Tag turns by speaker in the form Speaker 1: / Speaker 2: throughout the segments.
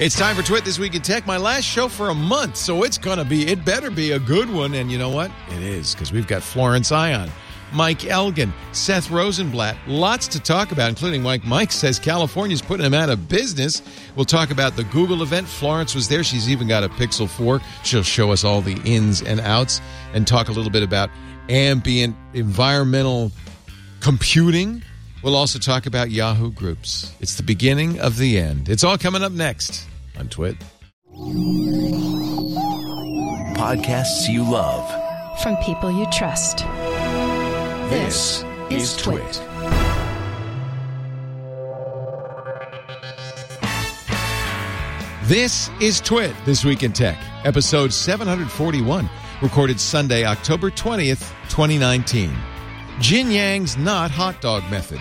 Speaker 1: It's time for Twit This Week in Tech, my last show for a month, so it's going to be, it better be a good one. And you know what? It is, because we've got Florence Ion, Mike Elgin, Seth Rosenblatt, lots to talk about, including Mike. Mike says California's putting him out of business. We'll talk about the Google event. Florence was there. She's even got a Pixel 4. She'll show us all the ins and outs and talk a little bit about ambient environmental computing. We'll also talk about Yahoo Groups. It's the beginning of the end. It's all coming up next on Twit.
Speaker 2: Podcasts you love.
Speaker 3: From people you trust.
Speaker 2: This is Twit.
Speaker 1: This is Twit, This Week in Tech, episode 741, recorded Sunday, October 20th, 2019. Jin Yang's Not Hot Dog Method.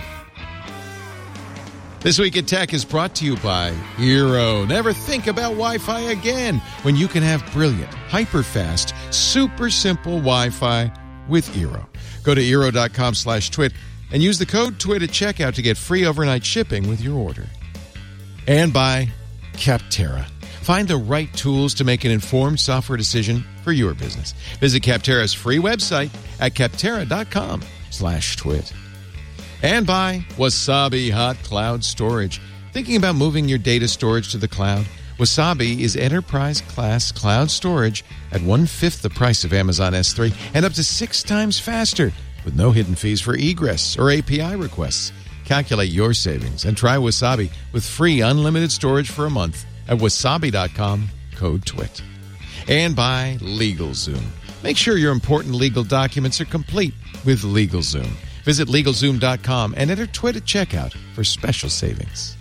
Speaker 1: This Week in Tech is brought to you by Eero. Never think about Wi Fi again when you can have brilliant, hyper fast, super simple Wi Fi with Eero. Go to Eero.com slash twit and use the code TWIT at checkout to get free overnight shipping with your order and by Capterra. Find the right tools to make an informed software decision for your business. Visit Capterra's free website at capterra.com slash twit. And by Wasabi Hot Cloud Storage. Thinking about moving your data storage to the cloud? Wasabi is enterprise class cloud storage at one fifth the price of Amazon S3 and up to six times faster with no hidden fees for egress or API requests. Calculate your savings and try Wasabi with free unlimited storage for a month at wasabi.com code TWIT. And by LegalZoom. Make sure your important legal documents are complete with LegalZoom. Visit LegalZoom.com and enter TWIT at checkout for special savings.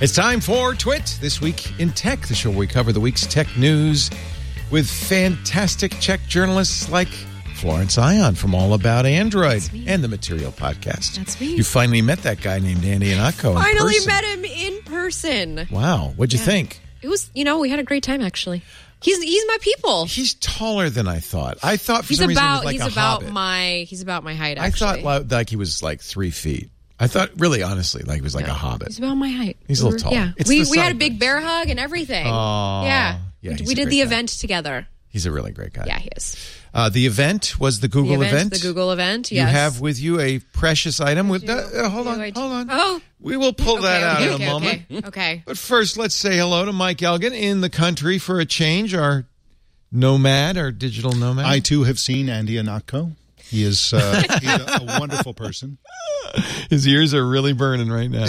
Speaker 1: It's time for Twit this week in tech, the show where we cover the week's tech news with fantastic tech journalists like Florence Ion from All About Android and the Material Podcast.
Speaker 4: That's me.
Speaker 1: You finally met that guy named Andy Anako. in
Speaker 4: Finally
Speaker 1: person.
Speaker 4: met him in person.
Speaker 1: Wow, what'd you think?
Speaker 4: It was, you know, we had a great time actually. He's he's my people.
Speaker 1: He's taller than I thought. I thought for
Speaker 4: He's
Speaker 1: some
Speaker 4: about
Speaker 1: reason he was like
Speaker 4: he's
Speaker 1: a
Speaker 4: about
Speaker 1: hobbit.
Speaker 4: my he's about my height.
Speaker 1: I
Speaker 4: Actually.
Speaker 1: thought li- like he was like three feet. I thought really honestly like he was like a hobbit.
Speaker 4: he's about my height.
Speaker 1: He's a
Speaker 4: We
Speaker 1: little
Speaker 4: were-
Speaker 1: tall.
Speaker 4: Yeah,
Speaker 1: It's
Speaker 4: we
Speaker 1: the
Speaker 4: we had a
Speaker 1: sideburns.
Speaker 4: big bear hug and everything.
Speaker 1: Aw.
Speaker 4: yeah,
Speaker 1: Yeah,
Speaker 4: We-
Speaker 1: he's
Speaker 4: we
Speaker 1: a
Speaker 4: did
Speaker 1: great
Speaker 4: the
Speaker 1: guy.
Speaker 4: event together.
Speaker 1: He's a really great guy.
Speaker 4: Yeah, he is.
Speaker 1: Uh, the event was the Google
Speaker 4: the event,
Speaker 1: event.
Speaker 4: the Google event.
Speaker 1: You
Speaker 4: Yes,
Speaker 1: have with you a precious item. With uh, uh, hold
Speaker 4: do
Speaker 1: on,
Speaker 4: I-
Speaker 1: hold on.
Speaker 4: Oh.
Speaker 1: we will pull that out
Speaker 4: okay,
Speaker 1: in a
Speaker 4: okay,
Speaker 1: moment.
Speaker 4: Okay, okay.
Speaker 1: But first, let's say hello to Mike Elgin in the country for a change. Our nomad, our digital nomad.
Speaker 5: I too have seen Andy Anako. He is uh, he's a, a wonderful person.
Speaker 1: His ears are really burning right now.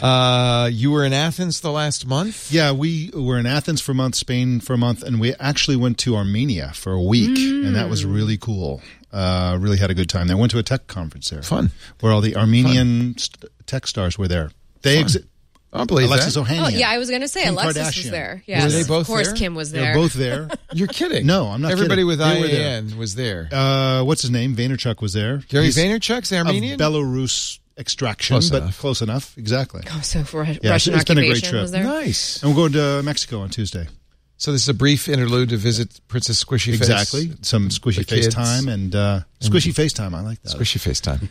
Speaker 1: uh, you were in Athens the last month.
Speaker 5: Yeah, we were in Athens for a month, Spain for a month, and we actually went to Armenia for a week, and that
Speaker 1: Mm.
Speaker 5: was really cool. Uh, really had a good time. There. went to a tech conference there.
Speaker 1: Fun.
Speaker 5: Where all the Armenian st- tech stars were there. They exit.
Speaker 1: I don't believe
Speaker 5: Alexis
Speaker 1: that.
Speaker 5: Ohanian.
Speaker 4: Oh, yeah, I was gonna say
Speaker 5: Kim
Speaker 4: Alexis
Speaker 5: Kardashian.
Speaker 4: was there.
Speaker 5: Were
Speaker 4: Yeah,
Speaker 1: they both
Speaker 4: Of course,
Speaker 1: there?
Speaker 4: Kim was
Speaker 5: They were
Speaker 4: there.
Speaker 5: both there.
Speaker 1: You're kidding?
Speaker 5: No, I'm not
Speaker 1: Everybody
Speaker 5: kidding.
Speaker 1: with
Speaker 5: They were there.
Speaker 1: IAN was there.
Speaker 5: Uh, what's his name? Vaynerchuk was there.
Speaker 1: Gary
Speaker 5: He's
Speaker 1: Vaynerchuk's Armenian.
Speaker 5: Of Belarus extraction,
Speaker 1: Close
Speaker 5: but
Speaker 1: enough.
Speaker 5: close enough. Exactly.
Speaker 4: Oh, so for Russian
Speaker 5: it's- it's been a
Speaker 4: occupation
Speaker 5: great trip.
Speaker 4: was there.
Speaker 1: nice.
Speaker 5: And we're going to Mexico on Tuesday.
Speaker 1: So this is a brief interlude to visit Princess Squishy Face.
Speaker 5: Exactly. Some
Speaker 1: the
Speaker 5: squishy face
Speaker 1: kids.
Speaker 5: time and uh, squishy face time. I like that.
Speaker 1: Squishy Face time.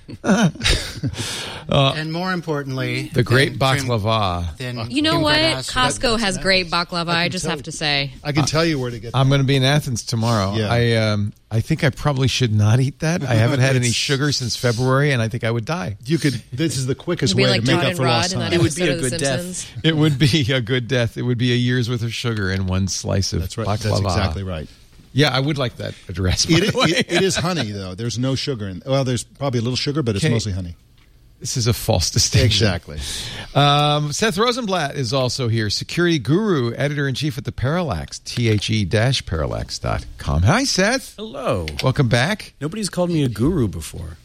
Speaker 6: and more importantly,
Speaker 1: The great
Speaker 6: than
Speaker 1: baklava.
Speaker 6: Trim, then
Speaker 4: You know
Speaker 6: Kim
Speaker 4: what?
Speaker 6: Kardashian-
Speaker 4: Costco has great baklava. I just
Speaker 5: tell
Speaker 4: have
Speaker 5: you.
Speaker 4: to say.
Speaker 5: I
Speaker 1: Uh,
Speaker 5: can tell you where to get.
Speaker 1: I'm going to be in Athens tomorrow.
Speaker 5: Yeah.
Speaker 1: I um, I think I probably should not eat that. I haven't had any sugar since February, and I think I would die.
Speaker 5: you could. This is the quickest
Speaker 4: It'd be
Speaker 5: way
Speaker 4: like
Speaker 5: to make
Speaker 4: Todd
Speaker 5: up
Speaker 4: and
Speaker 5: for
Speaker 4: Rod
Speaker 5: lost
Speaker 4: in that
Speaker 5: time.
Speaker 6: would be
Speaker 4: episode
Speaker 6: a
Speaker 4: of The
Speaker 6: good death.
Speaker 4: Simpsons.
Speaker 1: It would be a good death. It would be a year's worth of sugar in one slice of
Speaker 5: That's right.
Speaker 1: baklava.
Speaker 5: That's exactly right.
Speaker 1: Yeah, I would like that address. By
Speaker 5: It,
Speaker 1: the way.
Speaker 5: it, it is honey though. There's no sugar in. Well, there's probably a little sugar, but it's
Speaker 1: Okay.
Speaker 5: mostly honey.
Speaker 1: this is a false distinction.
Speaker 5: Exactly.
Speaker 1: Um, Seth Rosenblatt is also here, security guru, editor in chief at the Parallax, E the parallax.com. Hi, Seth.
Speaker 7: Hello.
Speaker 1: Welcome back.
Speaker 7: Nobody's called me a guru before.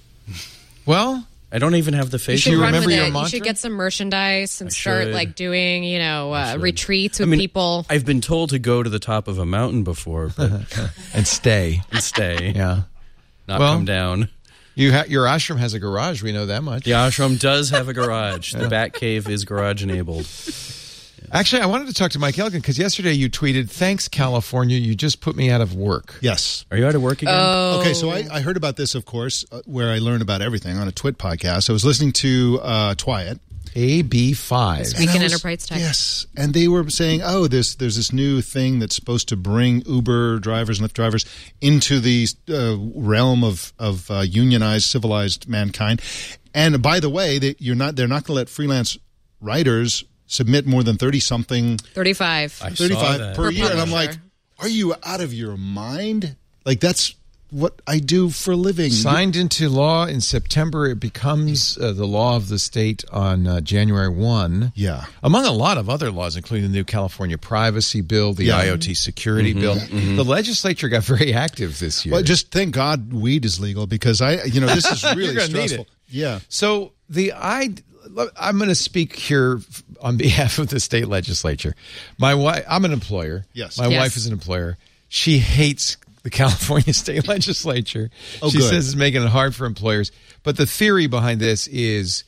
Speaker 1: Well,
Speaker 7: I don't even have the
Speaker 4: You
Speaker 7: face.
Speaker 4: should
Speaker 1: you
Speaker 4: run
Speaker 1: remember
Speaker 4: with
Speaker 1: your
Speaker 4: it. You
Speaker 1: mantra?
Speaker 4: should get some merchandise and
Speaker 7: I
Speaker 4: start
Speaker 7: should.
Speaker 4: like doing, you know, uh, retreats
Speaker 7: I
Speaker 4: with
Speaker 7: mean,
Speaker 4: people.
Speaker 7: I've been told to go to the top of a mountain before, but
Speaker 1: and stay.
Speaker 7: and stay,
Speaker 1: Yeah.
Speaker 7: not
Speaker 1: Well-
Speaker 7: come down.
Speaker 1: You ha- your ashram has a garage. We know that much.
Speaker 7: The ashram does have a garage. The Bat Cave is garage enabled.
Speaker 1: Actually, I wanted to talk to Mike Elgin because yesterday you tweeted, "Thanks, California. You just put me out of work."
Speaker 5: Yes.
Speaker 7: Are you out of work again?
Speaker 5: Okay, so
Speaker 4: Oh.
Speaker 5: I, I heard about this, of course, uh, where I learn about everything on a Twit podcast. I was listening to uh, Twiat,
Speaker 1: AB5.
Speaker 4: Weekend
Speaker 5: I was-
Speaker 4: Enterprise Tech.
Speaker 5: Yes, and they were saying, "Oh, there's there's this new thing that's supposed to bring Uber drivers and Lyft drivers into the uh, realm of of uh, unionized, civilized mankind." And by the way, that you're not they're not going to let freelance writers submit more than thirty something,
Speaker 4: 35.
Speaker 7: I saw
Speaker 5: thirty five
Speaker 7: that.
Speaker 5: per
Speaker 4: Per
Speaker 5: year. And I'm
Speaker 4: publisher.
Speaker 5: like, "Are you out of your mind? Like that's what I do for a living."
Speaker 1: Signed into law in September, it becomes uh, the law of the state on uh, January 1.
Speaker 5: Yeah.
Speaker 1: Among a lot of other laws, including the new California Privacy Bill, the
Speaker 5: Yeah. Mm-hmm.
Speaker 1: IoT Security Bill. The legislature got very active this year.
Speaker 5: Well, just thank God weed is legal because I, you know, this is really
Speaker 1: gonna need
Speaker 5: stressful.
Speaker 1: it.
Speaker 5: Yeah.
Speaker 1: So the I I'm going to speak here on behalf of the state legislature. My wife, I'm an employer.
Speaker 5: Yes.
Speaker 1: my
Speaker 4: Yes.
Speaker 1: wife is an employer. She hates the California state legislature.
Speaker 5: Oh,
Speaker 1: she
Speaker 5: good.
Speaker 1: says it's making it hard for employers. But the theory behind this is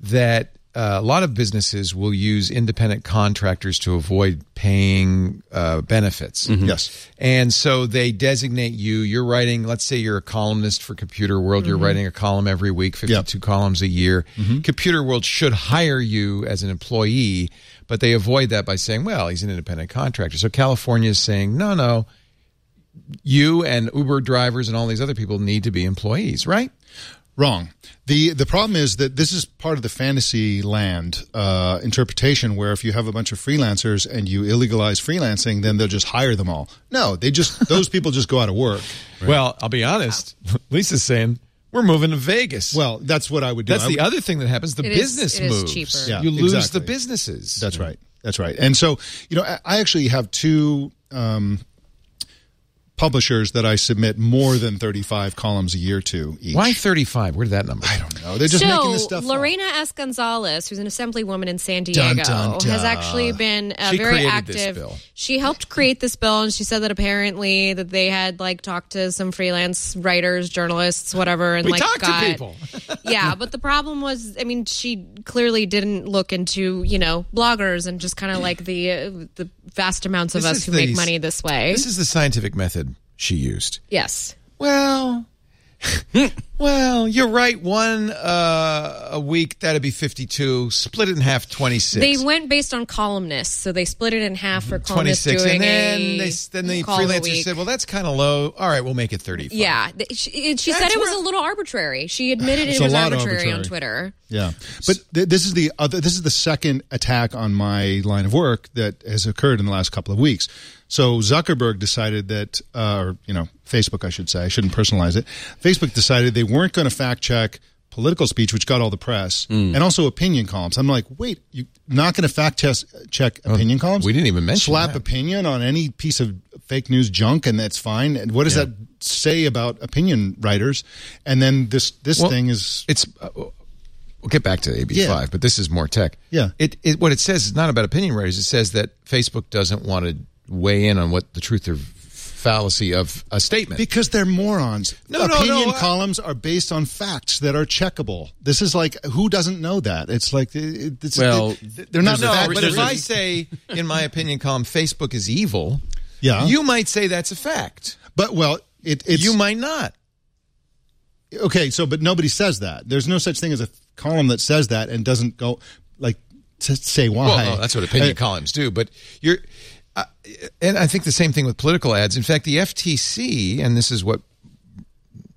Speaker 1: that. Uh, a lot of businesses will use independent contractors to avoid paying uh, benefits.
Speaker 5: Mm-hmm. Yes.
Speaker 1: And so they designate you. You're writing, let's say you're a columnist for Computer World, you're writing a column every week, 52 columns a year. Computer World should hire you as an employee, but they avoid that by saying, well, he's an independent contractor. So California is saying, no, no, you and Uber drivers and all these other people need to be employees, right?
Speaker 5: Wrong. the The problem is that this is part of the fantasy land uh, interpretation, where if you have a bunch of freelancers and you illegalize freelancing, then they'll just hire them all. No, they just those people just go out of work.
Speaker 1: Well, I'll be honest. Lisa's saying, we're moving to Vegas.
Speaker 5: Well, that's what I would do.
Speaker 1: that's
Speaker 5: I
Speaker 1: the
Speaker 5: would-
Speaker 1: other thing that happens. The
Speaker 4: It is-
Speaker 1: business
Speaker 4: it is
Speaker 1: moves.
Speaker 4: cheaper.
Speaker 5: Yeah,
Speaker 1: you lose
Speaker 5: exactly.
Speaker 1: the businesses.
Speaker 5: That's right. That's right. And so, you know, I- I actually have two um, publishers that I submit more than thirty five columns a year to each.
Speaker 1: Why 35? Where did that number? I don't know.
Speaker 5: No, they're just making this
Speaker 4: so,
Speaker 5: stuff. up.
Speaker 4: Lorena S. Gonzalez, who's an assemblywoman in San Diego,
Speaker 5: dun, dun.
Speaker 4: has actually been uh,
Speaker 1: She
Speaker 4: very
Speaker 1: created this
Speaker 4: active.
Speaker 1: bill.
Speaker 4: She helped create this bill, and she said that apparently that they had like talked to some freelance writers, journalists, whatever, and
Speaker 1: We
Speaker 4: like
Speaker 1: talked to
Speaker 4: got-
Speaker 1: people.
Speaker 4: yeah, but the problem was, I mean, she clearly didn't look into you know bloggers and just kind of like the uh, the vast amounts of
Speaker 1: This
Speaker 4: us
Speaker 1: is
Speaker 4: who
Speaker 1: the-
Speaker 4: make money this way.
Speaker 1: This is the scientific method she used.
Speaker 4: yes.
Speaker 1: Well, well, you're right. One uh, a week, that'd be 52. Split it in half, 26.
Speaker 4: They went based on columnists, so they split it in half for columnists
Speaker 1: 26.
Speaker 4: doing
Speaker 1: And then,
Speaker 4: a
Speaker 1: they, then the
Speaker 4: column a
Speaker 1: freelancer
Speaker 4: week.
Speaker 1: said, well, that's kind of low. All right, we'll make it 35.
Speaker 4: Yeah, th- she, it- she said
Speaker 1: That's
Speaker 4: it was
Speaker 1: where-
Speaker 4: a little arbitrary. She admitted
Speaker 5: It's
Speaker 4: it
Speaker 5: a
Speaker 4: was
Speaker 5: lot
Speaker 4: arbitrary, on
Speaker 5: arbitrary.
Speaker 4: Twitter.
Speaker 5: Yeah, but th- this is the other. This is the second attack on my line of work that has occurred in the last couple of weeks. So Zuckerberg decided that, uh, or you know, Facebook, I should say, I shouldn't personalize it. Facebook decided they weren't going to fact check political speech, which got all the press,
Speaker 1: Hmm.
Speaker 5: and also opinion columns. I'm like, wait, you not going to fact test check opinion columns?
Speaker 1: we didn't even mention
Speaker 5: slap
Speaker 1: that.
Speaker 5: opinion on any piece of fake news junk, and that's fine. And what does that say about opinion writers? And then this this
Speaker 1: Well,
Speaker 5: thing is
Speaker 1: It's. Uh, we'll get back to AB5,
Speaker 5: Yeah.
Speaker 1: but this is more tech.
Speaker 5: Yeah.
Speaker 1: It, it what it says is not about opinion writers. It says that Facebook doesn't want to weigh in on what the truth or fallacy of a statement.
Speaker 5: Because they're morons.
Speaker 1: No, no,
Speaker 5: Opinion
Speaker 1: no, I-
Speaker 5: columns are based on facts that are checkable. This is like who doesn't know that? It's like it- it's,
Speaker 7: Well,
Speaker 5: they're not
Speaker 1: No,
Speaker 5: fact-
Speaker 1: but if
Speaker 7: there's
Speaker 1: I
Speaker 7: a-
Speaker 1: say, in my opinion, column, Facebook is evil,
Speaker 5: Yeah.
Speaker 1: you might say that's a fact.
Speaker 5: But well, it, it's
Speaker 1: you might not.
Speaker 5: okay. So, but nobody says that. There's no such thing as a column that says that and doesn't go like to say why.
Speaker 1: Well, no, that's what opinion
Speaker 5: Uh,
Speaker 1: columns do. But you're, uh, and I think the same thing with political ads. In fact, the FTC, and this is what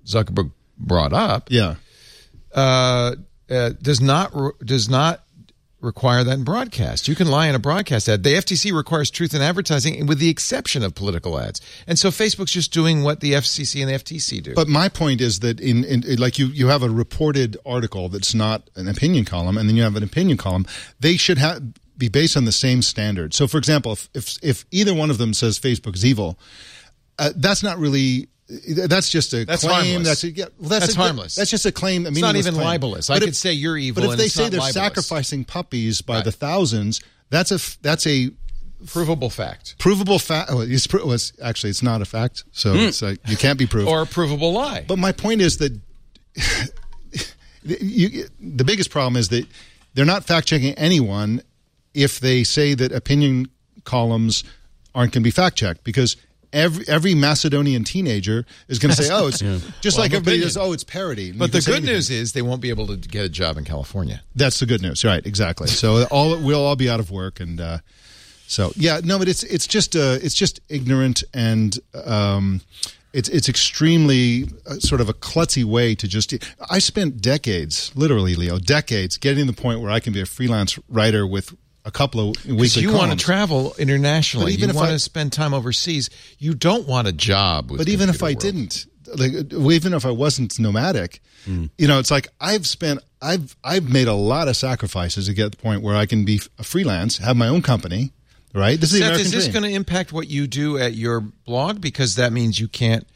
Speaker 1: Zuckerberg brought up,
Speaker 5: yeah.
Speaker 1: uh, uh, does not re- does not require that in broadcast. You can lie in a broadcast ad. The FTC requires truth in advertising, with the exception of political ads. And so Facebook's just doing what the FCC and the FTC do.
Speaker 5: But my point is that in, in in- like you you have a reported article that's not an opinion column, and then you have an opinion column. They should have be based on the same standard. So, for example, if if, if either one of them says Facebook is evil, uh, that's not really. That's just a
Speaker 1: That's
Speaker 5: claim.
Speaker 1: harmless.
Speaker 5: That's, a, yeah, well, that's,
Speaker 1: That's
Speaker 5: a-
Speaker 1: harmless.
Speaker 5: That's just a claim. A
Speaker 1: It's not
Speaker 5: meaningless
Speaker 1: even
Speaker 5: claim.
Speaker 1: libelous. I
Speaker 5: But
Speaker 1: could say you're evil
Speaker 5: But if
Speaker 1: and
Speaker 5: they
Speaker 1: it's
Speaker 5: say
Speaker 1: not
Speaker 5: they're
Speaker 1: libelous.
Speaker 5: sacrificing puppies by
Speaker 1: Right.
Speaker 5: the thousands, that's a f- that's a
Speaker 1: Provable fact.
Speaker 5: provable fact. Oh, it's, pro- well, it's actually it's not a fact,
Speaker 1: Hmm.
Speaker 5: so it's like you can't be proved.
Speaker 1: or a provable lie.
Speaker 5: But my point is that you, the biggest problem is that they're not fact checking anyone if they say that opinion columns aren't going to be fact checked because every every Macedonian teenager is going to say, "Oh, it's just
Speaker 1: Well,
Speaker 5: like
Speaker 1: I'm
Speaker 5: everybody
Speaker 1: opinion.
Speaker 5: goes, oh, it's parody." And you
Speaker 1: But
Speaker 5: can
Speaker 1: the
Speaker 5: say
Speaker 1: good
Speaker 5: anything.
Speaker 1: news is they won't be able to get a job in California.
Speaker 5: That's the good news, right? Exactly. So all we'll all be out of work, and uh, so yeah, no, but it's it's just uh, it's just ignorant, and um, it's it's extremely uh, sort of a klutzy way to just. I spent decades, literally, Leo, decades, getting to the point where I can be a freelance writer with a couple of
Speaker 1: Because
Speaker 5: weekly.
Speaker 1: you want to
Speaker 5: columns.
Speaker 1: travel internationally,
Speaker 5: But even
Speaker 1: you
Speaker 5: if
Speaker 1: want
Speaker 5: I-
Speaker 1: to spend time overseas. You don't want a job. With
Speaker 5: But even if
Speaker 1: computer
Speaker 5: I
Speaker 1: world.
Speaker 5: didn't, like well, even if I wasn't nomadic,
Speaker 1: Hmm.
Speaker 5: you know, it's like I've spent I've I've made a lot of sacrifices to get to the point where I can be a freelance, have my own company, right? This is the
Speaker 1: Seth,
Speaker 5: American
Speaker 1: is this
Speaker 5: dream.
Speaker 1: going to impact what you do at your blog? Because that means you can't.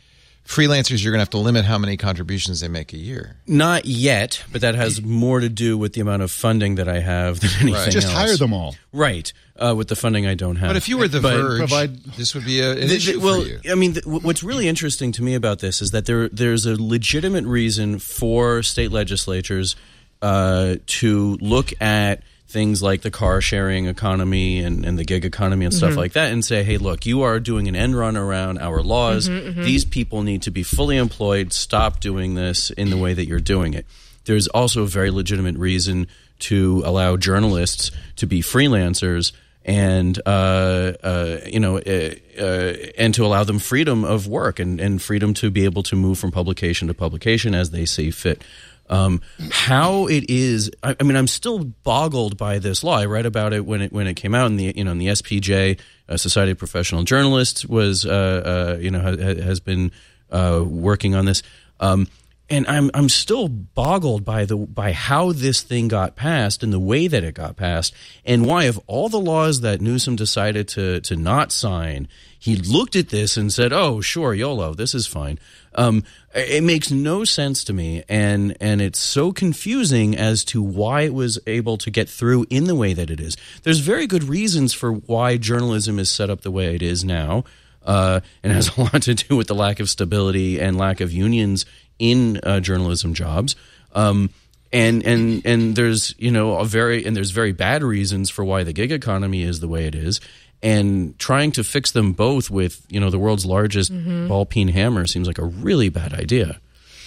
Speaker 1: Freelancers, you're going to have to limit how many contributions they make a year.
Speaker 7: Not yet, but that has more to do with the amount of funding that I have than anything
Speaker 5: just
Speaker 7: else.
Speaker 5: hire them all.
Speaker 7: Right, uh, with the funding I don't have.
Speaker 1: But if you were the Verge,
Speaker 5: provide-
Speaker 1: this would be a, an
Speaker 7: The- the-
Speaker 1: issue
Speaker 7: well,
Speaker 1: for you.
Speaker 7: I mean, the, wh- what's really interesting to me about this is that there there's a legitimate reason for state legislatures uh, to look at things like the car sharing economy and, and the gig economy and stuff like that and say, hey, look, you are doing an end run around our laws. These people need to be fully employed. Stop doing this in the way that you're doing it. There's also a very legitimate reason to allow journalists to be freelancers and uh, uh, you know, uh, uh, and to allow them freedom of work and, and freedom to be able to move from publication to publication as they see fit. Um, how it is, I, I mean, I'm still boggled by this law. I read about it when it when it came out, and the you know, and the SPJ, uh, Society of Professional Journalists, was uh, uh, you know ha- ha- has been uh, working on this. Um, and I'm I'm still boggled by the by how this thing got passed and the way that it got passed and why of all the laws that Newsom decided to to not sign he looked at this and said oh sure YOLO this is fine um, it makes no sense to me and and it's so confusing as to why it was able to get through in the way that it is there's very good reasons for why journalism is set up the way it is now uh, and has a lot to do with the lack of stability and lack of unions in uh, journalism jobs. Um, and and and there's you know a very and there's very bad reasons for why the gig economy is the way it is. And trying to fix them both with you know the world's largest ball peen hammer seems like a really bad idea.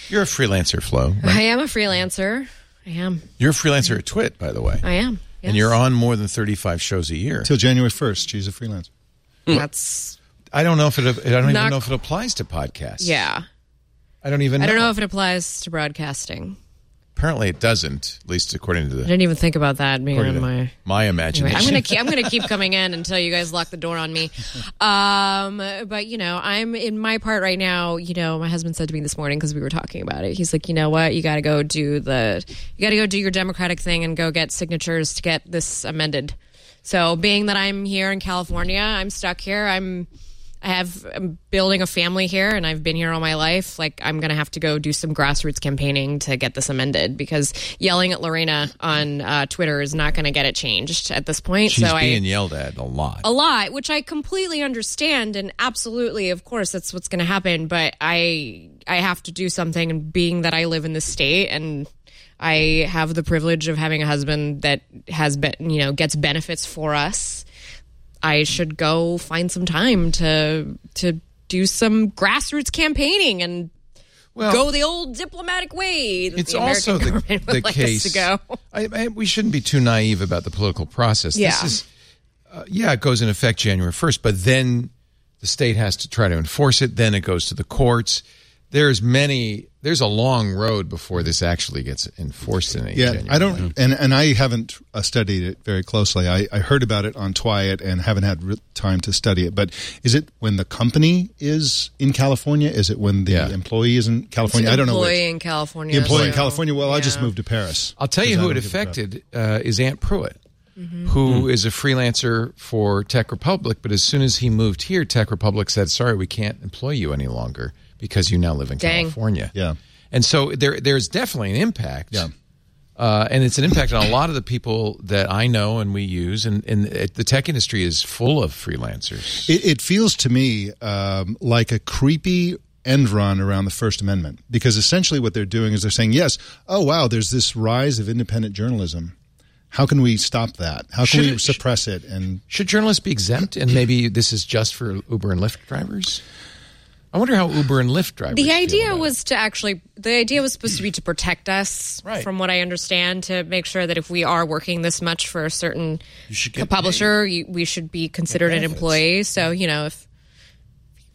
Speaker 1: You're a freelancer, Flo.
Speaker 4: I am a freelancer. I am.
Speaker 1: You're a freelancer at Twit, by the way.
Speaker 4: I am.
Speaker 1: And
Speaker 4: Yes.
Speaker 1: you're on more than 35 shows a year.
Speaker 5: Till January first, she's a freelancer.
Speaker 4: That's
Speaker 1: I don't know if it. I don't even
Speaker 4: Not-
Speaker 1: know if it applies to podcasts.
Speaker 4: yeah.
Speaker 1: I don't even. Know.
Speaker 4: I don't know if it applies to broadcasting.
Speaker 1: Apparently, it doesn't. At least according to
Speaker 4: I
Speaker 1: the,
Speaker 4: didn't even think about that being on my.
Speaker 1: my
Speaker 4: Anyway,
Speaker 1: imagination.
Speaker 4: I'm gonna keep, I'm gonna keep coming in until you guys lock the door on me. Um, but you know, I'm in my part right now. You know, my husband said to me this morning because we were talking about it. He's like, you know what, you got to go do the, you got to go do your Democratic thing and go get signatures to get this amended. So, being that I'm here in California, I'm stuck here. I'm I have I'm building a family here and I've been here all my life. Like I'm going to have to go do some grassroots campaigning to get this amended because yelling at Lorena on uh, Twitter is not going to get it changed at this point.
Speaker 1: She's
Speaker 4: so
Speaker 1: being
Speaker 4: I
Speaker 1: yelled at a lot.
Speaker 4: a lot, which I completely understand and absolutely of course that's what's going to happen, but I I have to do something and being that I live in the state and I have the privilege of having a husband that has been, you know, gets benefits for us. I should go find some time to to do some grassroots campaigning and
Speaker 1: Well,
Speaker 4: go the old diplomatic way. That
Speaker 1: it's
Speaker 4: the American
Speaker 1: also the,
Speaker 4: government would
Speaker 1: the
Speaker 4: like
Speaker 1: case.
Speaker 4: us to go.
Speaker 1: I, I, we shouldn't be too naive about the political process. This
Speaker 4: Yeah.
Speaker 1: is, uh, yeah, it goes in effect January 1st, but then the state has to try to enforce it. Then it goes to the courts. There's many. There's a long road before this actually gets enforced in a
Speaker 5: Yeah,
Speaker 1: January.
Speaker 5: I don't, and and I haven't uh, studied it very closely. I, I heard about it on Twiet and haven't had re- time to study it. But is it when the company is in California? Is it when the
Speaker 1: Yeah.
Speaker 5: employee is in California? I don't know.
Speaker 4: employee
Speaker 5: which.
Speaker 4: in California.
Speaker 5: The employee in
Speaker 4: so-
Speaker 5: California. Well, I just
Speaker 4: yeah.
Speaker 5: moved to Paris.
Speaker 1: I'll tell you who it affected uh, is Aunt Pruitt,
Speaker 4: Mm-hmm.
Speaker 1: who
Speaker 5: Hmm.
Speaker 1: is a freelancer for Tech Republic. But as soon as he moved here, Tech Republic said, "Sorry, we can't employ you any longer because you now live in
Speaker 4: Dang.
Speaker 1: California."
Speaker 5: Yeah.
Speaker 1: and so there there's definitely an impact.
Speaker 5: Yeah.
Speaker 1: Uh, and it's an impact on a lot of the people that I know and we use, and, and it- the tech industry is full of freelancers.
Speaker 5: It, it feels to me um, like a creepy end run around the First Amendment because essentially what they're doing is they're saying, yes, oh, wow, there's this rise of independent journalism. How can we stop that? How can
Speaker 1: Should
Speaker 5: we
Speaker 1: it-
Speaker 5: suppress it? And
Speaker 1: Should journalists be exempt? And maybe this is just for Uber and Lyft drivers. I wonder how Uber and Lyft drivers.
Speaker 4: The
Speaker 1: feel
Speaker 4: idea
Speaker 1: about it.
Speaker 4: was to actually, the idea was supposed to be to protect us,
Speaker 1: Right.
Speaker 4: from what I understand, to make sure that if we are working this much for a certain
Speaker 1: get
Speaker 4: publisher, you, we should be considered an employee. So, you know, if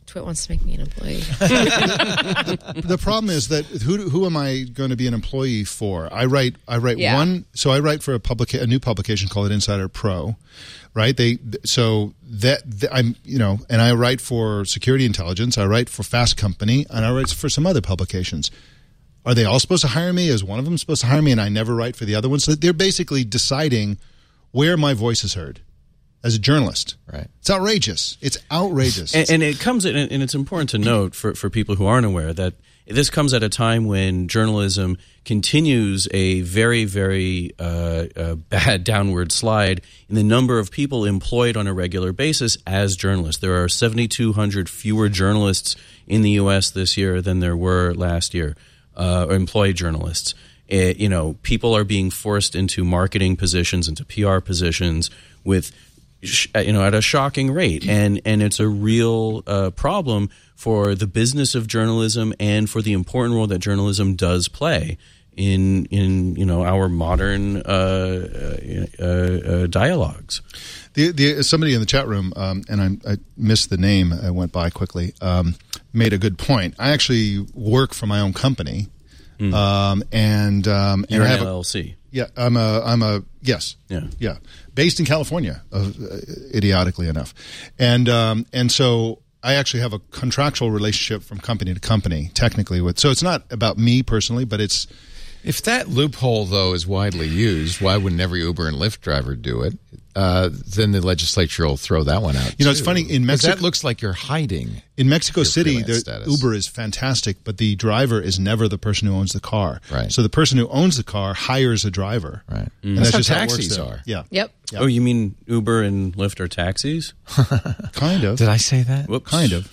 Speaker 4: Twit wants to make me an employee,
Speaker 5: the problem is that who who am I going to be an employee for? I write I write
Speaker 4: Yeah.
Speaker 5: one so I write for a publica- a new publication called Insider Pro, right? They th- so that th- I'm you know and I write for Security Intelligence, I write for Fast Company, and I write for some other publications. Are they all supposed to hire me? Is one of them supposed to hire me and I never write for the other one? So they're basically deciding where my voice is heard as a journalist.
Speaker 1: Right.
Speaker 5: It's outrageous. It's outrageous.
Speaker 7: and, and it comes in, and it's important to note for, for people who aren't aware that this comes at a time when journalism continues a very very uh, uh, bad downward slide in the number of people employed on a regular basis as journalists there are 7200 fewer journalists in the us this year than there were last year uh, or employed journalists Eh, you know people are being forced into marketing positions into pr positions with sh- uh, you know at a shocking rate and and it's a real uh, problem for the business of journalism and for the important role that journalism does play in in you know our modern uh, uh, uh, uh, dialogues
Speaker 5: The, the somebody in the chat room, um, and I, I missed the name. I went by quickly. Um, made a good point. I actually work for my own company, um, and um, and
Speaker 7: in
Speaker 5: I have a,
Speaker 7: LLC
Speaker 5: yeah. I'm a I'm a yes
Speaker 7: Yeah.
Speaker 5: yeah based in California, uh, uh, idiotically enough, and um, and so. I actually have a contractual relationship from company to company, technically. With so it's not about me personally, but it's
Speaker 8: If that loophole, though, is widely used, why wouldn't every Uber and Lyft driver do it? Uh, then the legislature will throw that one out.
Speaker 5: You know, it's
Speaker 8: too.
Speaker 5: funny, in
Speaker 8: 'Cause
Speaker 5: Mexico-
Speaker 8: that looks like you're hiding.
Speaker 5: in Mexico City,
Speaker 8: freelance
Speaker 5: the
Speaker 8: status.
Speaker 5: Uber is fantastic, but the driver is never the person who owns the car.
Speaker 8: Right.
Speaker 5: So the person who owns the car hires a driver.
Speaker 8: Right.
Speaker 5: And
Speaker 8: That's
Speaker 5: that's,
Speaker 8: how
Speaker 5: just how
Speaker 8: taxis
Speaker 5: it works there.
Speaker 8: are.
Speaker 5: Yeah.
Speaker 4: yep.
Speaker 7: oh you mean Uber and Lyft are taxis
Speaker 5: Kind of.
Speaker 1: Did I say that?
Speaker 7: Whoops.
Speaker 5: Kind of.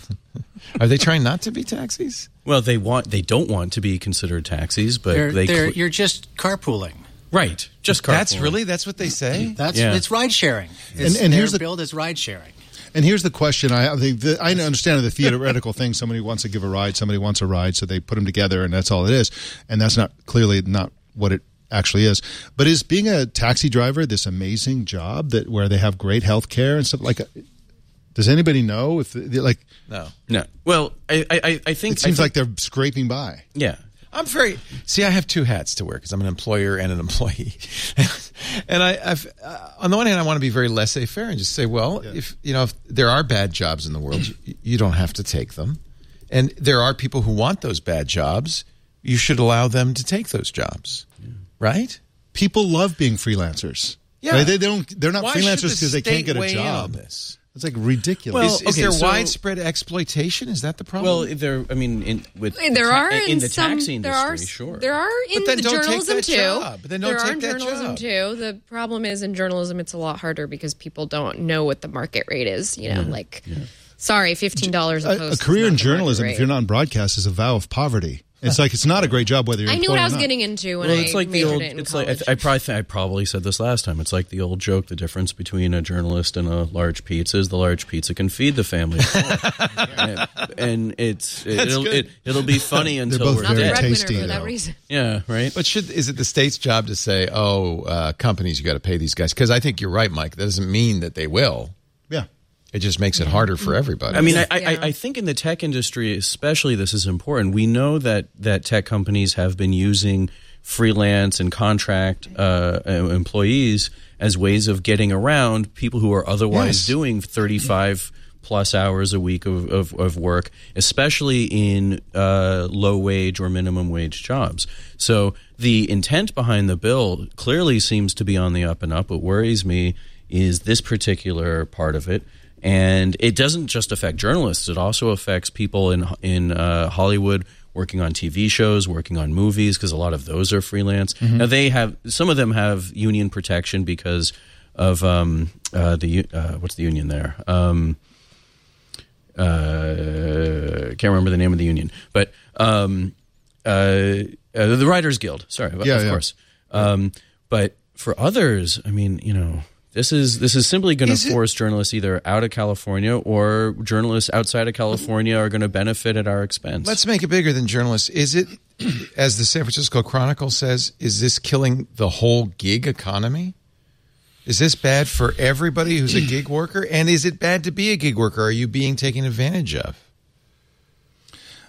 Speaker 1: Are they trying not to be taxis?
Speaker 7: well they want they don't want to be considered taxis but
Speaker 6: They're,
Speaker 7: they
Speaker 6: they're,
Speaker 7: cl-
Speaker 6: you're just carpooling.
Speaker 7: right just carpooling.
Speaker 1: That's really that's what they say.
Speaker 6: That's
Speaker 7: Yeah.
Speaker 6: it's ride sharing.
Speaker 5: And- and here's the-
Speaker 6: build is ride sharing.
Speaker 5: And here's the question: I the, the, I understand the theoretical thing. Somebody wants to give a ride. Somebody wants a ride, so they put them together, and that's all it is. And that's not clearly not what it actually is. But is being a taxi driver this amazing job that where they have great health care and stuff like? Does anybody know if like
Speaker 1: No.
Speaker 7: no well I I- I, I think
Speaker 5: it seems
Speaker 7: I
Speaker 5: like
Speaker 7: think-
Speaker 5: they're scraping by?
Speaker 7: yeah
Speaker 1: I'm very see. I have two hats to wear because I'm an employer and an employee. and I, I've, uh, on the one hand, I want to be very laissez-faire and just say, well, if you know, if there are bad jobs in the world, you, you don't have to take them. And there are people who want those bad jobs. You should allow them to take those jobs, right?
Speaker 5: people love being freelancers.
Speaker 1: Yeah.
Speaker 5: Right? They, they don't. They're not
Speaker 1: Why should
Speaker 5: freelancers
Speaker 1: the
Speaker 5: because they can't
Speaker 1: state
Speaker 5: get a
Speaker 1: weigh in on
Speaker 5: job.
Speaker 1: this?
Speaker 5: It's like ridiculous.
Speaker 7: Well,
Speaker 1: Is, is
Speaker 7: okay,
Speaker 1: there
Speaker 7: so-
Speaker 1: widespread exploitation? Is that the problem?
Speaker 7: well there I mean in, with
Speaker 4: There
Speaker 7: ta-
Speaker 4: are
Speaker 7: in,
Speaker 4: in,
Speaker 7: the
Speaker 4: some,
Speaker 7: taxi industry
Speaker 4: there are,
Speaker 7: sure
Speaker 4: There are in
Speaker 1: then
Speaker 4: the
Speaker 1: don't take
Speaker 4: journalism
Speaker 1: that
Speaker 4: too.
Speaker 1: job. But then don't
Speaker 4: there are
Speaker 1: take
Speaker 4: in
Speaker 1: that
Speaker 4: journalism
Speaker 1: job.
Speaker 4: too. The problem is in journalism, it's a lot harder because people don't know what the market rate is. You know,
Speaker 1: Mm-hmm.
Speaker 4: like sorry, fifteen dollars a
Speaker 5: a, a
Speaker 4: post. is
Speaker 5: career
Speaker 4: not
Speaker 5: in
Speaker 4: the market
Speaker 5: journalism,
Speaker 4: rate.
Speaker 5: if you're not in broadcast, is a vow of poverty. It's like it's not a great job whether you're.
Speaker 4: I knew what I was
Speaker 5: employed or not.
Speaker 4: getting into when
Speaker 7: Well,
Speaker 4: I
Speaker 7: it's like the
Speaker 4: majored
Speaker 7: old.
Speaker 4: it in
Speaker 7: It's like I,
Speaker 4: college.
Speaker 7: th- I probably th- I probably said this last time. It's like the old joke: the difference between a journalist and a large pizza is the large pizza can feed the family, and, and it's it, will
Speaker 1: good.
Speaker 7: it, it'll be funny until
Speaker 5: both
Speaker 7: we're
Speaker 4: not the
Speaker 5: very
Speaker 7: dead.
Speaker 4: breadwinner
Speaker 5: tasty,
Speaker 4: for that
Speaker 5: though.
Speaker 4: reason.
Speaker 7: Yeah, right.
Speaker 1: But should is it the state's job to say, "Oh, uh, companies, you got to pay these guys"? Because I think you're right, Mike. That doesn't mean that they will.
Speaker 5: Yeah.
Speaker 1: It just makes it harder for everybody.
Speaker 7: I mean, I, I,
Speaker 4: Yeah.
Speaker 7: I think in the tech industry, especially, this is important. We know that that tech companies have been using freelance and contract uh, em- employees as ways of getting around people who are otherwise
Speaker 5: Yes.
Speaker 7: doing thirty-five plus hours a week of, of, of work, especially in uh, low wage or minimum wage jobs. So the intent behind the bill clearly seems to be on the up and up. What worries me is this particular part of it. And it doesn't just affect journalists; it also affects people in in uh, Hollywood working on TV shows, working on movies, because a lot of those are freelance. Now they have some of them have union protection because of um, uh, the u- uh, what's the union there? Um, uh, can't remember the name of the union, but um, uh, uh, the Writers Guild. Sorry, of-
Speaker 5: Yeah,
Speaker 7: of
Speaker 5: yeah.
Speaker 7: course. Um, but for others, I mean, you know, this is this is simply going
Speaker 1: Is
Speaker 7: to
Speaker 1: it-
Speaker 7: force journalists either out of California or journalists outside of California are going to benefit at our expense.
Speaker 1: Let's make it bigger than journalists. Is it, as the San Francisco Chronicle says, is this killing the whole gig economy? Is this bad for everybody who's a gig worker? And is it bad to be a gig worker? Are you being taken advantage of?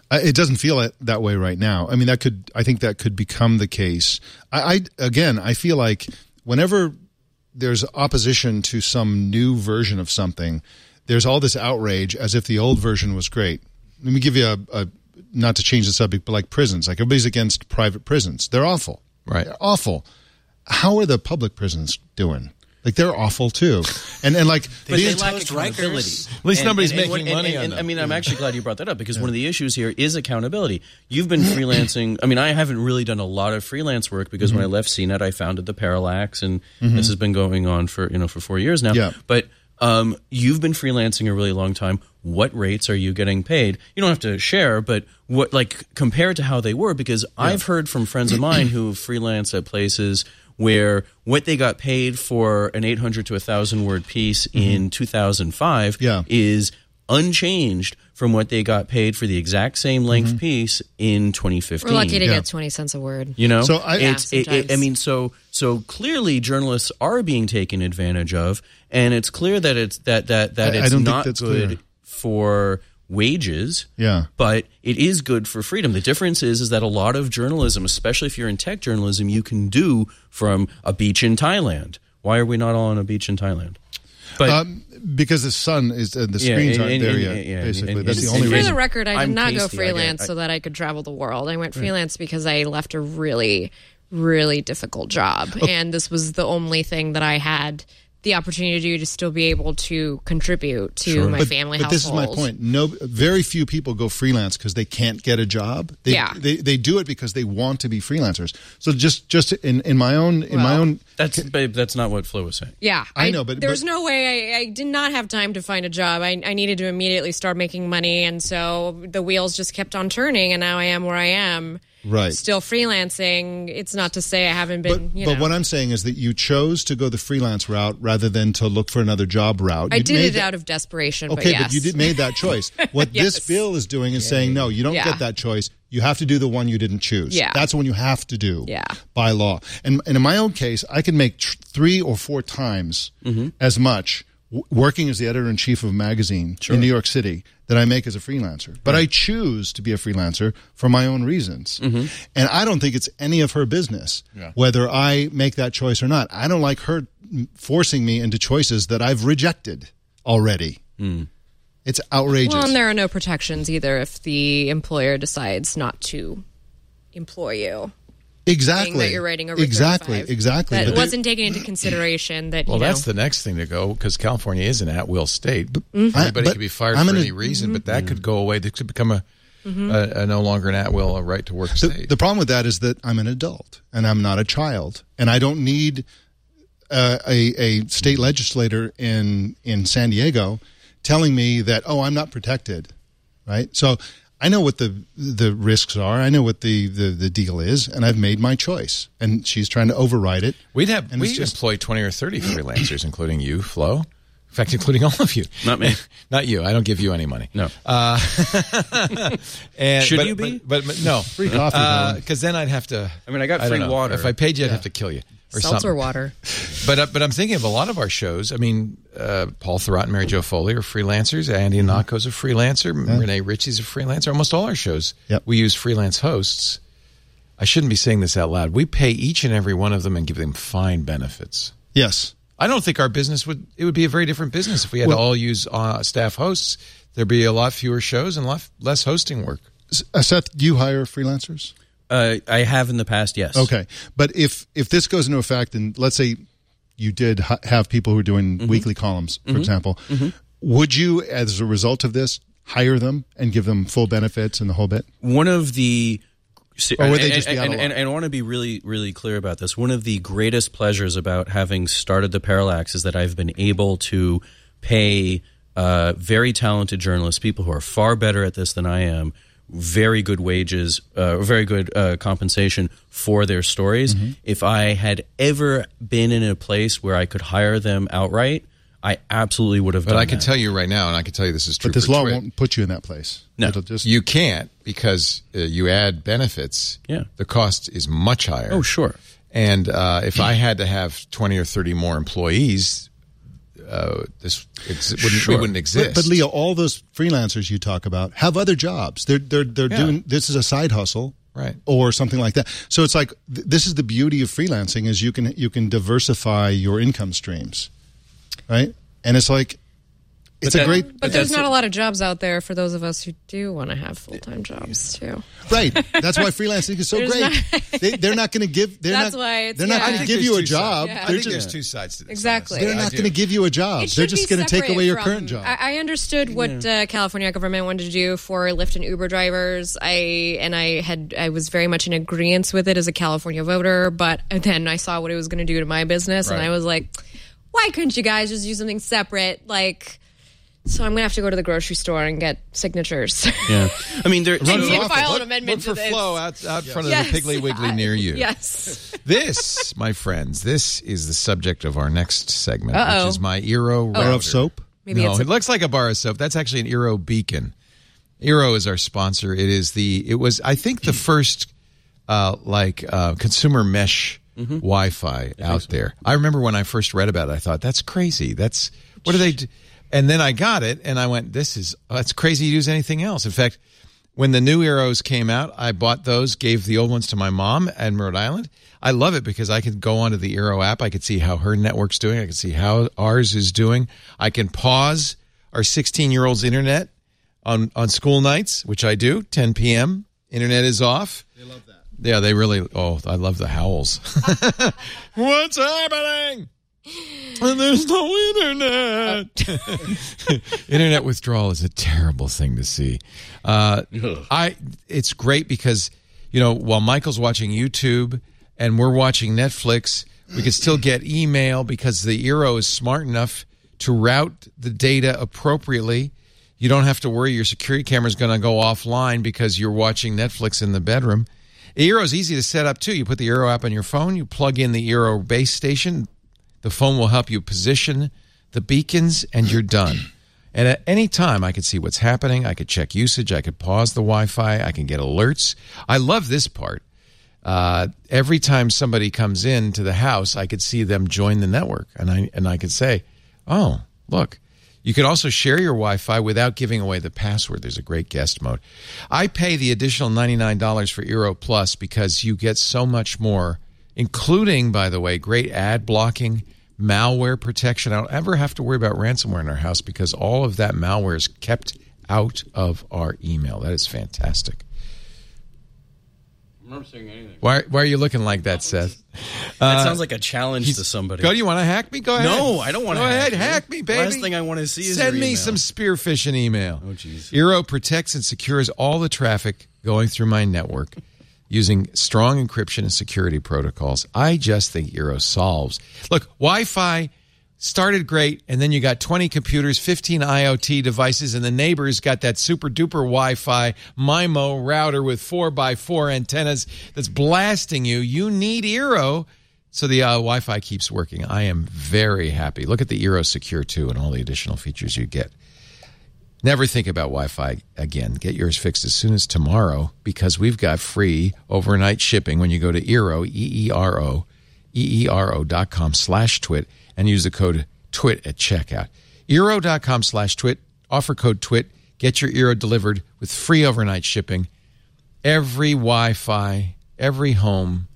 Speaker 5: Uh, It doesn't feel it that way right now. I mean, that could. I think that could become the case. I, I again, I feel like whenever there's opposition to some new version of something, there's all this outrage as if the old version was great. Let me give you a, a not to change the subject, but like prisons. Like everybody's against private prisons. They're awful.
Speaker 1: Right.
Speaker 5: They're awful. How are the public prisons doing? Like they're awful too. And and like
Speaker 6: But
Speaker 5: the
Speaker 6: they
Speaker 5: enti-
Speaker 6: lack accountability.
Speaker 1: At least nobody's
Speaker 7: what-
Speaker 1: making money on
Speaker 7: I
Speaker 1: them.
Speaker 7: mean, I'm actually glad you brought that up because one of the issues here is accountability. You've been freelancing. I mean, I haven't really done a lot of freelance work because when I
Speaker 1: Mm-hmm.
Speaker 7: left CNET, I founded the Parallax, and this has been going on for you know for four years now.
Speaker 5: Yeah.
Speaker 7: But um, you've been freelancing a really long time. What rates are you getting paid? You don't have to share, but what like compared to how they were because I've heard from friends of mine who freelance at places where what they got paid for an 800 to 1000 word piece
Speaker 1: Mm-hmm.
Speaker 7: in 2005
Speaker 5: Yeah.
Speaker 7: is unchanged from what they got paid for the exact same length
Speaker 5: Mm-hmm.
Speaker 7: piece in 2015.
Speaker 4: We're lucky to
Speaker 5: Yeah.
Speaker 4: get 20 cents a word.
Speaker 7: you know,
Speaker 5: So I- Mm. Yeah,
Speaker 7: it's it, it, I
Speaker 4: sometimes.
Speaker 7: mean, so so clearly journalists are being taken advantage of, and it's clear that it's that that that
Speaker 5: I- I
Speaker 7: it's
Speaker 5: don't think
Speaker 7: not
Speaker 5: that's
Speaker 7: good
Speaker 5: clear.
Speaker 7: for wages.
Speaker 5: Yeah.
Speaker 7: but it is good for freedom. The difference is is that a lot of journalism, especially if you're in tech journalism, you can do from a beach in Thailand. Why are we not all on a beach in Thailand? But
Speaker 5: um, because the sun is uh, the
Speaker 7: Yeah,
Speaker 5: screens
Speaker 7: and-
Speaker 5: aren't
Speaker 7: and-
Speaker 5: there
Speaker 7: and-
Speaker 5: yet.
Speaker 7: yeah, and-
Speaker 5: basically,
Speaker 7: and-
Speaker 5: that's
Speaker 7: and-
Speaker 5: the only
Speaker 7: and-
Speaker 4: For
Speaker 5: reason.
Speaker 4: the record, I did
Speaker 7: I'm
Speaker 4: not go
Speaker 7: pasty, I get-
Speaker 4: freelance
Speaker 7: I-
Speaker 4: so that I could travel the world. I went freelance because I left a really, really difficult job.
Speaker 5: Oh.
Speaker 4: And this was the only thing that I had the opportunity to do to still be able to contribute to my family
Speaker 5: but this is my
Speaker 4: household.
Speaker 5: point no very few people go freelance because they can't get a job they,
Speaker 4: Yeah.
Speaker 5: they they do it because they want to be freelancers so just just in in my own in my
Speaker 4: Well,
Speaker 5: own
Speaker 7: that's babe, that's not what Flo was saying.
Speaker 4: Yeah,
Speaker 5: I know, but-
Speaker 4: there was
Speaker 5: but-
Speaker 4: no way I, I did not have time to find a job. I, I needed to immediately start making money, and so the wheels just kept on turning, and now I am where I am.
Speaker 5: Right.
Speaker 4: still freelancing. It's not to say I haven't been.
Speaker 5: but,
Speaker 4: you
Speaker 5: but
Speaker 4: know.
Speaker 5: what I'm saying is that you chose to go the freelance route rather than to look for another job route.
Speaker 4: I
Speaker 5: You
Speaker 4: did
Speaker 5: made
Speaker 4: it
Speaker 5: that-
Speaker 4: out of desperation.
Speaker 5: Okay,
Speaker 4: but, yes.
Speaker 5: you did, made that choice. What
Speaker 4: Yes.
Speaker 5: this bill is doing is saying, no, you don't
Speaker 4: Yeah.
Speaker 5: get that choice. You have to do the one you didn't choose.
Speaker 4: Yeah.
Speaker 5: That's the one you have to do
Speaker 4: Yeah.
Speaker 5: by law. And, and in my own case, I can make tr- three or four times as much w- working as the editor in chief of a magazine in New York City that I make as a freelancer. But I choose to be a freelancer for my own reasons. And I don't think it's any of her business whether I make that choice or not. I don't like her mm, forcing me into choices that I've rejected already. It's outrageous.
Speaker 4: Well, and there are no protections either if the employer decides not to employ you.
Speaker 5: exactly.
Speaker 4: Saying that you're writing over
Speaker 5: exactly.
Speaker 4: 35.
Speaker 5: Exactly.
Speaker 4: That
Speaker 5: But they-
Speaker 4: wasn't taken into consideration. That
Speaker 1: Well,
Speaker 4: you know,
Speaker 1: that's the next thing to go because California is an at-will state.
Speaker 5: I-
Speaker 1: Anybody
Speaker 5: Mm-hmm. but
Speaker 1: could be fired
Speaker 5: I'm Mm-hmm.
Speaker 1: for
Speaker 5: gonna-
Speaker 1: any reason, but that could go away. This could become a, a, a no longer an at-will, a right to work
Speaker 5: Mm-hmm. the,
Speaker 1: state.
Speaker 5: the problem with that is that I'm an adult and I'm not a child, and I don't need uh, a a state legislator in in San Diego telling me that oh I'm not protected, right? So I know what the the risks are. I know what the the, the deal is, and I've made my choice. And she's trying to override it.
Speaker 1: We'd have
Speaker 5: And
Speaker 1: we
Speaker 5: it's just-
Speaker 1: employ twenty or thirty freelancers, including you, Flo. In fact, including all of you.
Speaker 7: Not me.
Speaker 1: Not you. I don't give you any money.
Speaker 7: No.
Speaker 1: Uh, and,
Speaker 7: Should
Speaker 1: but-
Speaker 7: you be?
Speaker 1: But, but, no. Free
Speaker 5: coffee,
Speaker 1: Because then I'd have to.
Speaker 7: I mean, I got
Speaker 1: don't
Speaker 7: free
Speaker 1: know.
Speaker 7: water.
Speaker 1: If I paid you, I'd have to kill you or
Speaker 4: seltzer
Speaker 1: something.
Speaker 4: water.
Speaker 1: But uh, but I'm thinking of a lot of our shows. I mean, uh, Paul Thurrott and Mary Jo Foley are freelancers. Andy
Speaker 5: Mm-hmm.
Speaker 1: Anako's a freelancer. Renee Ritchie's a freelancer. Almost all our shows,
Speaker 5: Yep.
Speaker 1: we use freelance hosts. I shouldn't be saying this out loud. We pay each and every one of them and give them fine benefits.
Speaker 5: Yes.
Speaker 1: I don't think our business would. It would be a very different business if we had to all use uh, staff hosts. There'd be a lot fewer shows and a lot less hosting work.
Speaker 5: S- uh, Seth, do you hire freelancers?
Speaker 7: Uh, I have in the past, yes.
Speaker 5: Okay, but if if this goes into effect, and let's say you did ha- have people who are doing weekly columns, for example, would you, as a result of this, hire them and give them full benefits and the whole bit?
Speaker 7: one of the
Speaker 5: Or would they just be
Speaker 7: and,
Speaker 5: out of
Speaker 7: and, and,
Speaker 5: luck?
Speaker 7: and I want to be really, really clear about this. One of the greatest pleasures about having started the Parallax is that I've been able to pay uh, very talented journalists, people who are far better at this than I am, very good wages, uh, very good uh, compensation for their stories.
Speaker 5: Mm-hmm.
Speaker 7: If I had ever been in a place where I could hire them outright, I absolutely would have
Speaker 1: But
Speaker 7: done
Speaker 1: I can
Speaker 7: that.
Speaker 1: tell you right now, and I can tell you this is true.
Speaker 5: But this
Speaker 1: for
Speaker 5: law
Speaker 1: Twit,
Speaker 5: won't put you in that place.
Speaker 7: No.
Speaker 5: It'll just
Speaker 1: You can't because uh, you add benefits.
Speaker 7: Yeah.
Speaker 1: The cost is much higher.
Speaker 7: Oh, sure.
Speaker 1: And uh, if I had to have twenty or thirty more employees, uh, this ex- wouldn't, we
Speaker 7: Sure.
Speaker 1: wouldn't
Speaker 5: But,
Speaker 1: exist.
Speaker 5: but Leo, all those freelancers you talk about have other jobs. They're they're they're
Speaker 1: Yeah.
Speaker 5: doing this is a side hustle,
Speaker 1: Right.
Speaker 5: Or something like that. So it's like th- this is the beauty of freelancing is you can you can diversify your income streams, right? And it's like it's a
Speaker 7: that-
Speaker 5: great
Speaker 4: But there's
Speaker 7: that's
Speaker 4: not
Speaker 7: it.
Speaker 4: a lot of jobs out there for those of us who do want to have full time jobs too.
Speaker 5: right. That's why freelancing is so
Speaker 4: There's
Speaker 5: great. they, they're not going to give. They're
Speaker 4: That's
Speaker 5: not,
Speaker 4: why it's-
Speaker 5: they're not
Speaker 4: yeah. I
Speaker 5: going to
Speaker 4: think
Speaker 5: give
Speaker 1: there's
Speaker 5: you a
Speaker 1: two sides.
Speaker 5: job.
Speaker 1: I
Speaker 5: They're
Speaker 1: think
Speaker 5: just
Speaker 1: there's two sides to this.
Speaker 4: Exactly.
Speaker 1: honestly.
Speaker 5: they're
Speaker 4: I
Speaker 5: not
Speaker 1: do.
Speaker 5: going to give you a job.
Speaker 4: It
Speaker 5: They're
Speaker 4: should be
Speaker 5: just going to take
Speaker 4: separate
Speaker 5: away your
Speaker 4: from-
Speaker 5: current job.
Speaker 4: I, I understood what uh, California government wanted to do for Lyft and Uber drivers. I and I had I was very much in agreement with it as a California voter, but then I saw what it was going to do to my business, and
Speaker 1: Right.
Speaker 4: I was like, why couldn't you guys just do something separate? Like, so I'm gonna have to go to the grocery store and get signatures.
Speaker 7: Yeah. I mean, there,
Speaker 4: I
Speaker 7: so-
Speaker 4: did file
Speaker 1: Look-
Speaker 4: an amendment
Speaker 1: look for
Speaker 4: to this.
Speaker 1: Flo out, out front of
Speaker 4: Yes.
Speaker 1: the Piggly Wiggly near you.
Speaker 4: yes.
Speaker 1: This, my friends, this is the subject of our next segment,
Speaker 4: Uh-oh.
Speaker 1: which is my Eero
Speaker 5: Bar
Speaker 1: router.
Speaker 5: of soap.
Speaker 4: Maybe
Speaker 1: no,
Speaker 4: it's a-
Speaker 1: it looks like a bar of soap. That's actually an Eero beacon. Eero is our sponsor. It is the. It was I think the first, uh, like uh, consumer mesh Wi-Fi out there. I remember when I first read about it, I thought that's crazy. That's what do they? Do? And then I got it, and I went, "This is oh, that's crazy to use anything else." In fact, when the new Eeros came out, I bought those, gave the old ones to my mom in Rhode Island. I love it because I can go onto the Eero app. I can see how her network's doing. I can see how ours is doing. I can pause our 16 year old's internet on, on school nights, which I do, 10 p.m. Internet is off. They love that. Yeah, they really. Oh, I love the howls. What's happening? And there's no internet. internet withdrawal is a terrible thing to see. Uh, I it's great because you know while Michael's watching YouTube and we're watching Netflix, we can still get email because the Eero is smart enough to route the data appropriately. You don't have to worry your security camera's going to go offline because you're watching Netflix in the bedroom. Eero is easy to set up too. You put the Eero app on your phone, you plug in the Eero base station, the phone will help you position the beacons, and you're done. And at any time, I could see what's happening. I could check usage. I could pause the Wi Fi. I can get alerts. I love this part. Uh, every time somebody comes in to the house, I could see them join the network, and I and I could say, "Oh, look." You could also share your Wi-Fi without giving away the password. There's a great guest mode. I pay the additional ninety-nine dollars for Eero Plus because you get so much more, including, by the way, great ad blocking, malware protection. I don't ever have to worry about ransomware in our house because all of that malware is kept out of our email. That is fantastic. Why, why are you looking like that, Seth?
Speaker 7: that sounds like a challenge to somebody.
Speaker 1: Go, you want to hack me? Go ahead.
Speaker 7: No, I don't wanna
Speaker 1: Go
Speaker 7: hack
Speaker 1: ahead,
Speaker 7: you.
Speaker 1: hack me, baby.
Speaker 7: Last thing I wanna see is
Speaker 1: send
Speaker 7: your
Speaker 1: me
Speaker 7: email.
Speaker 1: some spearfish an email. Oh,
Speaker 7: jeez.
Speaker 1: Eero protects and secures all the traffic going through my network using strong encryption and security protocols. I just think Eero solves. Look, Wi-Fi started great, and then you got 20 computers, 15 IoT devices, and the neighbors got that super duper Wi-Fi MIMO router with four by four antennas that's blasting you. You need Eero. So the uh, Wi-Fi keeps working. I am very happy. Look at the Eero Secure 2 and all the additional features you get. Never think about Wi Fi again. Get yours fixed as soon as tomorrow because we've got free overnight shipping when you go to Eero, E E R O, E E R O dot com slash twit and use the code twit at checkout. E Eero dot com slash twit, offer code twit, get your E Eero delivered with free overnight shipping. Every Wi Fi, every home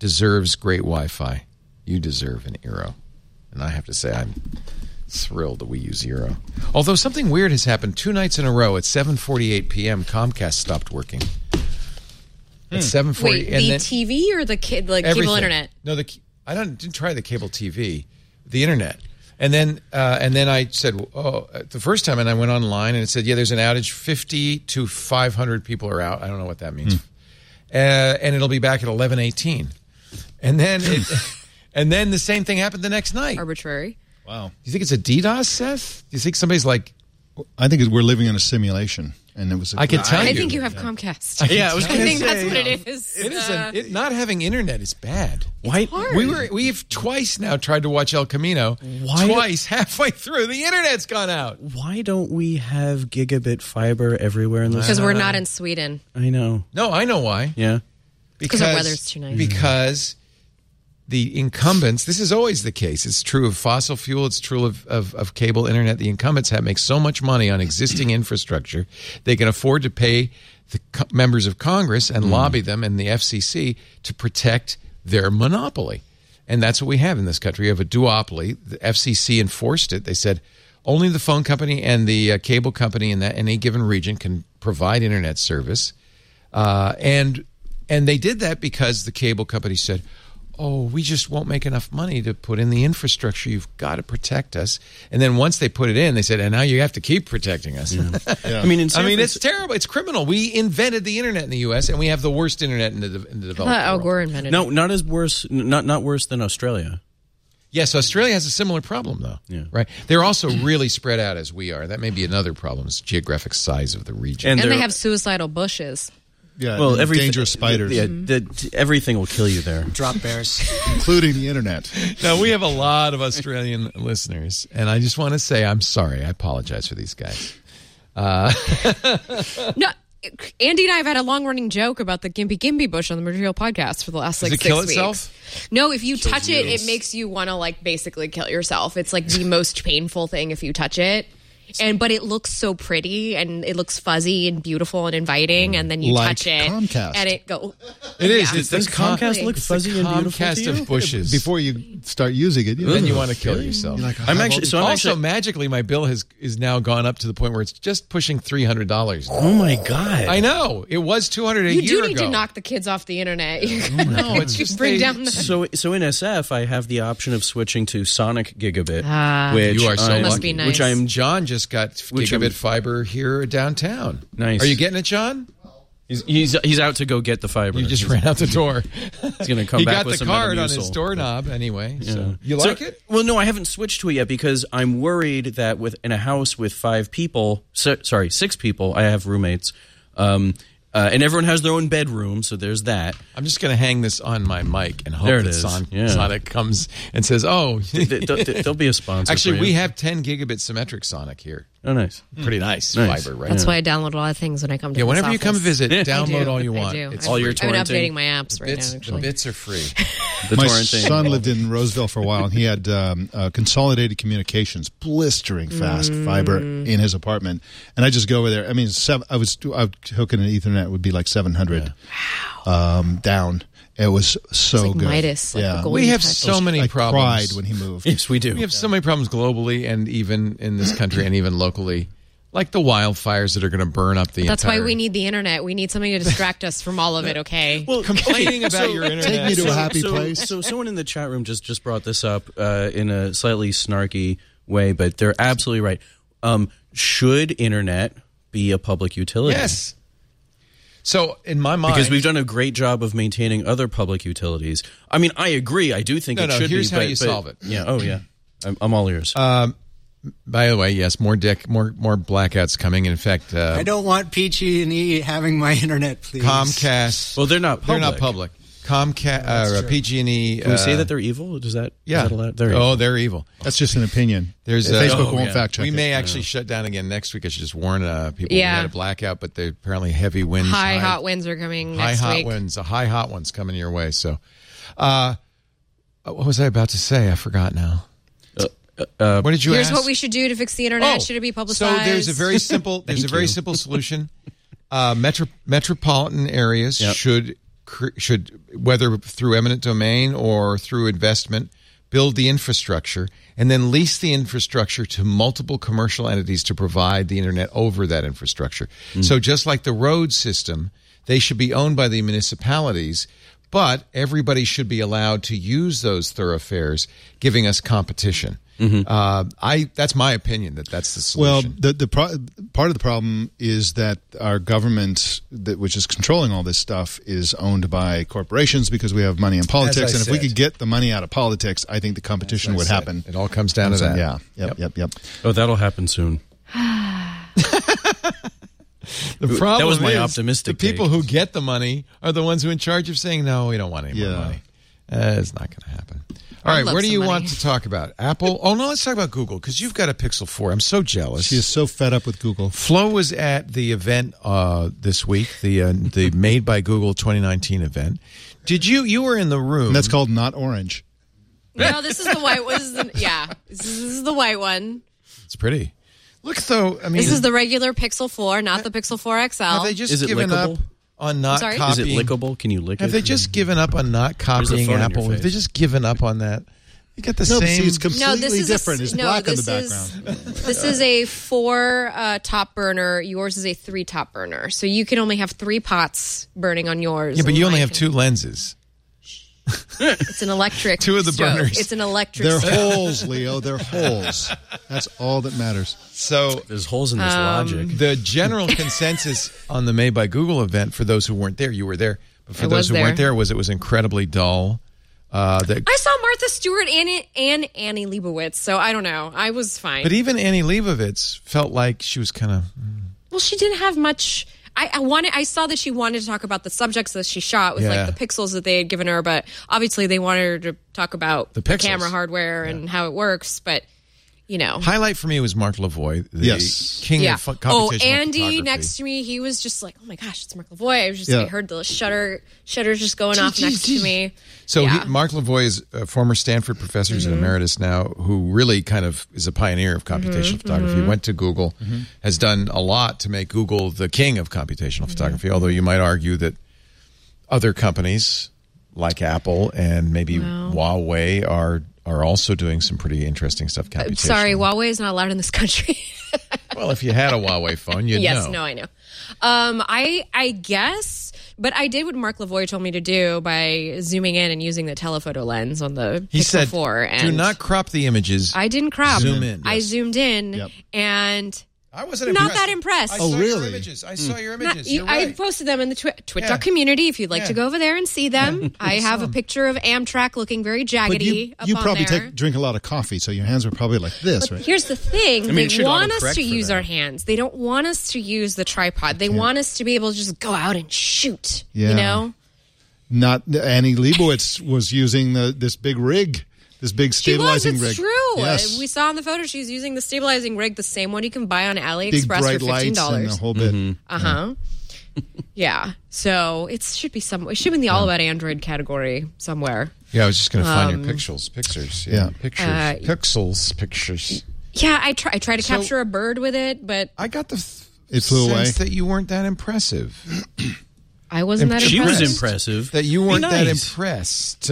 Speaker 1: deserves great Wi Fi. You deserve an Eero. And I have to say, I'm thrilled that we use Eero. Although something weird has happened two nights in a row at 7:48 p.m. Comcast stopped working. At 7:40
Speaker 4: Wait,
Speaker 1: and
Speaker 4: the
Speaker 1: then
Speaker 4: TV or the kid like
Speaker 1: everything.
Speaker 4: cable internet?
Speaker 1: No, the I don't didn't try the cable TV, the internet. And then uh, and then I said, "Oh, uh, the first time and I went online and it said, "Yeah, there's an outage. 50 to 500 people are out." I don't know what that means. Uh, and it'll be back at 11:18. And then it and then the same thing happened the next night.
Speaker 4: Arbitrary.
Speaker 5: Wow.
Speaker 1: Do you think it's a DDoS, Seth? Do you think somebody's like,
Speaker 5: I think we're living in a simulation. and it was. A
Speaker 1: I can tell
Speaker 4: I
Speaker 1: you.
Speaker 4: think you have Comcast.
Speaker 1: yeah, I was
Speaker 4: I
Speaker 1: going
Speaker 4: think
Speaker 1: to
Speaker 4: that's
Speaker 1: say.
Speaker 4: what it is.
Speaker 1: It is
Speaker 4: Uh,
Speaker 1: an, it, not having internet is bad.
Speaker 7: Why?
Speaker 4: hard.
Speaker 1: We were we've twice now tried to watch El Camino.
Speaker 7: Why-
Speaker 1: Twice halfway through, the internet's gone out.
Speaker 7: Why don't we have gigabit fiber everywhere in this?
Speaker 4: because we're not in Sweden.
Speaker 7: I know.
Speaker 1: No, I know why.
Speaker 7: Yeah.
Speaker 4: Because the weather's too nice.
Speaker 1: Because the incumbents, this is always the case. It's true of fossil fuel. It's true of, of, of cable internet. The incumbents have make so much money on existing infrastructure, they can afford to pay the co- members of Congress and lobby them and the FCC to protect their monopoly. And that's what we have in this country. We have a duopoly. The FCC enforced it. They said only the phone company and the uh, cable company in that any given region can provide internet service uh, and and they did that because the cable company said, "Oh, we just won't make enough money to put in the infrastructure. You've got to protect us." And then once they put it in, they said, "And now you have to keep protecting us."
Speaker 7: I mean, in
Speaker 1: I
Speaker 7: San
Speaker 1: mean, it's
Speaker 7: Francisco-
Speaker 1: terrible. It's criminal. We invented the internet in the U.S. and we have the worst internet in the, de- oh, in the developed
Speaker 4: Uh, Al
Speaker 1: world.
Speaker 4: Gore invented
Speaker 7: no,
Speaker 4: it.
Speaker 7: not as worse. n- Not not worse than Australia.
Speaker 1: Yes, Australia has a similar problem, though.
Speaker 7: Yeah.
Speaker 1: Right? They're also really spread out as we are. That may be another problem: is geographic size of the region.
Speaker 4: And they
Speaker 7: they're-
Speaker 4: have suicidal bushes.
Speaker 5: yeah,
Speaker 7: well
Speaker 5: and
Speaker 7: every
Speaker 5: dangerous spiders,
Speaker 7: Yeah, the- everything will kill you there.
Speaker 6: Drop bears.
Speaker 5: including the internet.
Speaker 1: Now we have a lot of Australian listeners, and I just want to say I'm sorry. I apologize for these guys.
Speaker 4: No, Andy and I have had a long running joke about the Gimpy Gimpy bush on the Material podcast for the last like
Speaker 1: it
Speaker 4: six
Speaker 1: kill
Speaker 4: weeks.
Speaker 1: itself?
Speaker 4: No, if you touch it, it makes you want to like basically kill yourself. It's like the most painful thing if you touch it. And but it looks so pretty and it looks fuzzy and beautiful and
Speaker 1: Mm.
Speaker 4: inviting and then you
Speaker 5: Like
Speaker 4: touch it
Speaker 5: Comcast.
Speaker 4: and it go
Speaker 1: It is. It's
Speaker 7: Does
Speaker 1: the
Speaker 4: Comcast
Speaker 7: Comcast
Speaker 4: look
Speaker 7: look fuzzy and beautiful
Speaker 1: Comcast of bushes.
Speaker 5: Before you start using it,
Speaker 1: then you want to kill yourself.
Speaker 7: I'm actually so I'm
Speaker 1: also,
Speaker 7: actually,
Speaker 1: magically, my bill has is now gone up to the point where it's just pushing three hundred dollars.
Speaker 7: Oh my god!
Speaker 1: I know it was two hundred a
Speaker 4: You
Speaker 1: year
Speaker 4: do need
Speaker 1: ago. Oh,
Speaker 4: to knock the kids off the internet. You gotta
Speaker 1: No, it's just
Speaker 4: bring
Speaker 1: they-
Speaker 4: down the
Speaker 7: So, so in SF, I have the option of switching to Sonic Gigabit, which
Speaker 1: You are so
Speaker 7: I'm-
Speaker 4: Ah, Must be
Speaker 7: Which
Speaker 4: nice.
Speaker 7: I'm
Speaker 1: John just got
Speaker 7: Which
Speaker 1: gigabit
Speaker 7: I'm-
Speaker 1: fiber here downtown.
Speaker 7: Nice.
Speaker 1: Are you getting it, John?
Speaker 7: he's, he's he's out to go get the fiber.
Speaker 1: You just
Speaker 7: he's,
Speaker 1: ran out the door.
Speaker 7: He's gonna come
Speaker 1: he
Speaker 7: back
Speaker 1: got
Speaker 7: with
Speaker 1: the
Speaker 7: some
Speaker 1: card on
Speaker 7: Metamucil.
Speaker 1: his doorknob anyway. So. You
Speaker 7: So-
Speaker 1: like it?
Speaker 7: Well, no, I haven't switched to it yet because I'm worried that with in a house with five people, si- sorry, six people, I have roommates, um, uh, and everyone has their own bedroom, so there's that.
Speaker 1: I'm just going to hang this on my mic and hope
Speaker 7: There it
Speaker 1: that
Speaker 7: is.
Speaker 1: Son-
Speaker 7: Yeah.
Speaker 1: Sonic comes and says, "Oh,
Speaker 7: Th- th- th- There'll be a sponsor.
Speaker 1: actually,
Speaker 7: for
Speaker 1: we
Speaker 7: you.
Speaker 1: have 10 gigabit symmetric Sonic here.
Speaker 7: Oh, nice.
Speaker 1: Pretty nice,
Speaker 7: Nice.
Speaker 1: fiber, right?
Speaker 4: That's why I download a lot of things when I come to
Speaker 1: yeah,
Speaker 4: this
Speaker 1: whenever you come
Speaker 4: office.
Speaker 1: visit,
Speaker 4: I do.
Speaker 1: download all you
Speaker 4: I
Speaker 1: want.
Speaker 4: do.
Speaker 1: It's
Speaker 4: I've-
Speaker 7: all your
Speaker 4: I've been
Speaker 7: torrenting.
Speaker 4: updating my apps right
Speaker 1: bits,
Speaker 4: now.
Speaker 1: the
Speaker 4: Actually,
Speaker 1: bits are free.
Speaker 7: The
Speaker 5: My
Speaker 7: torrent thing.
Speaker 5: son lived in Roseville for a while, and he had um, uh, consolidated communications, blistering fast
Speaker 4: Mm.
Speaker 5: fiber in his apartment. And I just go over there. I mean, seven, I was I would hooking an Ethernet would be like seven hundred um, down. It was so
Speaker 4: like
Speaker 5: good.
Speaker 4: Midas, like the gold-
Speaker 1: We have
Speaker 4: touch.
Speaker 1: so many
Speaker 5: I
Speaker 1: problems.
Speaker 5: cried when he moved.
Speaker 7: Yes, we do.
Speaker 1: we have so many problems globally and even in this country and even locally, like the wildfires that are going to burn up the
Speaker 4: That's why
Speaker 1: entire...
Speaker 4: we need the internet. We need something to distract us from all of it. Okay.
Speaker 1: complaining about your internet.
Speaker 5: Take me to a happy
Speaker 7: so,
Speaker 5: place.
Speaker 7: So someone in the chat room just just brought this up uh, in a slightly snarky way, but they're absolutely right. Um, should internet be a public utility?
Speaker 1: Yes. So in my mind,
Speaker 7: Because we've done a great job of maintaining other public utilities. I mean, I agree. I do think
Speaker 1: No,
Speaker 7: it
Speaker 1: no,
Speaker 7: should
Speaker 1: here's
Speaker 7: be.
Speaker 1: how
Speaker 7: but,
Speaker 1: you
Speaker 7: but-
Speaker 1: solve it. Uh,
Speaker 7: Yeah. Oh, yeah. I'm, I'm all ears.
Speaker 1: by the way, yes, more dick, more more blackouts coming. In fact, uh,
Speaker 6: I don't want Peachy and E having my internet, please.
Speaker 1: Comcast.
Speaker 7: well, they're not. Public.
Speaker 1: They're not public. Comcast, uh, PG&E.
Speaker 7: Can
Speaker 1: uh,
Speaker 7: we say that they're evil? Does that?
Speaker 1: yeah.
Speaker 7: Is that allowed?
Speaker 1: oh,
Speaker 7: They're evil.
Speaker 1: they're evil.
Speaker 5: That's just an opinion.
Speaker 1: There's, uh,
Speaker 5: Facebook
Speaker 1: oh,
Speaker 5: won't
Speaker 7: yeah.
Speaker 5: fact check.
Speaker 1: we
Speaker 5: it.
Speaker 1: may actually shut down again next week. I should just warn uh, people. We
Speaker 4: Yeah.
Speaker 1: had a blackout, but they apparently heavy winds.
Speaker 4: High hot winds are coming
Speaker 1: High
Speaker 4: next
Speaker 1: hot
Speaker 4: week.
Speaker 1: winds. A high hot one's coming your way. So, uh, what was I about to say? I forgot now. what did you
Speaker 4: Uh, Here's
Speaker 1: ask?
Speaker 4: what we should do to fix the internet.
Speaker 1: Oh,
Speaker 4: should it be
Speaker 1: So
Speaker 4: publicized?
Speaker 1: there's a very simple there's a very
Speaker 7: you.
Speaker 1: simple solution. Uh, metro, metropolitan areas
Speaker 7: Yep.
Speaker 1: should cr- should whether through eminent domain or through investment build the infrastructure and then lease the infrastructure to multiple commercial entities to provide the internet over that infrastructure. So just like the road system, they should be owned by the municipalities, but everybody should be allowed to use those thoroughfares, giving us competition. Uh, I that's my opinion that that's the
Speaker 5: Well,
Speaker 1: solution.
Speaker 5: the the pro- part of the problem is that our government, that, which is controlling all this stuff, is owned by corporations because we have money in politics.
Speaker 1: I
Speaker 5: And if we
Speaker 1: said.
Speaker 5: could get the money out of politics, I think the competition would happen.
Speaker 1: it all comes down to that.
Speaker 5: Yeah. Yep. Yep. Yep.
Speaker 7: Oh, that'll happen soon.
Speaker 1: The problem
Speaker 7: that was my
Speaker 1: is
Speaker 7: optimistic.
Speaker 1: The people
Speaker 7: take.
Speaker 1: who get the money are the ones who are in charge of saying, no, we don't want any
Speaker 5: Yeah.
Speaker 1: more money. Uh, it's not going to happen. All
Speaker 4: I'd
Speaker 1: right,
Speaker 4: love
Speaker 1: where do
Speaker 4: some
Speaker 1: you
Speaker 4: money.
Speaker 1: want to talk about? Apple? Oh, no, let's talk about Google because you've got a Pixel 4. I'm so jealous.
Speaker 5: She is so fed up with Google.
Speaker 1: Flo was at the event uh, this week, the uh, the Made by Google 2019 event. Did you? You were in the room.
Speaker 5: And that's called not orange.
Speaker 4: No, this is the white one. This is the, yeah, this is, this is the white one.
Speaker 1: It's pretty. Look, though. I mean,
Speaker 4: This is the regular Pixel 4, not the Pixel 4
Speaker 1: have
Speaker 4: XL.
Speaker 1: they just
Speaker 7: Is it
Speaker 1: given
Speaker 7: lickable?
Speaker 1: up on not
Speaker 4: sorry?
Speaker 1: copying?
Speaker 4: Is
Speaker 7: Is it lickable? Can you lick
Speaker 1: Have
Speaker 7: it?
Speaker 1: they just given up on not copying
Speaker 7: phone in your
Speaker 1: Apple? Have
Speaker 7: face.
Speaker 1: they just given up on that? You got the
Speaker 5: No, but
Speaker 1: same.
Speaker 5: see, it's
Speaker 4: no,
Speaker 5: completely
Speaker 4: this is a s-
Speaker 5: different. it's
Speaker 4: no,
Speaker 5: black in the
Speaker 4: this is-
Speaker 5: background.
Speaker 4: this is a four uh, top burner. Yours is a three top burner. So you can only have three pots burning on yours.
Speaker 1: yeah, but
Speaker 4: and
Speaker 1: you only
Speaker 4: mine
Speaker 1: have two
Speaker 4: can-
Speaker 1: lenses.
Speaker 4: It's an electric.
Speaker 1: Two of the
Speaker 4: stove.
Speaker 1: burners.
Speaker 4: It's an electric.
Speaker 5: They're
Speaker 4: stove.
Speaker 5: holes, Leo. They're holes. That's all that matters.
Speaker 1: So
Speaker 7: There's holes in this
Speaker 4: Um,
Speaker 7: logic.
Speaker 1: the general consensus on the Made by Google event, for those who weren't there, you were there, but for
Speaker 4: I
Speaker 1: those
Speaker 4: was
Speaker 1: who weren't
Speaker 4: there.
Speaker 1: there, was it was incredibly dull. Uh, that
Speaker 4: I saw Martha Stewart and, and Annie Leibovitz, so I don't know. I was fine.
Speaker 1: But even Annie Leibovitz felt like she was kind of.
Speaker 4: Well, she didn't have much. I, I wanted. I saw that she wanted to talk about the subjects that she shot with
Speaker 1: Yeah.
Speaker 4: like the pixels that they had given her, but obviously they wanted her to talk about the,
Speaker 1: pixels.
Speaker 4: camera hardware and how it works. But you know,
Speaker 1: Highlight for me was Mark Lavoie, the
Speaker 5: Yes.
Speaker 1: king
Speaker 4: yeah.
Speaker 1: of fu-
Speaker 4: Oh,
Speaker 1: computational
Speaker 4: Andy
Speaker 1: photography.
Speaker 4: next to me, he was just like, "Oh my gosh, it's Mark Lavoie." I was just,
Speaker 5: Yeah.
Speaker 4: I heard the shutter shutters just going off next to me.
Speaker 1: So
Speaker 4: Yeah. Mm-hmm.
Speaker 1: he, Mark Lavoie is a former Stanford professor who's an emeritus now, who really kind of is a pioneer of computational
Speaker 4: Mm-hmm.
Speaker 1: photography. Went to Google, has done a lot to make Google the king of computational photography. Although you might argue that other companies like Apple and maybe Huawei are are also doing some pretty interesting stuff. Computationally.
Speaker 4: Uh, Sorry, Huawei is not allowed in this country.
Speaker 1: Well, if you had a Huawei phone, you'd
Speaker 4: yes,
Speaker 1: know.
Speaker 4: no, I know. Um, I I guess, but I did what Mark Lavoie told me to do by zooming in and using the telephoto lens on the
Speaker 1: He
Speaker 4: Pixel
Speaker 1: said,
Speaker 4: 4. And
Speaker 1: "Do not crop the images."
Speaker 4: I didn't crop.
Speaker 1: Zoom in.
Speaker 4: I
Speaker 1: Yes.
Speaker 4: zoomed in
Speaker 5: Yep.
Speaker 4: and
Speaker 1: I wasn't
Speaker 4: Not that impressed.
Speaker 1: I
Speaker 4: Oh,
Speaker 1: saw Your
Speaker 5: really?
Speaker 1: images. I saw your
Speaker 4: not-
Speaker 1: images.
Speaker 4: you-
Speaker 1: You're
Speaker 4: I
Speaker 1: right.
Speaker 4: posted them in the twi- Twitch
Speaker 1: Yeah.
Speaker 4: community if you'd like
Speaker 1: Yeah.
Speaker 4: to go over there and see them. I have a picture of Amtrak looking very jaggedy
Speaker 5: But you,
Speaker 4: up
Speaker 5: you
Speaker 4: on
Speaker 5: probably
Speaker 4: there.
Speaker 5: take drink a lot of coffee, so your hands were probably like this, right?
Speaker 4: Here's the thing.
Speaker 7: mean,
Speaker 4: they
Speaker 7: it should
Speaker 4: want
Speaker 7: autocorrect
Speaker 4: us to
Speaker 7: for
Speaker 4: use
Speaker 7: that.
Speaker 4: our hands. They don't want us to use the tripod. They want us to be able to just go out and shoot.
Speaker 5: Yeah.
Speaker 4: You know?
Speaker 5: Not Annie Leibovitz was using the this big rig, this big
Speaker 4: She was.
Speaker 5: stabilizing
Speaker 4: It's
Speaker 5: rig.
Speaker 4: true.
Speaker 5: Yes.
Speaker 4: We saw in the photo she's using the stabilizing rig, the same one you can buy on
Speaker 5: big
Speaker 4: AliExpress
Speaker 5: bright
Speaker 4: for fifteen
Speaker 5: lights and the
Speaker 4: dollars.
Speaker 5: whole bit.
Speaker 1: Mm-hmm.
Speaker 4: Uh huh. yeah. So it should be some. It should be in the all about Android category somewhere.
Speaker 1: Yeah, I was just going to find your pictures, pictures, yeah,
Speaker 5: Yeah.
Speaker 1: pictures,
Speaker 4: Um, Uh,
Speaker 1: pixels, pictures.
Speaker 4: Yeah, I try. I try to capture a bird with it, but
Speaker 1: I got the
Speaker 5: It flew away.
Speaker 1: sense that you weren't that impressive.
Speaker 4: I wasn't that
Speaker 7: she
Speaker 4: impressed.
Speaker 7: was impressive.
Speaker 1: That you
Speaker 7: Be
Speaker 1: weren't that
Speaker 7: nice.
Speaker 1: impressed.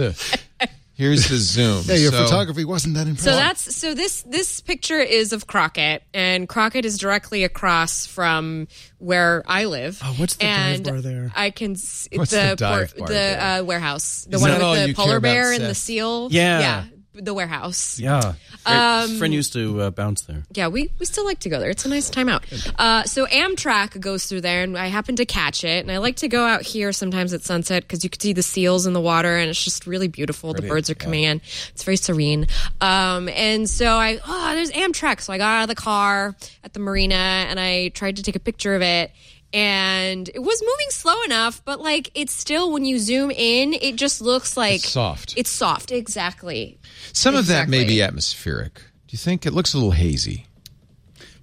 Speaker 1: Here's the zoom.
Speaker 5: Yeah, your
Speaker 1: So-
Speaker 5: photography wasn't that impressive.
Speaker 4: So that's so this this picture is of Crockett, and Crockett is directly across from where I live. Oh,
Speaker 9: what's the dive
Speaker 4: and
Speaker 9: bar there?
Speaker 4: I can s-
Speaker 1: What's the dive bar
Speaker 4: the
Speaker 1: there?
Speaker 4: Uh, warehouse, the
Speaker 1: Is
Speaker 4: one
Speaker 1: that all
Speaker 4: with
Speaker 1: you
Speaker 4: the
Speaker 1: care
Speaker 4: polar
Speaker 1: about,
Speaker 4: bear and the
Speaker 1: Seth?
Speaker 4: seal.
Speaker 7: Yeah.
Speaker 4: yeah, the warehouse.
Speaker 7: Yeah.
Speaker 4: um,
Speaker 7: friend used to uh, bounce there.
Speaker 4: Yeah, we, we still like to go there. It's a nice time out. Uh, so Amtrak goes through there, and I happen to catch it. And I like to go out here sometimes at sunset because you can see the seals in the water, and it's just really beautiful. The birds are coming in. It's very serene. Um, and so I, oh, there's Amtrak. So I got out of the car at the marina, and I tried to take a picture of it. And it was moving slow enough, but like it's still when you zoom in, it just looks like
Speaker 1: soft.
Speaker 4: It's soft, exactly.
Speaker 1: Some of that may
Speaker 4: Exactly.
Speaker 1: be atmospheric. Do you think it looks a little hazy?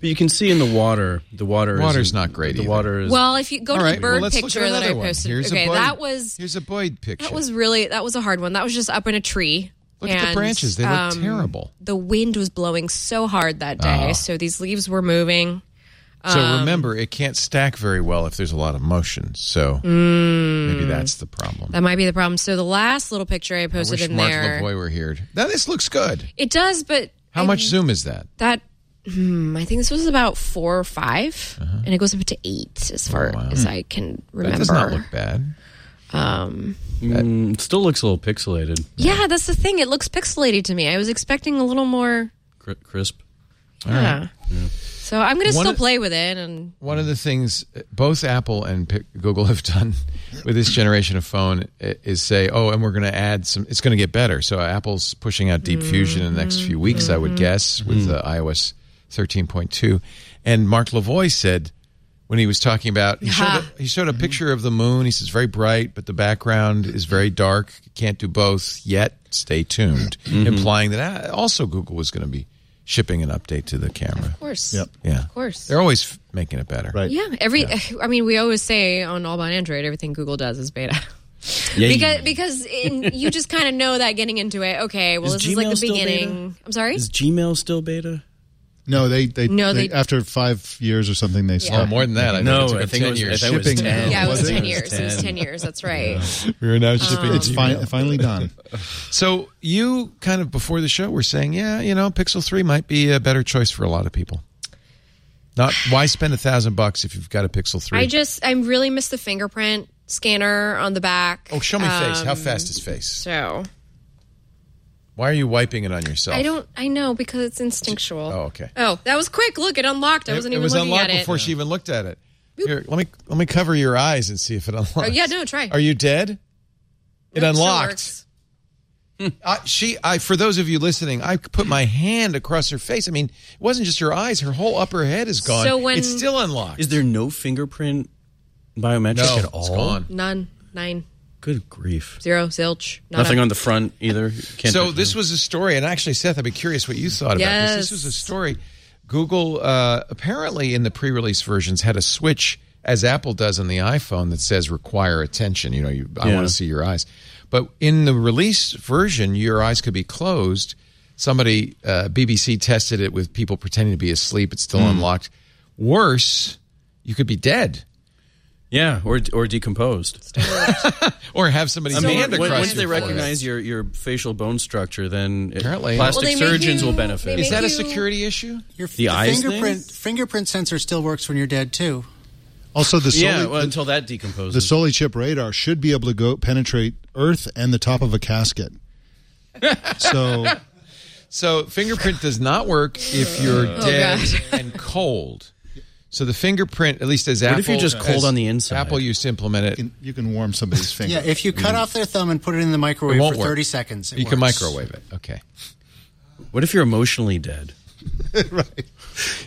Speaker 7: But you can see in the water. The water.
Speaker 1: Water's
Speaker 7: isn't-
Speaker 1: not great
Speaker 7: The
Speaker 1: either.
Speaker 7: water is.
Speaker 4: Well, if you go
Speaker 1: All
Speaker 4: to
Speaker 1: right,
Speaker 4: the
Speaker 1: well,
Speaker 4: bird
Speaker 1: let's
Speaker 4: picture
Speaker 1: look at
Speaker 4: that I
Speaker 1: another one.
Speaker 4: posted,
Speaker 1: Here's
Speaker 4: okay,
Speaker 1: a Boyd.
Speaker 4: that was
Speaker 1: here's a Boyd picture.
Speaker 4: That was really that was a hard one. That was just up in a tree.
Speaker 1: Look at the
Speaker 4: And,
Speaker 1: branches; they look
Speaker 4: um,
Speaker 1: terrible. Ah.
Speaker 4: The wind was blowing so hard that day, so these leaves were moving.
Speaker 1: So
Speaker 4: um,
Speaker 1: remember, it can't stack very well if there's a lot of motion. So
Speaker 4: Mm.
Speaker 1: maybe that's the problem.
Speaker 4: That might be the problem. So the last little picture I
Speaker 1: I
Speaker 4: posted
Speaker 1: wish
Speaker 4: in
Speaker 1: Mark
Speaker 4: there,
Speaker 1: Lavoie were here. Now this looks good.
Speaker 4: it does, but
Speaker 1: How
Speaker 4: I-
Speaker 1: much zoom is that?
Speaker 4: that? Hmm, I think this was about four or 5
Speaker 1: Uh-huh.
Speaker 4: and it goes up to eight as far as I can remember.
Speaker 1: Oh, Hmm. That does not look bad.
Speaker 7: Mm, it still looks a little pixelated,
Speaker 4: yeah, that's the thing. It looks pixelated to me. I was expecting a little more.
Speaker 7: cri- crisp.
Speaker 4: yeah. So I'm gonna
Speaker 1: One
Speaker 4: still
Speaker 1: of-
Speaker 4: play with it, and
Speaker 1: One of the things uh, both Apple and Pi- Google have done with this generation of phone i- is say, "Oh, and we're going to add some. It's going to get better." So uh, Apple's pushing out Deep Fusion in the next few weeks,
Speaker 4: Mm-hmm.
Speaker 1: I would guess, with uh, iOS 13.2. And Mark Lavoie said, when he was talking about he showed,
Speaker 4: Ha.
Speaker 1: a, he showed a picture of the moon. He says very bright, but the background is very dark. Can't do both yet. Stay tuned,
Speaker 4: Mm-hmm.
Speaker 1: implying that ah, also Google was going to be shipping an update to the camera.
Speaker 4: Of course.
Speaker 5: Yep.
Speaker 1: Yeah,
Speaker 4: Of course.
Speaker 1: They're always f- making it better.
Speaker 5: Right.
Speaker 4: Yeah, every. I mean, we always say on All About Android, everything Google does is beta.
Speaker 7: Yeah, you-
Speaker 4: because because in, you just kind of know that getting into it. Okay, well,
Speaker 7: Is
Speaker 4: this is like
Speaker 7: Gmail
Speaker 4: the
Speaker 7: still beta?
Speaker 4: beginning. I'm sorry.
Speaker 7: Is Gmail still beta?
Speaker 5: No, they they,
Speaker 4: No,
Speaker 5: they,
Speaker 4: they-
Speaker 5: after five years or something they
Speaker 1: Oh,
Speaker 5: stopped.
Speaker 1: more than that. I think
Speaker 7: No,
Speaker 1: it took
Speaker 7: I
Speaker 1: them
Speaker 7: think it
Speaker 1: 10
Speaker 7: was- I
Speaker 1: years.
Speaker 7: thought it was
Speaker 1: shipping.
Speaker 7: 10.
Speaker 4: yeah, it was
Speaker 7: Was it?
Speaker 4: ten
Speaker 7: It was
Speaker 4: years. It was
Speaker 7: 10.
Speaker 4: ten years. That's right.
Speaker 1: We are now
Speaker 4: Oh.
Speaker 1: shipping.
Speaker 5: It's fin- finally done.
Speaker 1: So you kind of before the show were saying, yeah, you know, Pixel Three might be a better choice for a lot of people. Not why spend a thousand bucks if you've got a Pixel Three.
Speaker 4: I just I really miss the fingerprint scanner on the back.
Speaker 1: oh, show me face. How
Speaker 4: Um,
Speaker 1: fast is face?
Speaker 4: So
Speaker 1: Why are you wiping it on yourself?
Speaker 4: I don't. I know because it's instinctual.
Speaker 1: Oh, okay.
Speaker 4: Oh, that was quick. Look, it unlocked. I wasn't
Speaker 1: it,
Speaker 4: even
Speaker 1: was
Speaker 4: looking
Speaker 1: unlocked
Speaker 4: at it.
Speaker 1: before she even looked at it. Here, let me let me cover your eyes and see if it unlocks.
Speaker 4: Oh, yeah, no, try.
Speaker 1: Are you dead? It
Speaker 4: Nope, still
Speaker 1: unlocked.
Speaker 4: works.
Speaker 1: I, she, I, for those of you listening, I put my hand across her face. I mean, it wasn't just her eyes; her whole upper head is gone.
Speaker 4: So when-
Speaker 1: it's still unlocked,
Speaker 7: Is there no fingerprint biometric
Speaker 1: no,
Speaker 7: at all?
Speaker 1: It's gone.
Speaker 4: None. Nine.
Speaker 7: Good grief.
Speaker 4: Zero. Zilch. Nada.
Speaker 7: Nothing on the front either. Can't
Speaker 1: So
Speaker 7: pick
Speaker 1: this
Speaker 7: it
Speaker 1: was a story, and actually, Seth, I'd be curious what you thought about this. This was
Speaker 4: Yes.
Speaker 1: a story. Google uh, apparently in the pre-release versions had a switch, as Apple does on the iPhone, that says require attention. You know, you, I
Speaker 7: Yeah.
Speaker 1: want to see your eyes. But in the release version, your eyes could be closed. Somebody uh, BBC tested it with people pretending to be asleep. It's
Speaker 7: Hmm.
Speaker 1: still unlocked. Worse, you could be dead
Speaker 7: up. yeah, or or decomposed.
Speaker 1: or have somebody stand
Speaker 7: when-
Speaker 1: across
Speaker 7: once they
Speaker 1: your forehead.
Speaker 7: recognize your, your facial bone structure, then it-
Speaker 1: Apparently.
Speaker 7: plastic
Speaker 4: Well, they make
Speaker 7: surgeons
Speaker 4: you-
Speaker 7: will
Speaker 4: they
Speaker 7: benefit.
Speaker 4: make
Speaker 1: Is that a
Speaker 4: you-
Speaker 1: security issue?
Speaker 6: Your
Speaker 7: The eyes thing?
Speaker 6: fingerprint fingerprint sensor still works when you're dead too.
Speaker 5: Also, the Soli,
Speaker 7: yeah, well,
Speaker 5: the-
Speaker 7: until that
Speaker 5: the,
Speaker 7: decomposes.
Speaker 5: Soli chip radar should be able to go penetrate Earth and the top of a casket. So
Speaker 1: So fingerprint does not work if you're dead
Speaker 4: God.
Speaker 1: and cold. So the fingerprint, at least as Apple,
Speaker 7: if you're just cold
Speaker 1: as
Speaker 7: on the inside?
Speaker 1: Apple used to implement it.
Speaker 5: you can, you can warm somebody's finger.
Speaker 6: Yeah, if you cut off their thumb and put it in the microwave
Speaker 1: won't
Speaker 6: for
Speaker 1: work.
Speaker 6: 30 seconds, it
Speaker 1: You can
Speaker 6: works.
Speaker 1: microwave it. Okay.
Speaker 7: what if you're emotionally dead?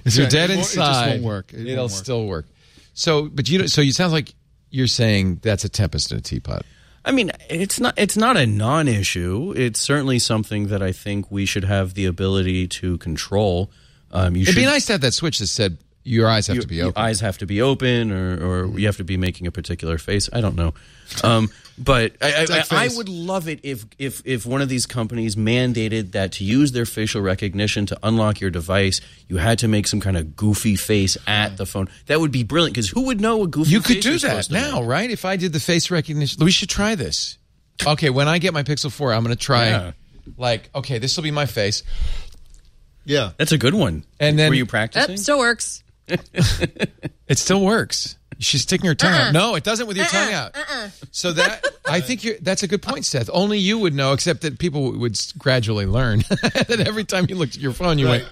Speaker 1: If you're
Speaker 5: Right.
Speaker 1: dead
Speaker 5: It won't- it just won't
Speaker 1: inside,
Speaker 5: work. It won't
Speaker 1: will
Speaker 5: work.
Speaker 1: still work. So, but you don't, so you sound like you're saying that's a tempest in a teapot.
Speaker 7: I mean, it's not it's not a non-issue. It's certainly something that I think we should have the ability to control. Um, you
Speaker 1: It'd
Speaker 7: should,
Speaker 1: be nice to have that switch that said your eyes have to be
Speaker 7: your
Speaker 1: open. Mm-hmm.
Speaker 7: eyes have to be open, or, or you have to be making a particular face. I don't know, um, but I, I, I, I would love it if if if one of these companies mandated that to use their facial recognition to unlock your device, you had to make some kind of goofy face at the phone. That would be brilliant because who would know what goofy?
Speaker 1: you could
Speaker 7: face
Speaker 1: do
Speaker 7: you're supposed
Speaker 1: that
Speaker 7: to
Speaker 1: now,
Speaker 7: make?
Speaker 1: right? If I did the face recognition, we should try this. Okay, when I get my Pixel 4, I'm going to try,
Speaker 7: Yeah.
Speaker 1: like, okay, this will be my face.
Speaker 5: yeah.
Speaker 7: That's a good one.
Speaker 1: And then-
Speaker 7: were you
Speaker 4: Oh,
Speaker 7: practicing?
Speaker 4: still works.
Speaker 1: It still works. She's sticking her tongue
Speaker 4: Uh-uh.
Speaker 1: out. No, it doesn't with your tongue out. So that I think you're, that's a good point, Seth. Only you would know, except that people would s- gradually learn that every time you looked at your phone, you went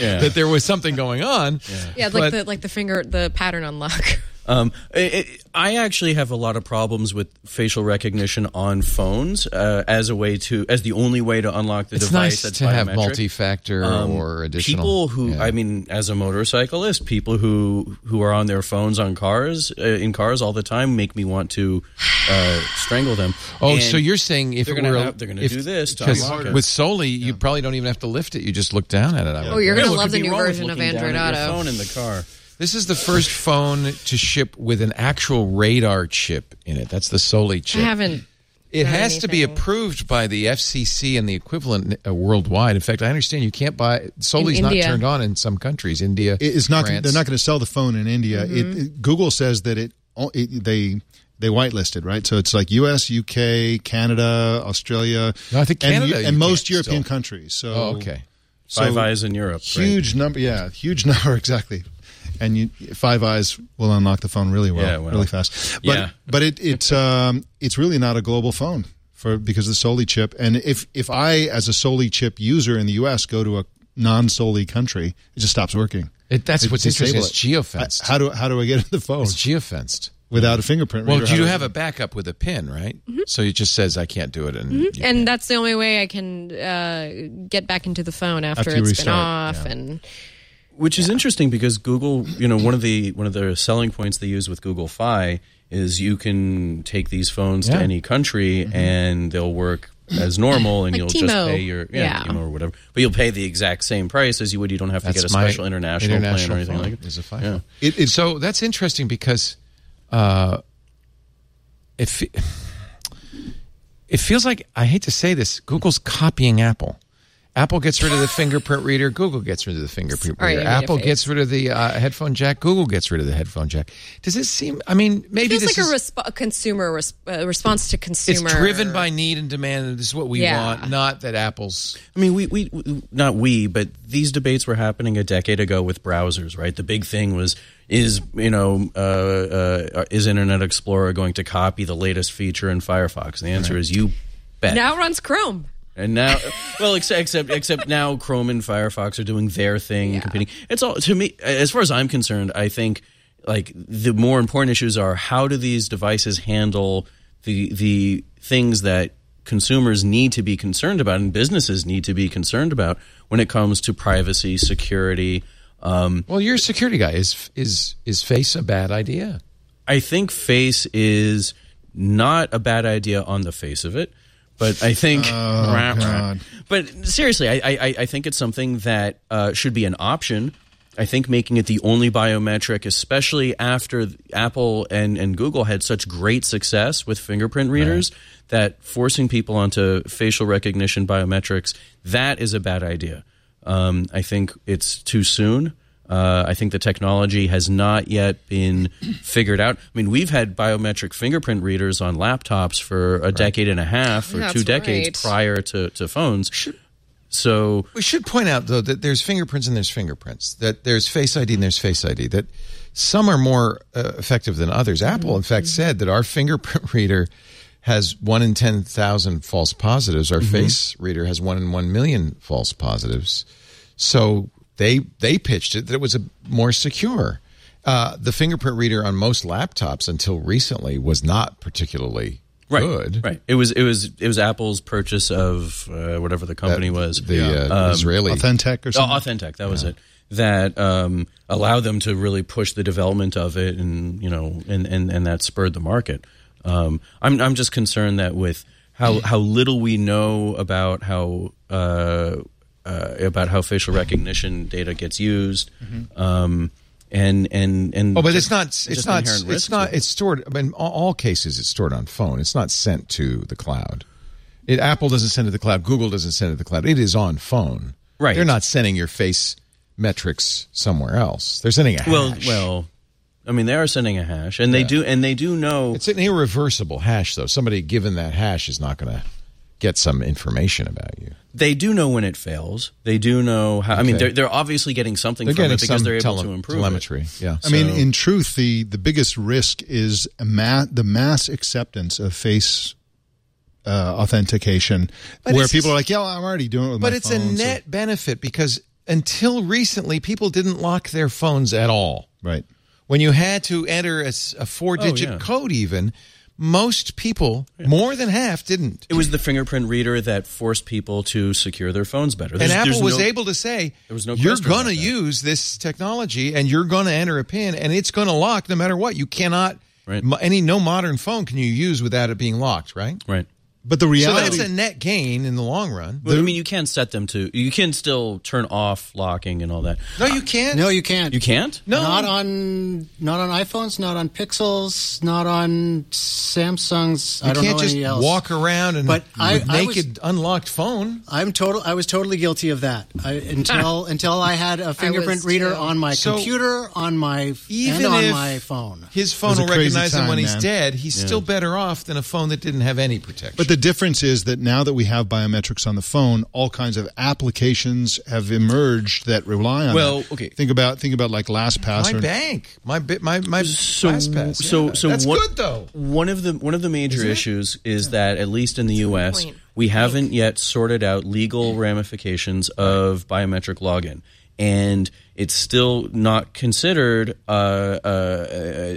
Speaker 7: Yeah.
Speaker 1: that there was something going on.
Speaker 4: Yeah, like
Speaker 1: But-
Speaker 4: the like the finger the pattern unlock.
Speaker 7: Um, it, it, I actually have a lot of problems with facial recognition on phones uh, as a way to as the only way to unlock the
Speaker 1: It's
Speaker 7: device.
Speaker 1: nice
Speaker 7: that's
Speaker 1: to have
Speaker 7: biometric. Um,
Speaker 1: multi-factor or additional.
Speaker 7: People who,
Speaker 1: Yeah.
Speaker 7: I mean, as a motorcyclist, people who who are on their phones on cars uh, in cars all the time make me want to uh, strangle them.
Speaker 1: oh,
Speaker 7: And
Speaker 1: so you're saying if
Speaker 7: they're
Speaker 1: it
Speaker 7: gonna
Speaker 1: were
Speaker 7: have- they're gonna
Speaker 1: if-
Speaker 7: do this to
Speaker 1: because
Speaker 7: unlock it.
Speaker 1: with Soli, you probably don't even have to lift it. You just look down at it. I would
Speaker 4: Oh, you're
Speaker 7: Yeah,
Speaker 4: gonna
Speaker 7: what
Speaker 4: love
Speaker 7: could
Speaker 4: the
Speaker 7: be
Speaker 4: new
Speaker 7: wrong with
Speaker 4: version of
Speaker 7: looking down
Speaker 4: Android
Speaker 7: at your
Speaker 4: Auto.
Speaker 7: Phone in the car.
Speaker 1: This is the first phone to ship with an actual radar chip in it. That's the Soli
Speaker 4: I
Speaker 1: chip.
Speaker 4: haven't.
Speaker 1: It
Speaker 4: done
Speaker 1: has to be
Speaker 4: anything.
Speaker 1: approved by the FCC and the equivalent uh, worldwide. In fact, I understand you can't buy Soli's
Speaker 4: In
Speaker 1: not
Speaker 4: India.
Speaker 1: turned on in some countries. India
Speaker 5: It- it's not.
Speaker 1: France.
Speaker 5: They're not going to sell the phone in India. It, it- Google says that it, it they they whitelisted right, so it's like U.S., U.K., Canada, Australia.
Speaker 1: No, I think
Speaker 5: and
Speaker 1: Canada
Speaker 5: you- and,
Speaker 1: you
Speaker 5: most
Speaker 1: can't
Speaker 5: European
Speaker 1: still.
Speaker 5: countries. So
Speaker 1: Oh, okay.
Speaker 5: so
Speaker 7: Five Eyes in Europe. right?
Speaker 5: Huge number. Yeah, huge number exactly. And you, Five Eyes will unlock the phone really well,
Speaker 7: Yeah, well.
Speaker 5: really fast. But
Speaker 7: Yeah.
Speaker 5: but it it's um it's really not a global phone for because of the Soli chip. And if if I as a Soli chip user in the U.S. go to a non-Soli country, it just stops working.
Speaker 1: It, that's
Speaker 5: They
Speaker 1: what's
Speaker 5: disable
Speaker 1: interesting. It's
Speaker 5: it.
Speaker 1: geofenced.
Speaker 5: I- How do how do I get in the phone
Speaker 1: it's geofenced.
Speaker 5: without a fingerprint?
Speaker 1: Well,
Speaker 5: reader? How
Speaker 1: you
Speaker 5: do I-
Speaker 1: have a backup with a pin, right?
Speaker 4: Mm-hmm.
Speaker 1: So it just says I can't do it, and you-
Speaker 4: And that's the only way I can uh, get back into the phone after,
Speaker 5: After you
Speaker 4: it's been
Speaker 5: restart,
Speaker 4: off. And
Speaker 7: which is interesting because Google, you know, one of the one of the selling points they use with Google Fi is you can take these phones
Speaker 1: Yeah.
Speaker 7: to any country and they'll work as normal and
Speaker 4: Like
Speaker 7: you'll
Speaker 4: T-Mo.
Speaker 7: just pay your yeah,
Speaker 4: Yeah.
Speaker 7: T-Mo or whatever. But you'll pay the exact same price as you would. You don't have to get a special international, plan or anything like that.
Speaker 1: Is a five.
Speaker 7: Yeah.
Speaker 1: It, it, so that's interesting because uh, it fe- it feels like I hate to say this. Google's copying Apple. Apple gets rid of the fingerprint reader. Google gets rid of the fingerprint
Speaker 4: Sorry,
Speaker 1: reader.
Speaker 4: I made a
Speaker 1: Apple
Speaker 4: face.
Speaker 1: gets rid of the uh, headphone jack. Google gets rid of the headphone jack. Does it seem? I mean, maybe
Speaker 4: Feels
Speaker 1: this
Speaker 4: like
Speaker 1: is
Speaker 4: a, resp- a consumer res- uh, response to
Speaker 1: it's
Speaker 4: consumer.
Speaker 1: driven by need and demand. and This is what we
Speaker 4: Yeah.
Speaker 1: want, not that Apple's.
Speaker 7: I mean, we, we we- not we, but these debates were happening a decade ago with browsers, right? The big thing was is you know uh, uh, is Internet Explorer going to copy the latest feature in Firefox? And the answer is you bet.
Speaker 4: now runs Chrome.
Speaker 7: And now, well, except except, except now Chrome and Firefox are doing their thing, and competing. It's all to me, as far as I'm concerned. I think like the more important issues are how do these devices handle the the things that consumers need to be concerned about and businesses need to be concerned about when it comes to privacy, security. Um,
Speaker 1: Well, you're a security guy. Is is is face a bad idea?
Speaker 7: I think face is not a bad idea on the face of it, but I think. Rah, rah. But seriously, I, I, I- I think it's something that uh, should be an option. I think making it the only biometric, especially after Apple and, and Google had such great success with fingerprint readers, that forcing people onto facial recognition biometrics, that is a bad idea. Um, I think it's too soon. Uh, I think the technology has not yet been figured out. I mean, we've had biometric fingerprint readers on laptops for a decade and a half or
Speaker 4: That's
Speaker 7: two decades
Speaker 4: right.
Speaker 7: prior to, to phones. So
Speaker 1: We should point out though that there's fingerprints and there's fingerprints. That there's Face ID and there's Face ID. That some are more uh, effective than others.
Speaker 7: Mm-hmm.
Speaker 1: Apple, in fact, said that our fingerprint reader has one in ten thousand false positives.
Speaker 7: Mm-hmm.
Speaker 1: Our face reader has one in one million false positives. So they they pitched it that it was a more secure. Uh, the fingerprint reader on most laptops until recently was not particularly
Speaker 7: right,
Speaker 1: good.
Speaker 7: right. It was it was it was Apple's purchase of uh, whatever the company was. Um,
Speaker 1: The uh, Israeli
Speaker 5: Authentic or
Speaker 7: Oh,
Speaker 5: something.
Speaker 7: Authentec, that was it. That um, allowed them to really push the development of it, and you know, and and, and that spurred the market. Um, I'm I'm just concerned that with how how little we know about how uh, uh, about how facial recognition data gets used, um, and and and
Speaker 1: Mm-hmm. Oh, but it's not.
Speaker 7: just
Speaker 1: It's not.
Speaker 7: inherent
Speaker 1: It's
Speaker 7: risks
Speaker 1: not.
Speaker 7: with
Speaker 1: It's stored. I mean, in all, all cases, it's stored on phone. It's not sent to the cloud. It, Apple doesn't send it to the cloud. Google doesn't send it to the cloud. It is on phone.
Speaker 7: Right.
Speaker 1: They're not sending your face metrics somewhere else. They're sending a hash.
Speaker 7: Well, well, I mean, they are sending a hash, and they do, and they do know.
Speaker 1: It's an irreversible hash, though. Somebody given that hash is not going to get some information about you.
Speaker 7: They do know when it fails. They do know how. I mean,
Speaker 1: Okay.
Speaker 7: they're they're obviously getting something
Speaker 1: They're
Speaker 7: from
Speaker 1: getting
Speaker 7: it because
Speaker 1: some
Speaker 7: they're able
Speaker 1: tele-
Speaker 7: to improve it.
Speaker 1: telemetry. Yeah.
Speaker 5: I mean, in truth, the, the biggest risk is a ma- the mass acceptance of face uh, authentication,
Speaker 1: But
Speaker 5: where
Speaker 1: it's-
Speaker 5: people are like, "Yeah, well, I'm already doing it with my
Speaker 1: But it's a
Speaker 5: phone, so-
Speaker 1: net benefit because until recently, people didn't lock their phones at all.
Speaker 5: right?
Speaker 1: when you had to enter a, s- a four-digit
Speaker 7: Oh, yeah.
Speaker 1: code even most people more than half didn't
Speaker 7: It was the fingerprint reader that forced people to secure their phones better.
Speaker 1: and
Speaker 7: There's-
Speaker 1: apple
Speaker 7: there's
Speaker 1: was
Speaker 7: no-
Speaker 1: able to say
Speaker 7: There was no
Speaker 1: you're
Speaker 7: question
Speaker 1: going to
Speaker 7: about that."
Speaker 1: use this technology and you're going to enter a pin and it's going to lock no matter what you cannot
Speaker 7: Right.
Speaker 1: mo- any no modern phone can you use without it being locked right
Speaker 7: Right.
Speaker 5: But the
Speaker 1: so
Speaker 5: reality,
Speaker 1: that's a net gain in the long run
Speaker 7: But, I mean, you can set them to. You can still turn off locking and all that.
Speaker 1: no you can't
Speaker 6: No, you can't.
Speaker 7: You can't.
Speaker 1: no
Speaker 6: Not on not on iPhones, not on Pixels, not on Samsungs.
Speaker 1: you
Speaker 6: I don't
Speaker 1: can't
Speaker 6: know
Speaker 1: just
Speaker 6: any else.
Speaker 1: walk around and
Speaker 6: But
Speaker 1: with
Speaker 6: I- I was-
Speaker 1: naked unlocked phone
Speaker 6: I'm total. I was totally guilty of that I, until until I had a fingerprint reader
Speaker 4: too.
Speaker 6: on my
Speaker 1: So-
Speaker 6: computer, on my
Speaker 1: even
Speaker 6: and on
Speaker 1: if
Speaker 6: my phone.
Speaker 1: his phone
Speaker 5: was a
Speaker 1: will
Speaker 5: crazy
Speaker 1: recognize him
Speaker 5: time,
Speaker 1: when he's
Speaker 5: man.
Speaker 1: dead he's still better off than a phone that didn't have any protection
Speaker 5: but the difference is that now that we have biometrics on the phone, all kinds of applications have emerged that rely on.
Speaker 7: Well,
Speaker 5: that.
Speaker 7: okay.
Speaker 5: think about think about like LastPass
Speaker 1: my
Speaker 5: or
Speaker 1: bank, my bit, my my
Speaker 7: so
Speaker 1: LastPass. Yeah.
Speaker 7: so so
Speaker 1: that's
Speaker 7: one,
Speaker 1: good though.
Speaker 7: One of the one of the major issues is that at least in the U.S.
Speaker 4: point.
Speaker 7: we haven't yet sorted out legal ramifications of biometric login, and it's still not considered uh, uh,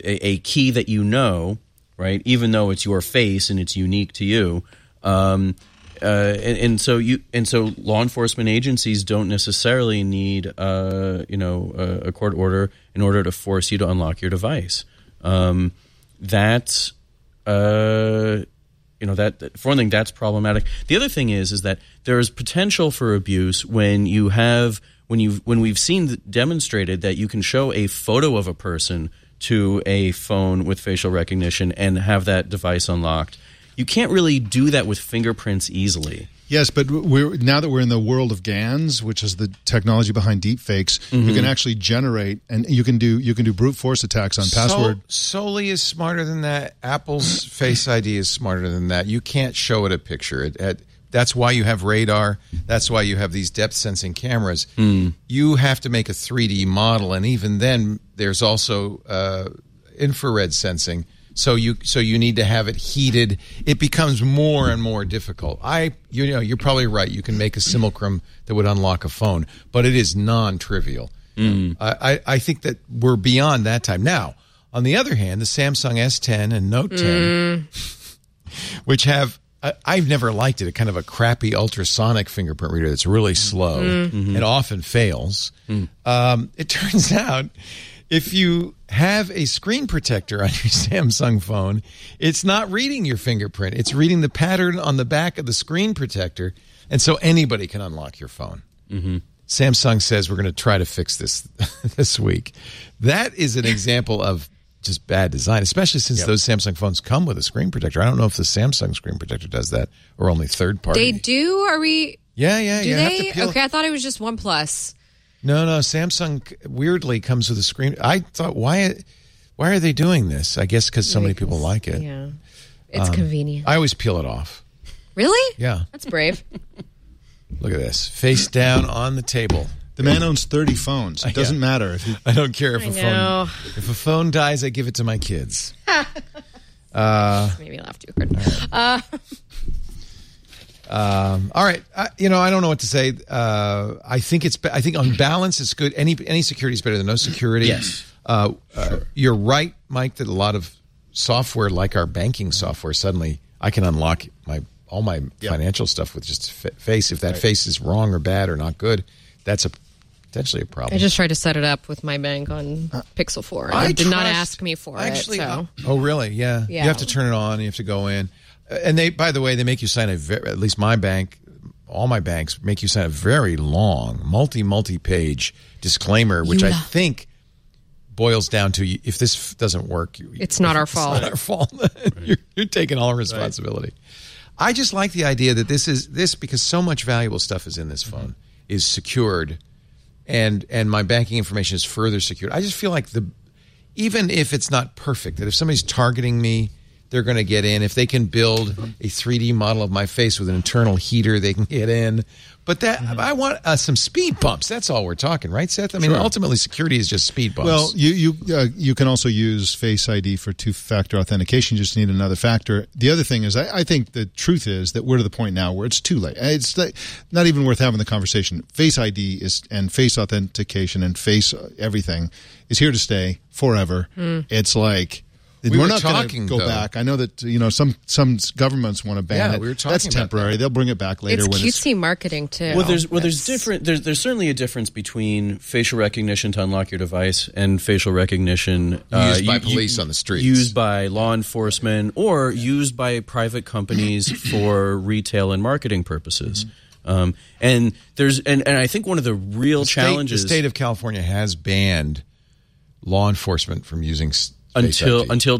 Speaker 7: a, a key that you know, right? Even though it's your face and it's unique to you. Um, uh, and, and so you and so law enforcement agencies don't necessarily need uh, you know a, a court order in order to force you to unlock your device. Um, that's uh, you know that that- for one thing that's problematic. The other thing is is that there is potential for abuse when you have when you when we've seen th- demonstrated that you can show a photo of a person to a phone with facial recognition and have that device unlocked. You can't really do that with fingerprints easily.
Speaker 5: Yes, but we're now that we're in the world of GANs, which is the technology behind deepfakes, you
Speaker 1: Mm-hmm.
Speaker 5: can actually generate and you can do you can do brute force attacks on password.
Speaker 1: Sol- Soli is smarter than that. Apple's Face ID is smarter than that. You can't show it a picture. It, it, that's why you have radar. That's why you have these depth sensing cameras. You have to make a 3D model, and even then, there's also uh, infrared sensing. So you so you need to have it heated. It becomes more and more difficult. I you know you're probably right. You can make a simulacrum that would unlock a phone, but it is non-trivial. I, I I think that we're beyond that time now. On the other hand, the Samsung S10 and Note 10, which have I, I've never liked it, a kind of a crappy ultrasonic fingerprint reader that's really slow and often fails. Um, it turns out if you have a screen protector on your Samsung phone, it's not reading your fingerprint; it's reading the pattern on the back of the screen protector, and so anybody can unlock your phone. Samsung says we're going to try to fix this this week. That is an example of just bad design, especially since those Samsung phones come with a screen protector. I don't know if the Samsung screen protector does that or only third party.
Speaker 4: They do? Are we?
Speaker 1: Yeah, yeah,
Speaker 4: Do
Speaker 1: you have
Speaker 4: they?
Speaker 1: to peel-
Speaker 4: Okay, I thought it was just OnePlus.
Speaker 1: No, no, Samsung weirdly comes with a screen. I thought why why are they doing this? I guess cuz so many people like it.
Speaker 4: Yeah. It's convenient.
Speaker 1: I always peel it off.
Speaker 4: really?
Speaker 1: Yeah.
Speaker 4: That's brave.
Speaker 1: Look at this. Face down on the table.
Speaker 5: The man owns thirty phones. It doesn't matter if he,
Speaker 1: I don't care if
Speaker 4: I
Speaker 1: a
Speaker 4: know.
Speaker 1: phone if a phone dies, I give it to my kids.
Speaker 4: Maybe laugh too hard.
Speaker 1: All right, I, you know I don't know what to say. Uh, I think it's be- I think on balance it's good. Any any security is better than no security.
Speaker 7: Yes.
Speaker 1: uh, uh, you're right, Mike. That a lot of software, like our banking software, suddenly I can unlock my all my financial stuff with just fa- face. If that face is wrong or bad or not good, that's a potentially a problem.
Speaker 4: I just tried to set it up with my bank on Pixel 4.
Speaker 1: I
Speaker 4: It did not
Speaker 1: trust-
Speaker 4: ask me for
Speaker 1: actually,
Speaker 4: it. So.
Speaker 1: Oh, really? Yeah.
Speaker 4: Yeah.
Speaker 1: You have to turn it on. You have to go in. Uh, And they, by the way, they make you sign a, ve- at least my bank, all my banks make you sign a very long, multi, multi page disclaimer, which I think boils down to you- if this f- doesn't work, you,
Speaker 4: It's not our fault.
Speaker 1: not our fault. you're, you're taking all responsibility. I just like the idea that this is this because so much valuable stuff is in this phone is secured, and and my banking information is further secured. I just feel like the even if it's not perfect, that if somebody's targeting me, they're going to get in. If they can build a 3D model of my face with an internal heater, they can get in. But that I want uh, some speed bumps. That's all we're talking, right, Seth? I mean, ultimately, security is just speed bumps.
Speaker 5: Well, you you uh, you can also use Face ID for two factor authentication. You just need another factor. The other thing is, I, I think the truth is that we're to the point now where it's too late. It's like, not even worth having the conversation. Face ID is and face authentication and face uh, everything is here to stay forever.
Speaker 4: Hmm.
Speaker 5: It's like.
Speaker 1: We
Speaker 5: we're
Speaker 1: were
Speaker 5: not going to
Speaker 1: talking,
Speaker 5: go
Speaker 1: though.
Speaker 5: back. I know that you know some some governments want to ban
Speaker 1: Yeah,
Speaker 5: it.
Speaker 1: we were talking
Speaker 5: That's
Speaker 1: about
Speaker 5: temporary. They'll bring it back later
Speaker 4: It's
Speaker 5: when it's
Speaker 4: cutesy marketing, too.
Speaker 7: Well,
Speaker 1: um,
Speaker 7: there's well, there's different. There's there's certainly a difference between facial recognition to unlock your device and facial recognition uh,
Speaker 1: Used by police on the streets.
Speaker 7: used by law enforcement, or used by private companies for retail and marketing purposes. Um, and there's and, and I think one of the real
Speaker 1: Mm-hmm. The state-
Speaker 7: challenges
Speaker 1: the state of California has banned law enforcement from using s- Face
Speaker 7: until
Speaker 1: ID.
Speaker 7: until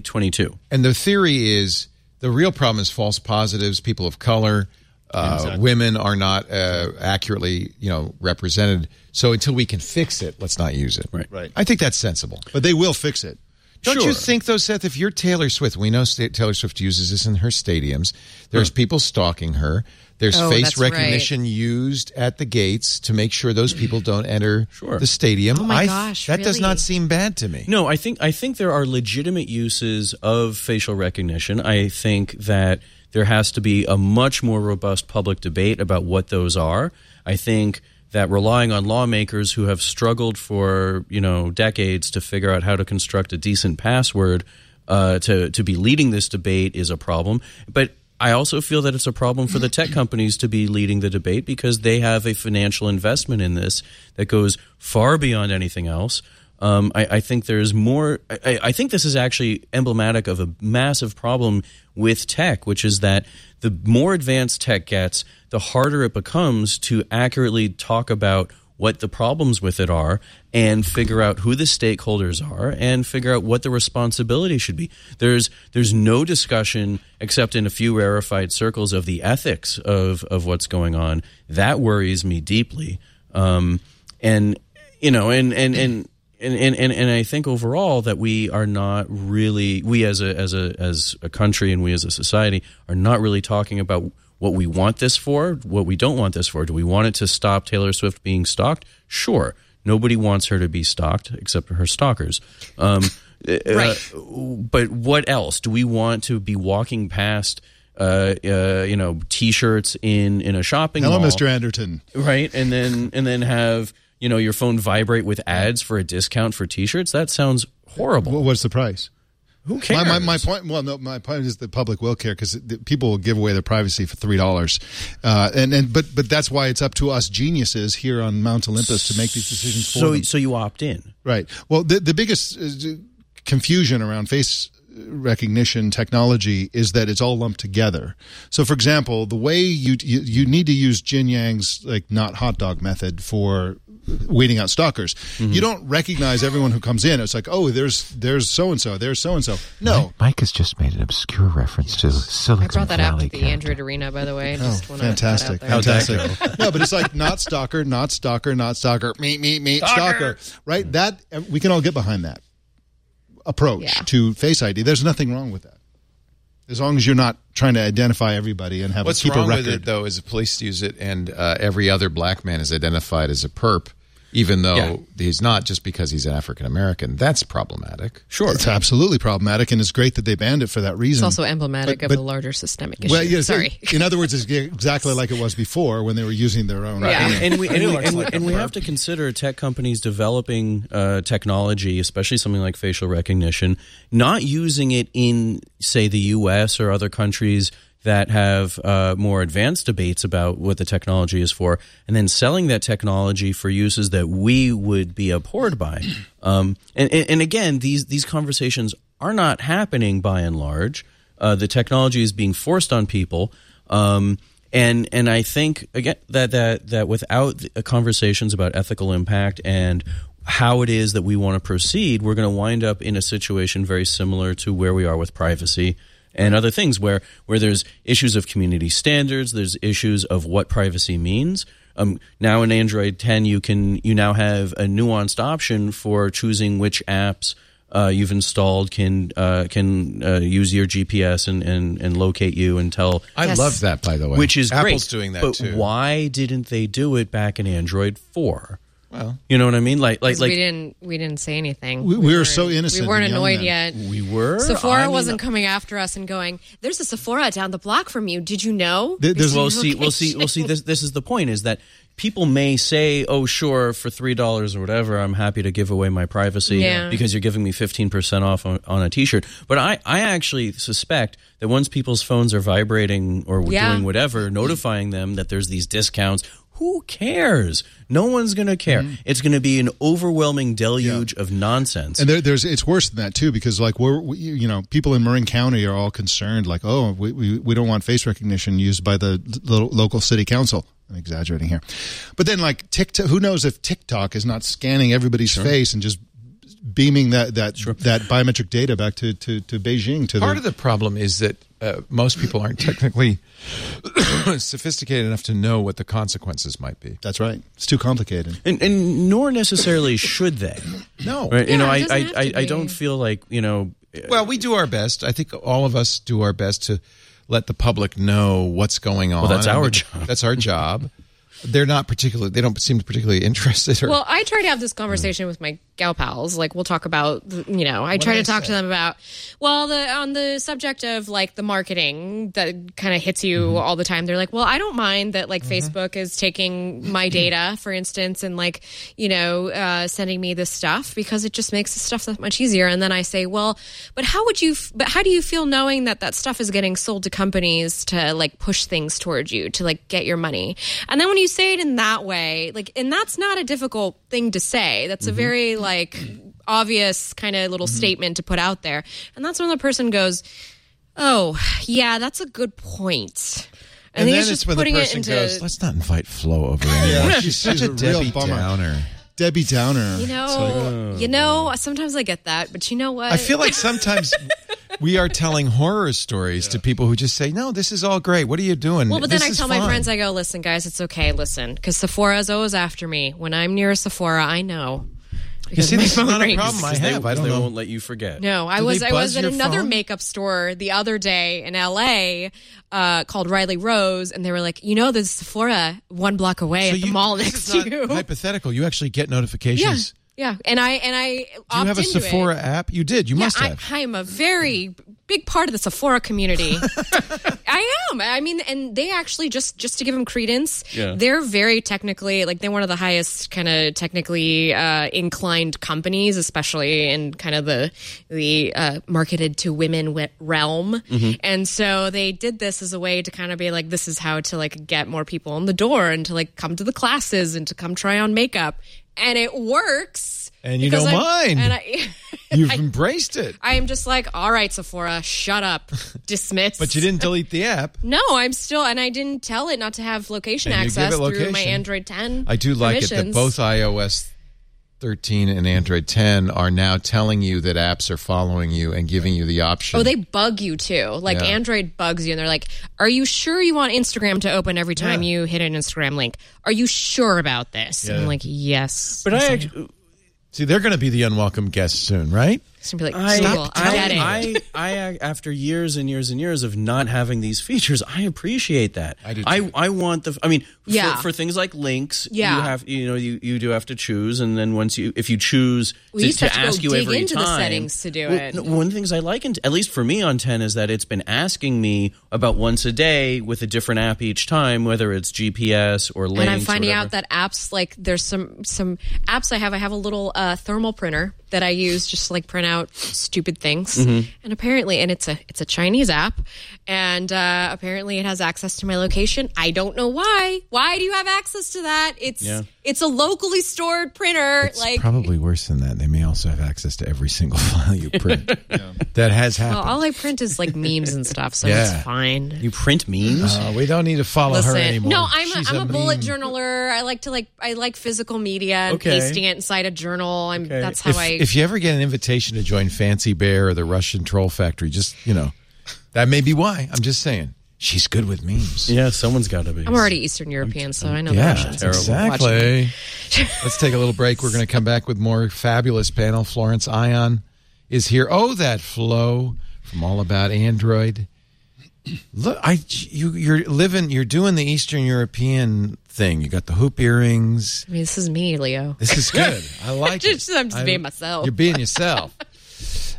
Speaker 7: 2022.
Speaker 1: and the theory is the real problem is false positives, people of color, uh, women are not uh, accurately you know represented. So until we can fix it, let's not use it. Right.
Speaker 5: Right.
Speaker 1: I think that's sensible.
Speaker 5: but they will fix it.
Speaker 1: Don't you
Speaker 7: Sure.
Speaker 1: think though, Seth? If you're Taylor Swift, we know sta- Taylor Swift uses this in her stadiums. There's people stalking her. There's
Speaker 4: Oh,
Speaker 1: face
Speaker 4: that's right.
Speaker 1: recognition used at the gates to make sure those people don't enter
Speaker 7: Sure.
Speaker 1: the stadium.
Speaker 4: Oh my
Speaker 1: I-
Speaker 4: gosh,
Speaker 1: that does
Speaker 4: really?
Speaker 1: not seem bad to me.
Speaker 7: No, I think I think there are legitimate uses of facial recognition. I think that there has to be a much more robust public debate about what those are. I think that relying on lawmakers who have struggled for you know decades to figure out how to construct a decent password uh, to to be leading this debate is a problem. But I also feel that it's a problem for the tech companies to be leading the debate because they have a financial investment in this that goes far beyond anything else. Um, I, I think there's more. I, I think this is actually emblematic of a massive problem with tech, which is that the more advanced tech gets, the harder it becomes to accurately talk about what the problems with it are and figure out who the stakeholders are and figure out what the responsibility should be there's there's no discussion except in a few rarefied circles of the ethics of of what's going on that worries me deeply um, and you know and and and and, and, and, and I think overall that we are not really we as a as a as a country and we as a society are not really talking about what we want this for, what we don't want this for. Do we want it to stop Taylor Swift being stalked? Sure. Nobody wants her to be stalked except her stalkers. Um,
Speaker 4: Right.
Speaker 7: uh, but what else? Do we want to be walking past, uh, uh, you know, t-shirts in in a shopping
Speaker 5: Hello,
Speaker 7: mall?
Speaker 5: Mr. Anderton.
Speaker 7: right and then and then have you know your phone vibrate with ads for a discount for t-shirts that sounds horrible
Speaker 5: What- What's the price?
Speaker 7: who
Speaker 5: My,
Speaker 7: cares
Speaker 5: my, my point. Well, no, my point is the public will care because people will give away their privacy for three dollars, uh, and and but but that's why it's up to us geniuses here on Mount Olympus to make these decisions for
Speaker 7: so
Speaker 5: them.
Speaker 7: so you opt in
Speaker 5: Right. Well, the the biggest uh, confusion around face recognition technology is that it's all lumped together. So, for example, the way you you, you need to use Jin Yang's like not hot dog method for weeding out stalkers. You don't recognize everyone who comes in. It's like, oh, there's there's so and so, there's so and so. No,
Speaker 9: Mike has just made an obscure reference to Silicon
Speaker 4: I brought that out
Speaker 9: Valley
Speaker 4: to the
Speaker 9: character.
Speaker 4: Android Arena, by the way. I
Speaker 5: Oh,
Speaker 4: just wanna put that out
Speaker 5: fantastic.
Speaker 4: there.
Speaker 5: Fantastic. no, but it's like not stalker, not stalker, not stalker, meet, meet, meet, stalker. Right? That we can all get behind that approach
Speaker 4: Yeah.
Speaker 5: to face ID. There's nothing wrong with that. As long as you're not trying to identify everybody and have
Speaker 1: What's
Speaker 5: a, keep
Speaker 1: wrong
Speaker 5: a record.
Speaker 1: with it though is the police use it, and uh, every other black man is identified as a perp, even though
Speaker 7: Yeah.
Speaker 1: he's not, just because he's African American. That's problematic.
Speaker 5: Sure. It's absolutely problematic and it's great that they banned it for that reason.
Speaker 4: It's also emblematic
Speaker 5: But-
Speaker 4: of
Speaker 5: but-
Speaker 4: a larger systemic issue.
Speaker 5: well, yes,
Speaker 4: Sorry.
Speaker 5: In other words, it's exactly like it was before when they were using their own.
Speaker 4: Yeah.
Speaker 5: opinion.
Speaker 7: and we and, we, and, we, and we have to consider tech companies developing uh, technology, especially something like facial recognition, not using it in say the U.S. or other countries that have uh, more advanced debates about what the technology is for, and then selling that technology for uses that we would be abhorred by. Um, and, and and again, these these conversations are not happening by and large. Uh, the technology is being forced on people. Um, and and I think again that that that without the uh, conversations about ethical impact and how it is that we want to proceed, we're going to wind up in a situation very similar to where we are with privacy and other things, where where there's issues of community standards, there's issues of what privacy means. Um, now in Android 10, you can you now have a nuanced option for choosing which apps uh, you've installed can uh, can uh, use your GPS and, and and locate you and tell
Speaker 1: I
Speaker 4: Yes.
Speaker 1: love that, by the way.
Speaker 7: which is
Speaker 1: Apple's
Speaker 7: great.
Speaker 1: doing that
Speaker 7: but
Speaker 1: too.
Speaker 7: why didn't they do it back in Android four?
Speaker 1: Well.
Speaker 7: you know what I mean. Like, like,
Speaker 4: 'Cause
Speaker 7: like
Speaker 4: we didn't we didn't say anything.
Speaker 5: We- we were
Speaker 4: weren't-
Speaker 5: so innocent
Speaker 4: We weren't
Speaker 5: and young
Speaker 4: annoyed
Speaker 5: then.
Speaker 4: yet.
Speaker 7: we were.
Speaker 4: Sephora
Speaker 5: uh,
Speaker 7: I mean,
Speaker 4: wasn't coming after us and going, "There's a Sephora down the block from you. Did you know?"
Speaker 5: There- there's-
Speaker 7: We'll see. We'll see. We'll see. This, this is the point: is that people may say, "Oh, sure, for three dollars or whatever, I'm happy to give away my privacy
Speaker 4: Yeah.
Speaker 7: because you're giving me fifteen percent off on, on a T-shirt." But I, I actually suspect that once people's phones are vibrating or
Speaker 4: Yeah.
Speaker 7: doing whatever, notifying them that there's these discounts. Who cares? No one's going to care.
Speaker 4: Mm-hmm.
Speaker 7: It's going to be an overwhelming deluge of nonsense.
Speaker 5: And there, there's it's worse than that too because like we're we, you know people in Marin County are all concerned like oh we, we, we don't want face recognition used by the lo- local city council. I'm exaggerating here, but then like TikTok, who knows if TikTok is not scanning everybody's face and just beaming that that that biometric data back to to, to Beijing to
Speaker 1: Part
Speaker 5: the,
Speaker 1: of the problem is that uh, most people aren't technically sophisticated enough to know what the consequences might be.
Speaker 5: that's right. It's too complicated.
Speaker 7: and, and nor necessarily should they.
Speaker 1: No.
Speaker 7: Right? you know,
Speaker 4: it
Speaker 7: I,
Speaker 4: doesn't
Speaker 7: I,
Speaker 4: have
Speaker 7: I,
Speaker 4: to
Speaker 7: I
Speaker 4: be.
Speaker 7: don't feel like you know.
Speaker 1: Well, we do our best. I think all of us do our best to let the public know what's going on.
Speaker 7: that's our
Speaker 1: And
Speaker 7: job.
Speaker 1: That's our job. They're not particularly. They don't seem particularly interested. Or,
Speaker 4: Well, I try to have this conversation with my gal pals like we'll talk about you know i try to talk to them about well the on the subject of like the marketing that kind of hits you all the time they're like well i don't mind that like facebook is taking my data for instance and like you know uh, sending me this stuff because it just makes the stuff that much easier and then i say well but how would you f- but how do you feel knowing that that stuff is getting sold to companies to like push things towards you to like get your money and then when you say it in that way like and that's not a difficult thing to say that's
Speaker 1: Mm-hmm.
Speaker 4: a very like obvious kind of little statement to put out there and that's when the person goes oh yeah that's a good point and,
Speaker 1: then
Speaker 4: think it's just
Speaker 1: when
Speaker 4: putting
Speaker 1: the
Speaker 4: it
Speaker 1: person
Speaker 4: into
Speaker 1: goes, let's not invite Flo over anymore.
Speaker 5: Yeah,
Speaker 1: She's such
Speaker 5: she's a
Speaker 1: a
Speaker 5: real
Speaker 1: Debbie
Speaker 5: bummer.
Speaker 1: Downer.
Speaker 5: Debbie Downer.
Speaker 4: you know you know sometimes i get that but you know what
Speaker 1: oh." I feel like sometimes we are telling horror stories to people who just say, "No, this is all great. What are you doing?"
Speaker 4: Well, but then
Speaker 1: This
Speaker 4: I
Speaker 1: is
Speaker 4: tell my
Speaker 1: fine."
Speaker 4: friends, I go, listen, guys, it's okay, listen, because Sephora's always after me. When I'm near a Sephora, I know.
Speaker 1: "You
Speaker 4: Because
Speaker 1: see,
Speaker 4: my
Speaker 1: this is
Speaker 4: phone
Speaker 1: not a
Speaker 4: rings.
Speaker 1: problem I
Speaker 7: They,
Speaker 1: have. I don't
Speaker 7: they
Speaker 1: know."
Speaker 7: won't let you forget.
Speaker 4: No, I
Speaker 1: Do
Speaker 4: was
Speaker 1: they
Speaker 4: I was
Speaker 1: buzz
Speaker 4: at
Speaker 1: your
Speaker 4: another
Speaker 1: phone?
Speaker 4: makeup store the other day in LA uh, called Riley Rose, and they were like, you know, there's Sephora one block away
Speaker 1: So
Speaker 4: at the
Speaker 1: you-
Speaker 4: mall
Speaker 1: this
Speaker 4: next
Speaker 1: is
Speaker 4: to
Speaker 1: not
Speaker 4: you.
Speaker 1: Hypothetical. You actually get
Speaker 4: yeah,
Speaker 1: notifications.
Speaker 4: yeah, and I and I
Speaker 1: Do you have a
Speaker 4: into it.
Speaker 1: Sephora app? You did. You must
Speaker 4: yeah,
Speaker 1: have.
Speaker 4: I, I'm a very big part of the Sephora community. I am. I mean, and they actually just just to give them credence,
Speaker 7: Yeah.
Speaker 4: they're very technically like they're one of the highest kind of technically uh, inclined companies, especially in kind of the the uh, marketed to women wi- realm.
Speaker 1: Mm-hmm.
Speaker 4: And so they did this as a way to kind of be like, this is how to like get more people in the door and to like come to the classes and to come try on makeup, and it works.
Speaker 1: And you
Speaker 4: because
Speaker 1: don't
Speaker 4: I'm-
Speaker 1: mind.
Speaker 4: And I,
Speaker 1: You've embraced it,
Speaker 4: I am just like, all right, Sephora, shut up, dismiss.
Speaker 1: but you didn't delete the app.
Speaker 4: No, I'm still, and I didn't tell it not to have location
Speaker 1: And you give
Speaker 4: access
Speaker 1: it
Speaker 4: through my
Speaker 1: location.
Speaker 4: Android 10.
Speaker 1: I do like it that
Speaker 4: permissions.
Speaker 1: both iOS 13 and Android 10 are now telling you that apps are following you and giving you the option.
Speaker 4: Oh, they bug you too. Like
Speaker 1: Yeah.
Speaker 4: Android bugs you, and they're like, "Are you sure you want Instagram to open every time you hit an Instagram link? Are you sure about this?" And I'm like, "Yes."
Speaker 7: But
Speaker 4: It's
Speaker 7: I
Speaker 4: like-
Speaker 7: actually,
Speaker 1: See, they're going to be the unwelcome guests soon, right?
Speaker 4: it's gonna be like,
Speaker 7: I,
Speaker 4: "Google, I, get it."
Speaker 7: I, I, I- after years and years and years of not having these features, I appreciate that. I do. I, I want the. I mean,
Speaker 4: Yeah.
Speaker 7: for, for things like links,
Speaker 4: Yeah.
Speaker 7: you have you know you, you do have to choose, and then once you if you choose
Speaker 4: We
Speaker 7: to,
Speaker 4: used to have to go
Speaker 7: ask you
Speaker 4: dig
Speaker 7: every
Speaker 4: into the
Speaker 7: time,
Speaker 4: settings to do
Speaker 7: Well,
Speaker 4: it.
Speaker 7: no, one of the things I like, in, at least for me on ten, is that it's been asking me about once a day with a different app each time, whether it's GPS or links.
Speaker 4: and I'm
Speaker 7: or
Speaker 4: finding
Speaker 7: whatever.
Speaker 4: out that apps like there's some some apps I have. I have a little uh, thermal printer that I use just to, like print out stupid things.
Speaker 1: Mm-hmm.
Speaker 4: And apparently, and it's a it's a Chinese app, and uh, apparently it has access to my location. I don't know why. Why do you have access to that? It's it's a locally stored printer.
Speaker 1: It's
Speaker 4: like
Speaker 1: probably worse than that. They may also have access to every single file you print. That has
Speaker 4: well,
Speaker 1: happened.
Speaker 4: all I print is like memes and stuff, so
Speaker 1: Yeah.
Speaker 4: it's fine.
Speaker 7: you print memes.
Speaker 1: Uh, we don't need to follow her
Speaker 4: Listen,
Speaker 1: anymore.
Speaker 4: no, I'm a,
Speaker 1: She's
Speaker 4: I'm a, bullet
Speaker 1: meme.
Speaker 4: journaler. I like to like I like physical media and
Speaker 7: Okay.
Speaker 4: pasting it inside a journal. I'm that's how
Speaker 1: If,
Speaker 4: I.
Speaker 1: if you ever get an invitation to join Fancy Bear or the Russian Troll Factory, just, you know, that may be why. I'm just saying. She's good with memes.
Speaker 7: yeah, someone's got to be.
Speaker 4: I'm already Eastern European, so I know the
Speaker 1: Yeah,
Speaker 4: Russians.
Speaker 1: exactly. Let's take a little break. We're going to come back with more fabulous panel. Florence Ion is here. Oh, that flow from All About Android. Look, I you you're living you're doing the Eastern European thing. You got the hoop earrings.
Speaker 4: I mean, this is me,
Speaker 5: Uh,
Speaker 4: Leo.
Speaker 1: This is good. I like
Speaker 4: Just-
Speaker 1: it.
Speaker 4: I'm just
Speaker 1: I-
Speaker 4: being myself.
Speaker 1: You're being yourself.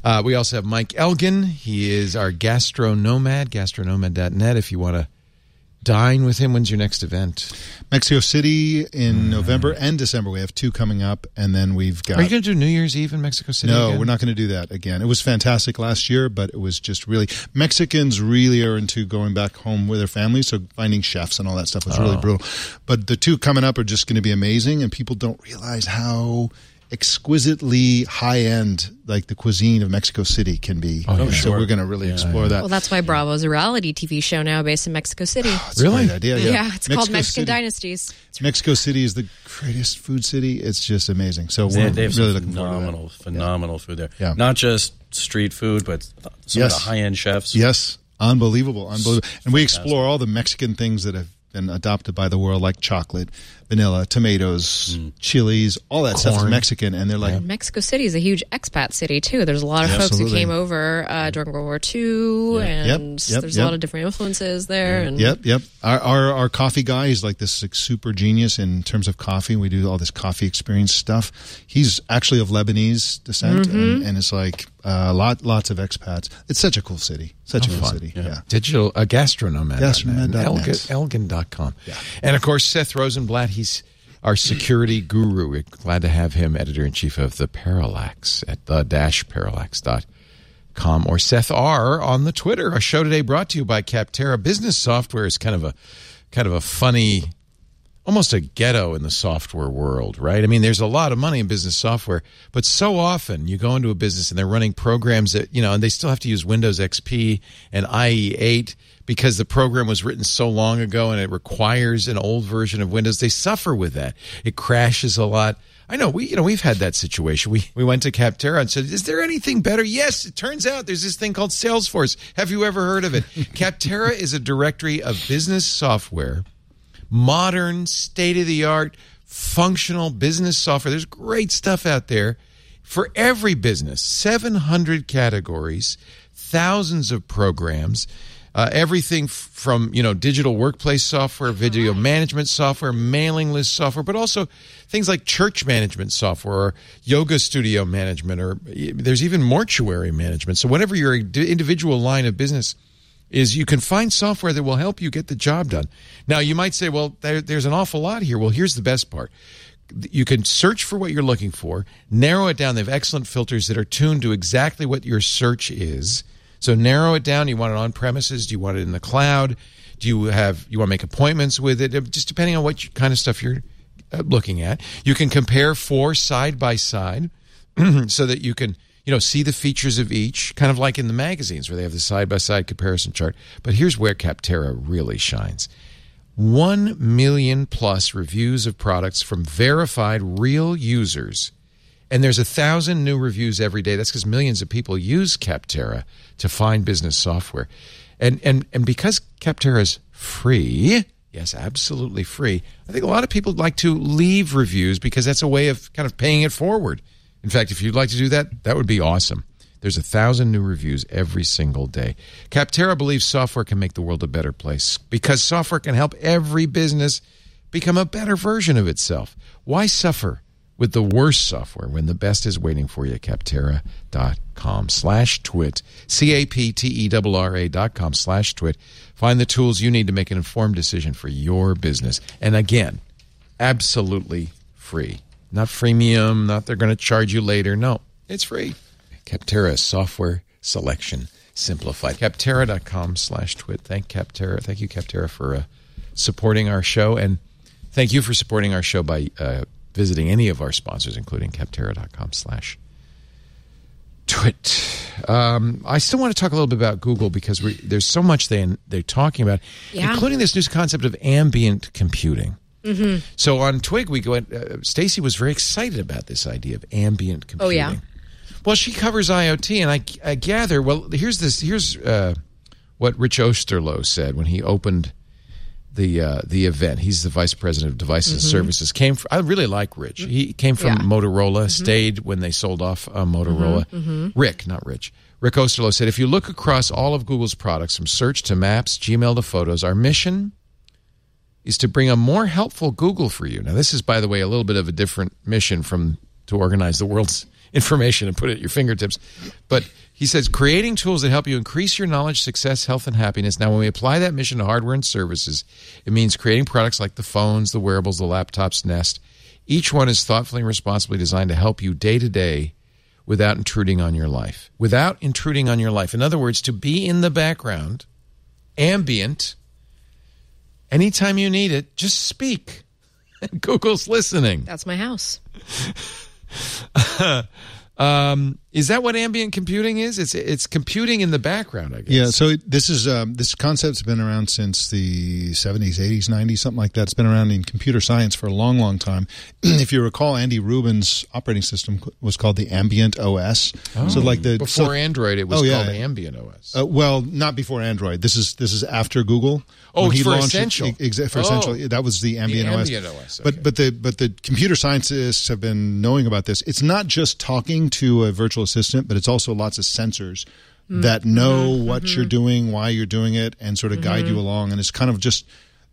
Speaker 1: Uh, we also have Mike Elgin. He is our gastronomad, gastronomad.net. If you want to dine with him, when's your next event?
Speaker 5: Mexico City in November and December. We have two coming up, and then we've got.
Speaker 1: Mm. Are you going to do New Year's Eve in Mexico City?
Speaker 5: Uh, no,
Speaker 1: again?
Speaker 5: we're not going to do that again. It was fantastic last year, but it was just really Mexicans really are into going back home with their families. So finding chefs and all that stuff was really brutal. But the two coming up are just going to be amazing, and people don't realize how exquisitely high end like the cuisine of Mexico City can be. Oh, So we're going to really explore that.
Speaker 4: Well, that's why Bravo's a reality TV show now based in Mexico City.
Speaker 5: That's a
Speaker 1: Really?
Speaker 5: great idea.
Speaker 4: yeah.
Speaker 5: Yeah,
Speaker 4: it's called Mexican
Speaker 5: City.
Speaker 4: Dynasties.
Speaker 5: Mexico City is the greatest food city. It's just amazing. So
Speaker 7: They,
Speaker 5: we're
Speaker 7: they have
Speaker 5: really
Speaker 7: some
Speaker 5: looking forward to
Speaker 7: phenomenal,
Speaker 5: that.
Speaker 7: phenomenal food there.
Speaker 5: Yeah.
Speaker 7: Not just street food, but some
Speaker 5: Yes.
Speaker 7: of the high end chefs.
Speaker 5: Yes, unbelievable, unbelievable. And we explore all the Mexican things that have been adopted by the world, like chocolate, vanilla, tomatoes, chilies, all that stuff is
Speaker 1: Corn.
Speaker 5: Mexican, and they're like,
Speaker 4: Mexico City is a huge expat city too. There's a lot of folks who
Speaker 5: Absolutely.
Speaker 4: came over uh, during World War II, and
Speaker 5: Yep, yep,
Speaker 4: there's a
Speaker 5: yep.
Speaker 4: lot of different influences there. And
Speaker 5: Yep, yep. Our, our our coffee guy is like this like, super genius in terms of coffee. We do all this coffee experience stuff. He's actually of Lebanese descent, and, and it's like uh, lot lots of expats. It's such a cool city, such a cool city. Yeah.
Speaker 1: Digital uh, gastronomad.
Speaker 5: Gastronomad.net.
Speaker 1: Elgin, Elgin.com. Yeah. And of course, Seth Rosenblatt, he's our security guru. We're glad to have him, editor in chief of The Parallax at the dash parallax.com or Seth R on the Twitter. Our show today brought to you by Capterra Business Software is kind of a kind of a funny almost a ghetto in the software world, right? I mean, there's a lot of money in business software, but so often you go into a business and they're running programs that, you know, and they still have to use Windows XP and IE8 because the program was written so long ago and it requires an old version of Windows. They suffer with that. It crashes a lot. I know we, you know, we've had that situation. We we went to Capterra and said, "Is there anything better?" Yes, it turns out there's this thing called Salesforce. Have you ever heard of it? Capterra is a directory of business software modern, state of the art, functional business software. There's great stuff out there for every business 700 categories, thousands of programs. Uh, everything f- from you know digital workplace software, video management software, mailing list software, but also things like church management software or yoga studio management, or y- there's even mortuary management. So whatever your d- individual line of business, is you can find software that will help you get the job done. Now, you might say, well, there, there's an awful lot here. Well, here's the best part. You can search for what you're looking for, narrow it down. They have excellent filters that are tuned to exactly what your search is. So narrow it down. You want it on premises? Do you want it in the cloud? Do you have you want to make appointments with it? Just depending on what you- kind of stuff you're uh, looking at. You can compare four side by side so that you can you know see the features of each kind of like in the magazines where they have the side by side comparison chart but here's where capterra really shines 1 million plus reviews of products from verified real users and there's a thousand new reviews every day that's because millions of people use capterra to find business software and and and because capterra is free yes absolutely free i think a lot of people like to leave reviews because that's a way of kind of paying it forward in fact, if you'd like to do that, that would be awesome. There's a thousand new reviews every single day. Capterra believes software can make the world a better place because software can help every business become a better version of itself. Why suffer with the worst software when the best is waiting for you? Capterra.com slash twit, C A P T E R R A dot com slash twit. Find the tools you need to make an informed decision for your business. And again, absolutely free. Not freemium, not they're going to charge you later. No, it's free. Capterra software selection simplified. Capterra.com slash twit. Thank Capterra. Thank you, Capterra, for uh, supporting our show. And thank you for supporting our show by uh, visiting any of our sponsors, including Capterra.com slash twit. Um, I still want to talk a little bit about Google because we, there's so much they, they're talking about,
Speaker 4: Yeah.
Speaker 1: including this new concept of ambient computing. So on Twig, we went. Uh, Stacy was very excited about this idea of ambient computing.
Speaker 4: Oh, yeah.
Speaker 1: Well, she covers IoT, and I, I gather. Well, here's this. Here's uh, what Rich Osterloh said when he opened the uh, the event. He's the vice president of devices and services. Came. From, I really like Rich. He came from
Speaker 4: Mm-hmm. Yeah. Mm-hmm.
Speaker 1: Motorola. Stayed when they sold off uh, Motorola. Rick, not Rich. Rick Osterloh said, if you look across all of Google's products, from search to maps, Gmail to photos, our mission is to bring a more helpful Google for you. Now, this is, by the way, a little bit of a different mission from to organize the world's information and put it at your fingertips. But he says creating tools that help you increase your knowledge, success, health, and happiness. Now, when we apply that mission to hardware and services, it means creating products like the phones, the wearables, the laptops, Nest. Each one is thoughtfully and responsibly designed to help you day to day without intruding on your life. Without intruding on your life. In other words, to be in the background, ambient, anytime you need it, just speak. Google's listening.
Speaker 4: that's my house.
Speaker 1: Um, is that what ambient computing is? It's it's computing in the background, I guess.
Speaker 5: Yeah, so it, this is um, this concept's been around since the 70s, 80s, 90s, something like that. It's been around in computer science for a long, long time. if you recall, Andy Rubin's operating system was called the Ambient OS. so like the
Speaker 1: Before
Speaker 5: so-
Speaker 1: Android, it was
Speaker 5: Oh, yeah.
Speaker 1: called Ambient OS.
Speaker 5: Uh, well, not before Android. This is this is after Google.
Speaker 1: Oh,
Speaker 5: When
Speaker 1: it's
Speaker 5: he
Speaker 1: for
Speaker 5: launched it-
Speaker 1: Essential.
Speaker 5: e- exa- for
Speaker 1: Oh.
Speaker 5: Essential, that was the ambient,
Speaker 1: Ambient
Speaker 5: OS.
Speaker 1: OS, okay.
Speaker 5: But but the but the computer scientists have been knowing about this. It's not just talking to a virtual assistant, but it's also lots of sensors
Speaker 1: Mm-hmm.
Speaker 5: that know what you're doing, why you're doing it, and sort of guide
Speaker 1: Mm-hmm.
Speaker 5: you along. And it's kind of just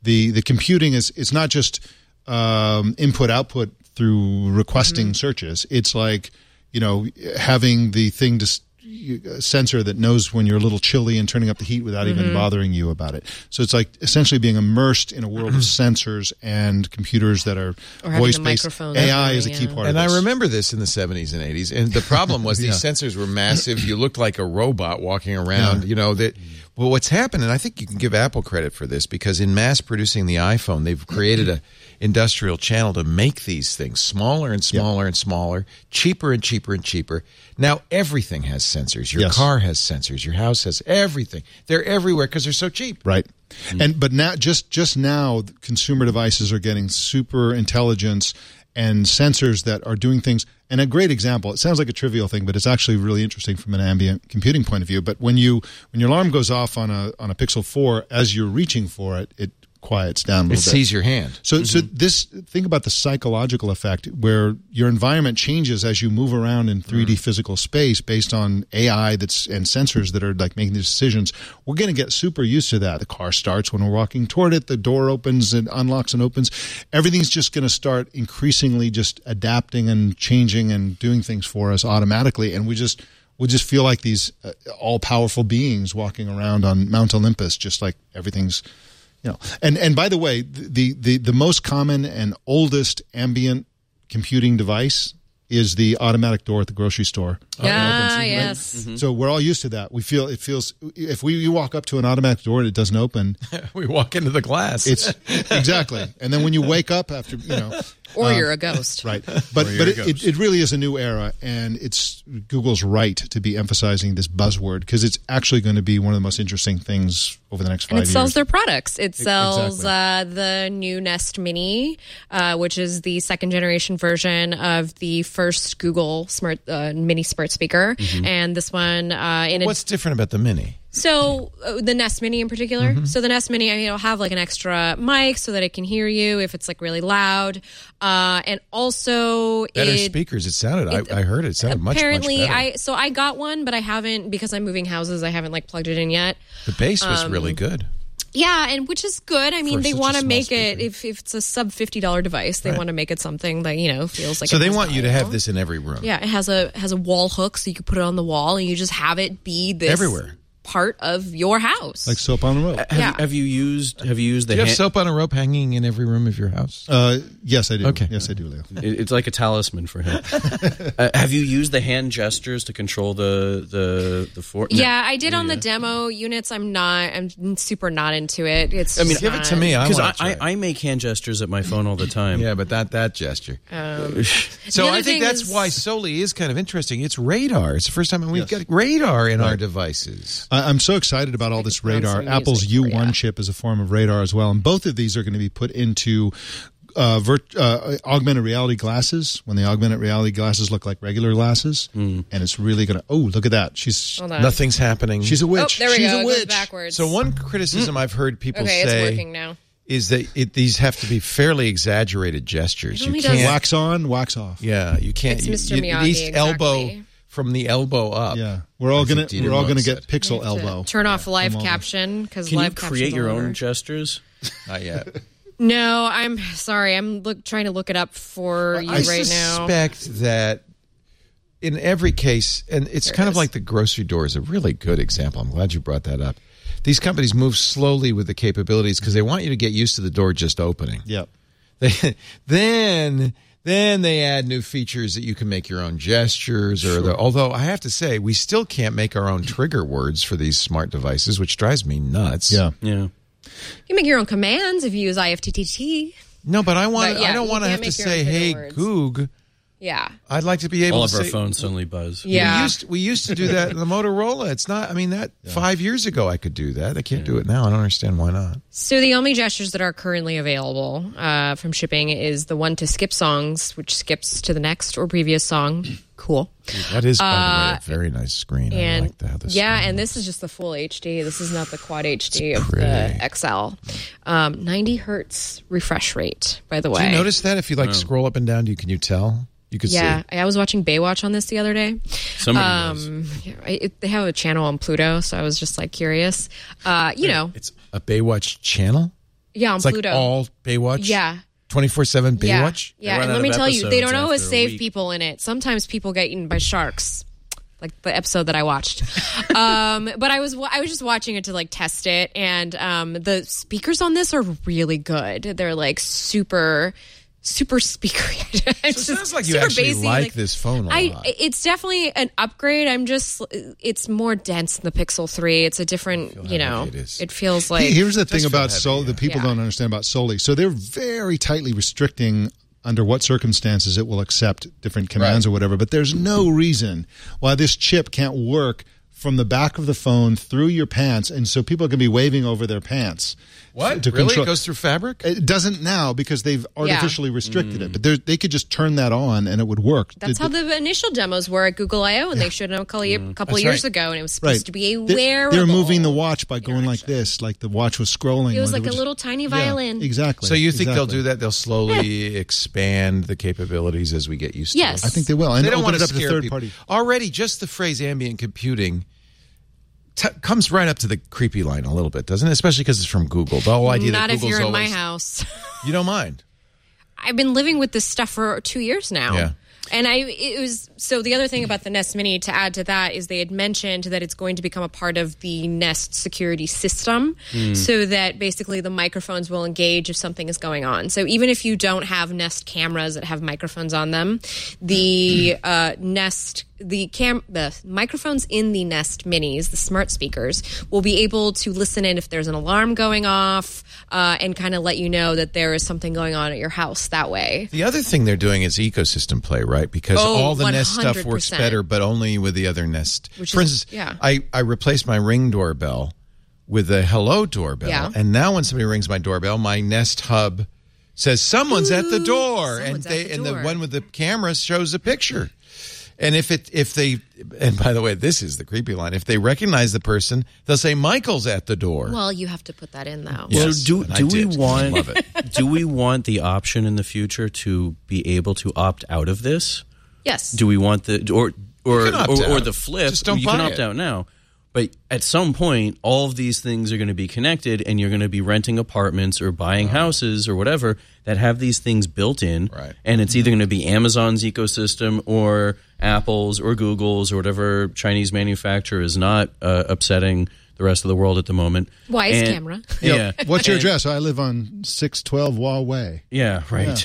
Speaker 5: the the computing is it's not just um, input output through requesting
Speaker 1: Mm-hmm.
Speaker 5: searches. It's like you know having the thing to s- you- a sensor that knows when you're a little chilly and turning up the heat without
Speaker 4: Mm-hmm.
Speaker 5: even bothering you about it. So it's like essentially being immersed in a world of sensors and computers that are
Speaker 4: Mm-hmm. Or having the
Speaker 5: voice based.
Speaker 4: microphones
Speaker 5: AI is a
Speaker 4: everywhere,
Speaker 5: key
Speaker 4: yeah.
Speaker 5: part
Speaker 1: and
Speaker 5: of this.
Speaker 1: I remember this in the 70s and 80s. And the problem was these sensors were massive. You looked like a robot walking around. You know that. Well, what's happened, and I think you can give Apple credit for this because in mass producing the iPhone, they've created a industrial channel to make these things smaller and smaller and smaller, cheaper and cheaper and cheaper. Now everything has sensors. Your
Speaker 5: Yes.
Speaker 1: car has sensors. Your house has everything. They're everywhere because they're so cheap.
Speaker 5: Right.
Speaker 4: Mm-hmm.
Speaker 5: And but now just just now the consumer devices are getting super intelligence and sensors that are doing things and a great example it sounds like a trivial thing but it's actually really interesting from an ambient computing point of view but when you when your alarm goes off on a on a pixel 4 as you're reaching for it it quiets down a
Speaker 1: It
Speaker 5: little bit
Speaker 1: sees your hand.
Speaker 5: so, so this think about the psychological effect where your environment changes as you move around in 3D physical space based on AI that's and sensors that are like making these decisions. We're going to get super used to that. The car starts when we're walking toward it. The door opens and unlocks and opens. Everything's just going to start increasingly just adapting and changing and doing things for us automatically, and we just. We'll just feel like these uh, all-powerful beings walking around on Mount Olympus, just like everything's you know and and by the way the the the most common and oldest ambient computing device is the automatic door at the grocery store
Speaker 4: Ah, yes.
Speaker 1: Mm-hmm.
Speaker 5: so we're all used to that we feel it feels if we you walk up to an automatic door and it doesn't open
Speaker 1: We walk into the glass.
Speaker 5: it's exactly and then when you wake up after you know
Speaker 4: Or you're a ghost.
Speaker 5: Mm-hmm. Uh, right but but it, it, it really is a new era and it's google's right to be emphasizing this buzzword because it's actually going to be one of the most interesting things over the next five
Speaker 4: And it sells
Speaker 5: years
Speaker 4: their products. It
Speaker 1: E-
Speaker 4: sells
Speaker 5: exactly.
Speaker 4: uh, the new Nest Mini, uh, which is the second generation version of the first Google Smart uh, Mini Smart Speaker, and this one uh, in
Speaker 1: Mm-hmm.
Speaker 4: a
Speaker 1: What's different about the Mini?
Speaker 4: So uh, the Nest Mini in particular.
Speaker 1: Mm-hmm.
Speaker 4: So the Nest Mini, I mean, it'll have like an extra mic so that it can hear you if it's like really loud, uh, and also
Speaker 1: Better
Speaker 4: it,
Speaker 1: speakers. It sounded. I, I heard it, sounded much.
Speaker 4: apparently
Speaker 1: much better.
Speaker 4: I so I got one, but I haven't because I'm moving houses. I haven't like plugged it in yet.
Speaker 1: The bass was
Speaker 4: Um,
Speaker 1: really good.
Speaker 4: Yeah, and which is good. I mean,
Speaker 1: For
Speaker 4: they
Speaker 1: such a
Speaker 4: want to
Speaker 1: small
Speaker 4: make
Speaker 1: speaker.
Speaker 4: it if, if it's a sub fifty dollar device, they want to make it something that you know feels like.
Speaker 1: So
Speaker 4: it
Speaker 1: they
Speaker 4: was
Speaker 1: want you to have
Speaker 4: valuable.
Speaker 1: this in every room.
Speaker 4: Yeah, it has a has a wall hook, so you can put it on the wall, and you just have it be this
Speaker 1: Everywhere.
Speaker 4: part of your house.
Speaker 5: like soap on a rope
Speaker 7: Have,
Speaker 4: Yeah.
Speaker 7: you, have you used have you used the
Speaker 1: Do you have
Speaker 7: hand-
Speaker 1: soap on a rope hanging in every room of your house?
Speaker 5: uh, yes i do
Speaker 1: Okay.
Speaker 5: yes i do leo
Speaker 7: It- It's like a talisman for him. uh, have you used the hand gestures to control the the the four? no.
Speaker 4: Yeah, I did on the demo units. I'm not. I'm super not into it. It's.
Speaker 1: I mean,
Speaker 4: just
Speaker 1: give it
Speaker 4: not-
Speaker 1: to me. I
Speaker 7: because I,
Speaker 1: want to.
Speaker 7: I, I make hand gestures at my phone all the time.
Speaker 1: yeah, but not that gesture.
Speaker 4: The
Speaker 1: so
Speaker 4: Um, other
Speaker 1: I think
Speaker 4: thing
Speaker 1: that's
Speaker 4: is-
Speaker 1: why Soli is kind of interesting. It's radar. It's the first time we've got radar in our devices.
Speaker 5: I- I'm so excited about all this radar.
Speaker 4: some music
Speaker 5: Apple's
Speaker 4: for
Speaker 5: U1 chip is a form of radar as well, and both of these are going to be put into uh, virt- uh, augmented reality glasses. When the augmented reality glasses look like regular glasses, and it's really going to. Oh, look at that! She's
Speaker 4: Hold on.
Speaker 1: Nothing's happening.
Speaker 5: she's a Mm.
Speaker 4: Oh,
Speaker 5: witch.
Speaker 4: there we
Speaker 5: she's
Speaker 4: go.
Speaker 5: a
Speaker 4: It goes
Speaker 5: witch.
Speaker 4: backwards.
Speaker 1: so one criticism I've heard people
Speaker 4: Okay, it's
Speaker 1: say
Speaker 4: working now.
Speaker 1: is that it, these have to be fairly exaggerated gestures. You
Speaker 4: only
Speaker 1: can't.
Speaker 4: does-
Speaker 5: Wax on, wax off.
Speaker 1: yeah, you can't.
Speaker 4: It's
Speaker 1: you-
Speaker 4: Mr.
Speaker 1: you- at
Speaker 4: Miyagi,
Speaker 1: least elbow
Speaker 4: exactly.
Speaker 1: from the elbow up.
Speaker 5: Yeah, we're all
Speaker 1: I
Speaker 5: gonna
Speaker 1: think Dita
Speaker 5: we're all gonna
Speaker 1: Monk
Speaker 5: get
Speaker 1: said.
Speaker 5: pixel elbow.
Speaker 4: Turn off live
Speaker 5: on.
Speaker 4: caption because
Speaker 7: Can you
Speaker 4: live caption's
Speaker 7: create your
Speaker 4: all
Speaker 7: own
Speaker 4: over.
Speaker 7: gestures?
Speaker 1: Not yet.
Speaker 4: No, I'm sorry. I'm look, trying to look it up for you
Speaker 1: I
Speaker 4: right now.
Speaker 1: suspect that in every case, and it's kind of like the grocery door is a really good example. I'm glad you brought that up. These companies move slowly with the capabilities because they want you to get used to the door just opening.
Speaker 5: Yep.
Speaker 1: They, then, then they add new features that you can make your own gestures. Or the, although I have to say, we still can't make our own trigger words for these smart devices, which drives me nuts.
Speaker 5: Yeah.
Speaker 7: Yeah.
Speaker 4: You make your own commands if you use IFTTT.
Speaker 1: No, but I want.
Speaker 4: But, yeah,
Speaker 1: I don't
Speaker 4: you
Speaker 1: want to
Speaker 4: can't
Speaker 1: have to
Speaker 4: make your own
Speaker 1: say,
Speaker 4: trigger
Speaker 1: "Hey,
Speaker 4: words."
Speaker 1: Goog,
Speaker 4: Yeah.
Speaker 1: I'd like to be able
Speaker 7: All of
Speaker 1: to
Speaker 7: our
Speaker 1: say-
Speaker 7: phones suddenly buzz.
Speaker 4: Yeah.
Speaker 1: We used we used to do that in the Motorola. It's not. I mean, that five years ago I could do that. I can't do it now. I don't understand why not.
Speaker 4: So the only gestures that are currently available uh, from shipping is the one to skip songs, which skips to the next or previous song. Cool.
Speaker 1: That is, by the way, a very nice screen. I like that. This
Speaker 4: Uh, yeah,
Speaker 1: screen
Speaker 4: and this
Speaker 1: looks-
Speaker 4: is just the full HD. This is not the quad HD of
Speaker 1: pretty.
Speaker 4: the XL. Um, 90 hertz refresh rate, by the way.
Speaker 1: Do you notice that if you like scroll up and down, do you can you tell? You could
Speaker 4: Yeah,
Speaker 1: see.
Speaker 4: I was watching Baywatch on this the other day.
Speaker 7: Somebody knows.
Speaker 4: Um, I, it, they have a channel on Pluto, so I was just like curious. Uh, you know,
Speaker 1: It's a Baywatch channel.
Speaker 4: yeah, on
Speaker 1: It's like
Speaker 4: Pluto.
Speaker 1: all Baywatch.
Speaker 4: Yeah.
Speaker 1: Twenty four seven Baywatch.
Speaker 4: Yeah,
Speaker 7: They
Speaker 4: yeah. and
Speaker 7: run out
Speaker 4: let
Speaker 7: of
Speaker 4: me tell you, they
Speaker 7: episodes
Speaker 4: don't always
Speaker 7: after a
Speaker 4: save
Speaker 7: week.
Speaker 4: people in it. Sometimes people get eaten by sharks, like the episode that I watched. um, but I was wa- I was just watching it to like test it, and um, the speakers on this are really good. They're like super. Super speakery. It's
Speaker 1: sounds
Speaker 4: just
Speaker 1: like you
Speaker 4: super
Speaker 1: actually
Speaker 4: bassy,
Speaker 1: like this phone a
Speaker 4: I-
Speaker 1: lot.
Speaker 4: It's definitely an upgrade. I'm just. It's more dense than the Pixel Three. It's a different. You know,
Speaker 1: heavy it is.
Speaker 4: it feels like
Speaker 5: Here's the thing about Sol that people
Speaker 4: Yeah.
Speaker 5: don't understand about Soli. So they're very tightly restricting under what circumstances it will accept different commands or whatever. But there's no reason why this chip can't work from the back of the phone through your pants, and so people can be waving over their pants.
Speaker 1: What
Speaker 5: to
Speaker 1: really?
Speaker 5: control-
Speaker 1: It goes through fabric.
Speaker 5: It doesn't now because they've artificially restricted
Speaker 1: Hmm.
Speaker 5: it, but there- they could just turn that on and it would work.
Speaker 4: That's how the initial demos were at Google I/O, and they showed them a couple, a couple
Speaker 1: That's
Speaker 4: years
Speaker 1: right.
Speaker 4: ago, and it was supposed
Speaker 5: right.
Speaker 4: to be a
Speaker 5: They-
Speaker 4: wearable.
Speaker 5: They're moving the watch by going like this, like the watch was scrolling.
Speaker 4: It was
Speaker 5: or they
Speaker 4: like
Speaker 5: were
Speaker 4: a
Speaker 5: just-
Speaker 4: little tiny
Speaker 5: Yeah,
Speaker 4: violin.
Speaker 5: exactly.
Speaker 1: So you think they'll
Speaker 5: exactly.
Speaker 1: do that? They'll slowly expand the capabilities as we get used
Speaker 4: Yes.
Speaker 1: to.
Speaker 5: I
Speaker 1: it.
Speaker 5: think they will. And
Speaker 1: they don't
Speaker 5: open
Speaker 1: want
Speaker 5: it
Speaker 1: to
Speaker 5: up to
Speaker 1: scare
Speaker 5: third
Speaker 1: people.
Speaker 5: party.
Speaker 1: Already, just the phrase ambient computing t- comes right up to the creepy line a little bit, doesn't it? Especially because it's from Google. The whole idea
Speaker 4: Not
Speaker 1: that
Speaker 4: if
Speaker 1: Google's
Speaker 4: you're in my
Speaker 1: always,
Speaker 4: house.
Speaker 1: You don't mind.
Speaker 4: I've been living with this stuff for two years now.
Speaker 1: Yeah.
Speaker 4: And I, it was so. The other thing about the Nest Mini to add to that is they had mentioned that it's going to become a part of the Nest security system, so that basically the microphones will engage if something is going on. So even if you don't have Nest cameras that have microphones on them, the uh, Nest, the cam, the microphones in the Nest Minis, the smart speakers, will be able to listen in if there's an alarm going off uh, and kind of let you know that there is something going on at your house that way.
Speaker 1: The other thing they're doing is ecosystem play, right? Because
Speaker 4: Oh,
Speaker 1: all the Nest stuff works
Speaker 4: 100%.
Speaker 1: better, but only with the other Nest.
Speaker 4: Which
Speaker 1: For
Speaker 4: is-
Speaker 1: instance,
Speaker 4: yeah.
Speaker 1: I, I replaced my Ring doorbell with a Hello doorbell.
Speaker 4: Yeah.
Speaker 1: And now when somebody rings my doorbell, my Nest Hub says, someone's at the door. And
Speaker 4: someone's at
Speaker 1: they
Speaker 4: the
Speaker 1: and the
Speaker 4: door.
Speaker 1: one with the camera shows a picture. And if it if they and by the way, this is the creepy line. If they recognize the person, they'll say Michael's at the door.
Speaker 4: Well, you have to put that in though.
Speaker 1: Yeah.
Speaker 7: So
Speaker 1: Yes,
Speaker 7: do
Speaker 1: and I
Speaker 7: do we
Speaker 1: did.
Speaker 7: want
Speaker 1: Love it.
Speaker 7: do we want the option in the future to be able to opt out of this?
Speaker 4: Yes.
Speaker 7: Do we want the or or
Speaker 1: can opt
Speaker 7: or, or
Speaker 1: out.
Speaker 7: the flip?
Speaker 1: Just don't
Speaker 7: you
Speaker 1: buy
Speaker 7: can opt
Speaker 1: it.
Speaker 7: out now. But at some point, all of these things are going to be connected, and you're going to be renting apartments or buying houses or whatever that have these things built in.
Speaker 1: Uh-huh. Right.
Speaker 7: And it's either going to be Amazon's ecosystem or Apple's or Google's or whatever Chinese manufacturer is not uh, upsetting the rest of the world at the moment.
Speaker 4: Why is
Speaker 7: And-
Speaker 4: camera?
Speaker 7: Yeah.
Speaker 5: What's your address? I live on 612 Wall Way.
Speaker 7: Yeah, right.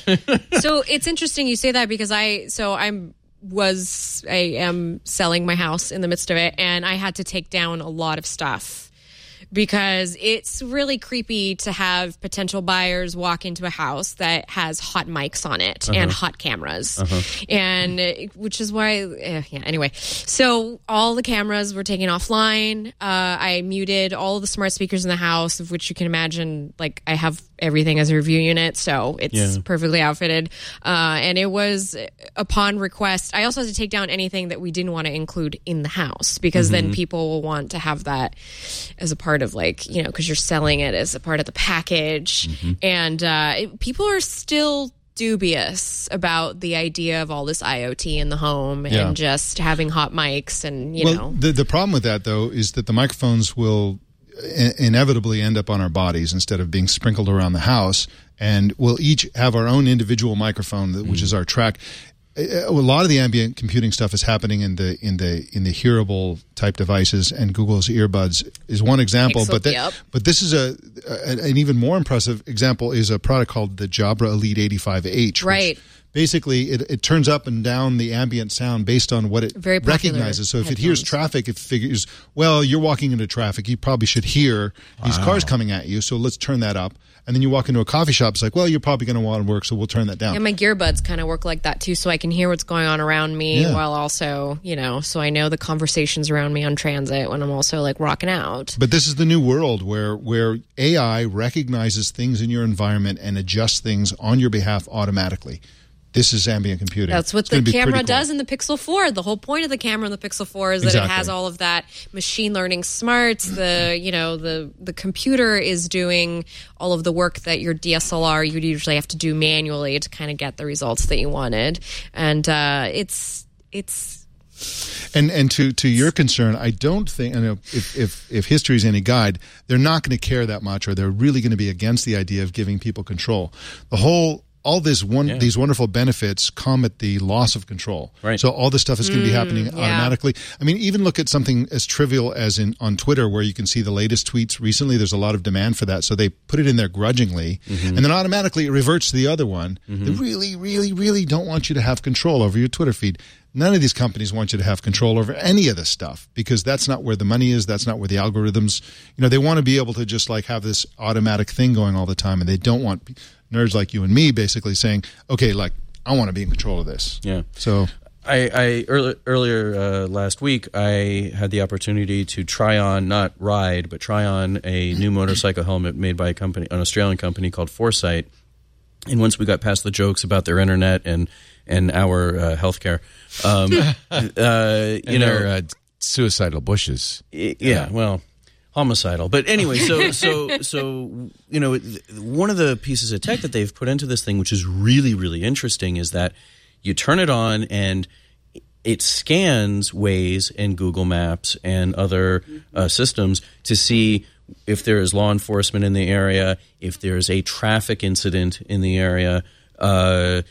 Speaker 4: so it's interesting you say that because I so I'm was I am selling my house in the midst of it and I had to take down a lot of stuff because it's really creepy to have potential buyers walk into a house that has hot mics on it and hot cameras and uh, which is why eh, yeah anyway so all the cameras were taken offline uh, i muted all the smart speakers in the house of which you can imagine like i have everything as a review unit so it's
Speaker 7: Yeah.
Speaker 4: perfectly outfitted. Uh, and it was uh, upon request. I also had to take down anything that we didn't want to include in the house because
Speaker 5: Mm-hmm.
Speaker 4: then people will want to have that as a part of like, you know, because you're selling it as a part of the package.
Speaker 5: Mm-hmm.
Speaker 4: And uh, it- people are still dubious about the idea of all this IoT in the home
Speaker 5: Yeah.
Speaker 4: and just having hot mics and, you
Speaker 5: well,
Speaker 4: know.
Speaker 5: the, the problem with that, though, is that the microphones will I- inevitably end up on our bodies instead of being sprinkled around the house. And we'll each have our own individual microphone, that- which is
Speaker 4: Mm.
Speaker 5: our track. Uh, A lot of the ambient computing stuff is happening in the in the in the hearable type devices, and Google's earbuds is one example.
Speaker 4: Pixel,
Speaker 5: but that,
Speaker 4: yep.
Speaker 5: but this is a, a an even more impressive example is a product called the Jabra Elite 85H, which
Speaker 4: Right.
Speaker 5: basically it, it turns up and down the ambient sound based on what it
Speaker 4: Very popular
Speaker 5: recognizes. So if it hears
Speaker 4: headphones.
Speaker 5: traffic, it figures, well, you're walking into traffic. You probably should hear these cars coming at you. So let's turn that up. And then you walk into a coffee shop. It's like, well, you're probably going to want to work, so we'll turn that down.
Speaker 4: And my gearbuds kind of work like that too, so I can hear what's going on around me
Speaker 5: Yeah.
Speaker 4: while also, you know, so I know the conversations around me on transit when I'm also like rocking out.
Speaker 5: But this is the new world where where AI recognizes things in your environment and adjusts things on your behalf automatically. This is ambient computing.
Speaker 4: That's what
Speaker 5: It's gonna
Speaker 4: the
Speaker 5: be pretty
Speaker 4: camera
Speaker 5: cool.
Speaker 4: does in the Pixel 4. The whole point of the camera in the Pixel 4 is that it
Speaker 5: Exactly.
Speaker 4: has all of that machine learning smarts. The, you know, the the computer is doing all of the work that your DSLR you'd usually have to do manually to kind of get the results that you wanted. And uh, it's it's
Speaker 5: And and to to your concern, I don't think. And if if if history is any guide, they're not going to care that much, or they're really going to be against the idea of giving people control. The whole. All this one, these wonderful benefits come at the loss of control.
Speaker 7: Right.
Speaker 5: So all this stuff is going to be happening automatically. I mean, even look at something as trivial as in on Twitter, where you can see the latest tweets. Recently, there's a lot of demand for that, so they put it in there grudgingly,
Speaker 7: Mm-hmm.
Speaker 5: and then automatically it reverts to the other one. They really, really, really don't want you to have control over your Twitter feed. None of these companies want you to have control over any of this stuff because that's not where the money is. That's not where the algorithms. You know, they want to be able to just like have this automatic thing going all the time, and they don't want p- nerds like you and me basically saying, "Okay, like I want to be in control of this."
Speaker 7: Yeah.
Speaker 5: So
Speaker 7: I, I earl- earlier uh, last week I had the opportunity to try on not ride but try on a new motorcycle helmet made by a company an Australian company called Foresight. And once we got past the jokes about their internet and and our uh, healthcare, um, uh, you
Speaker 1: And
Speaker 7: know,
Speaker 1: they're, uh, suicidal bushes.
Speaker 7: I- yeah, well, homicidal. But anyway, so so so you know, th- one of the pieces of tech that they've put into this thing, which is really really interesting, is that you turn it on and it scans Waze and Google Maps and other uh, systems to see if there is law enforcement in the area, if there is a traffic incident in the area. Uh,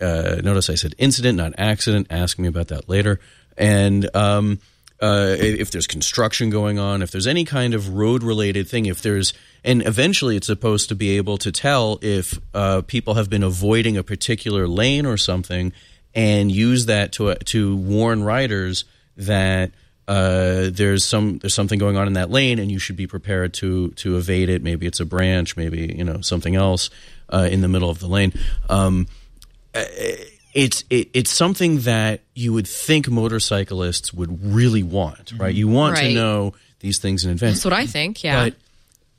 Speaker 7: uh, notice I said incident, not accident. Ask me about that later. And um, uh, i- if there's construction going on, if there's any kind of road related thing, if there's, and eventually it's supposed to be able to tell if uh, people have been avoiding a particular lane or something and use that to, uh, to warn riders that uh, there's some there's something going on in that lane, and you should be prepared to to evade it. Maybe it's a branch, maybe you know something else uh, in the middle of the lane. Um, it's it, it's something that you would think motorcyclists would really want, right? You want to
Speaker 4: Right.
Speaker 7: know these things in advance
Speaker 4: that's what I Mm-hmm. think. Yeah.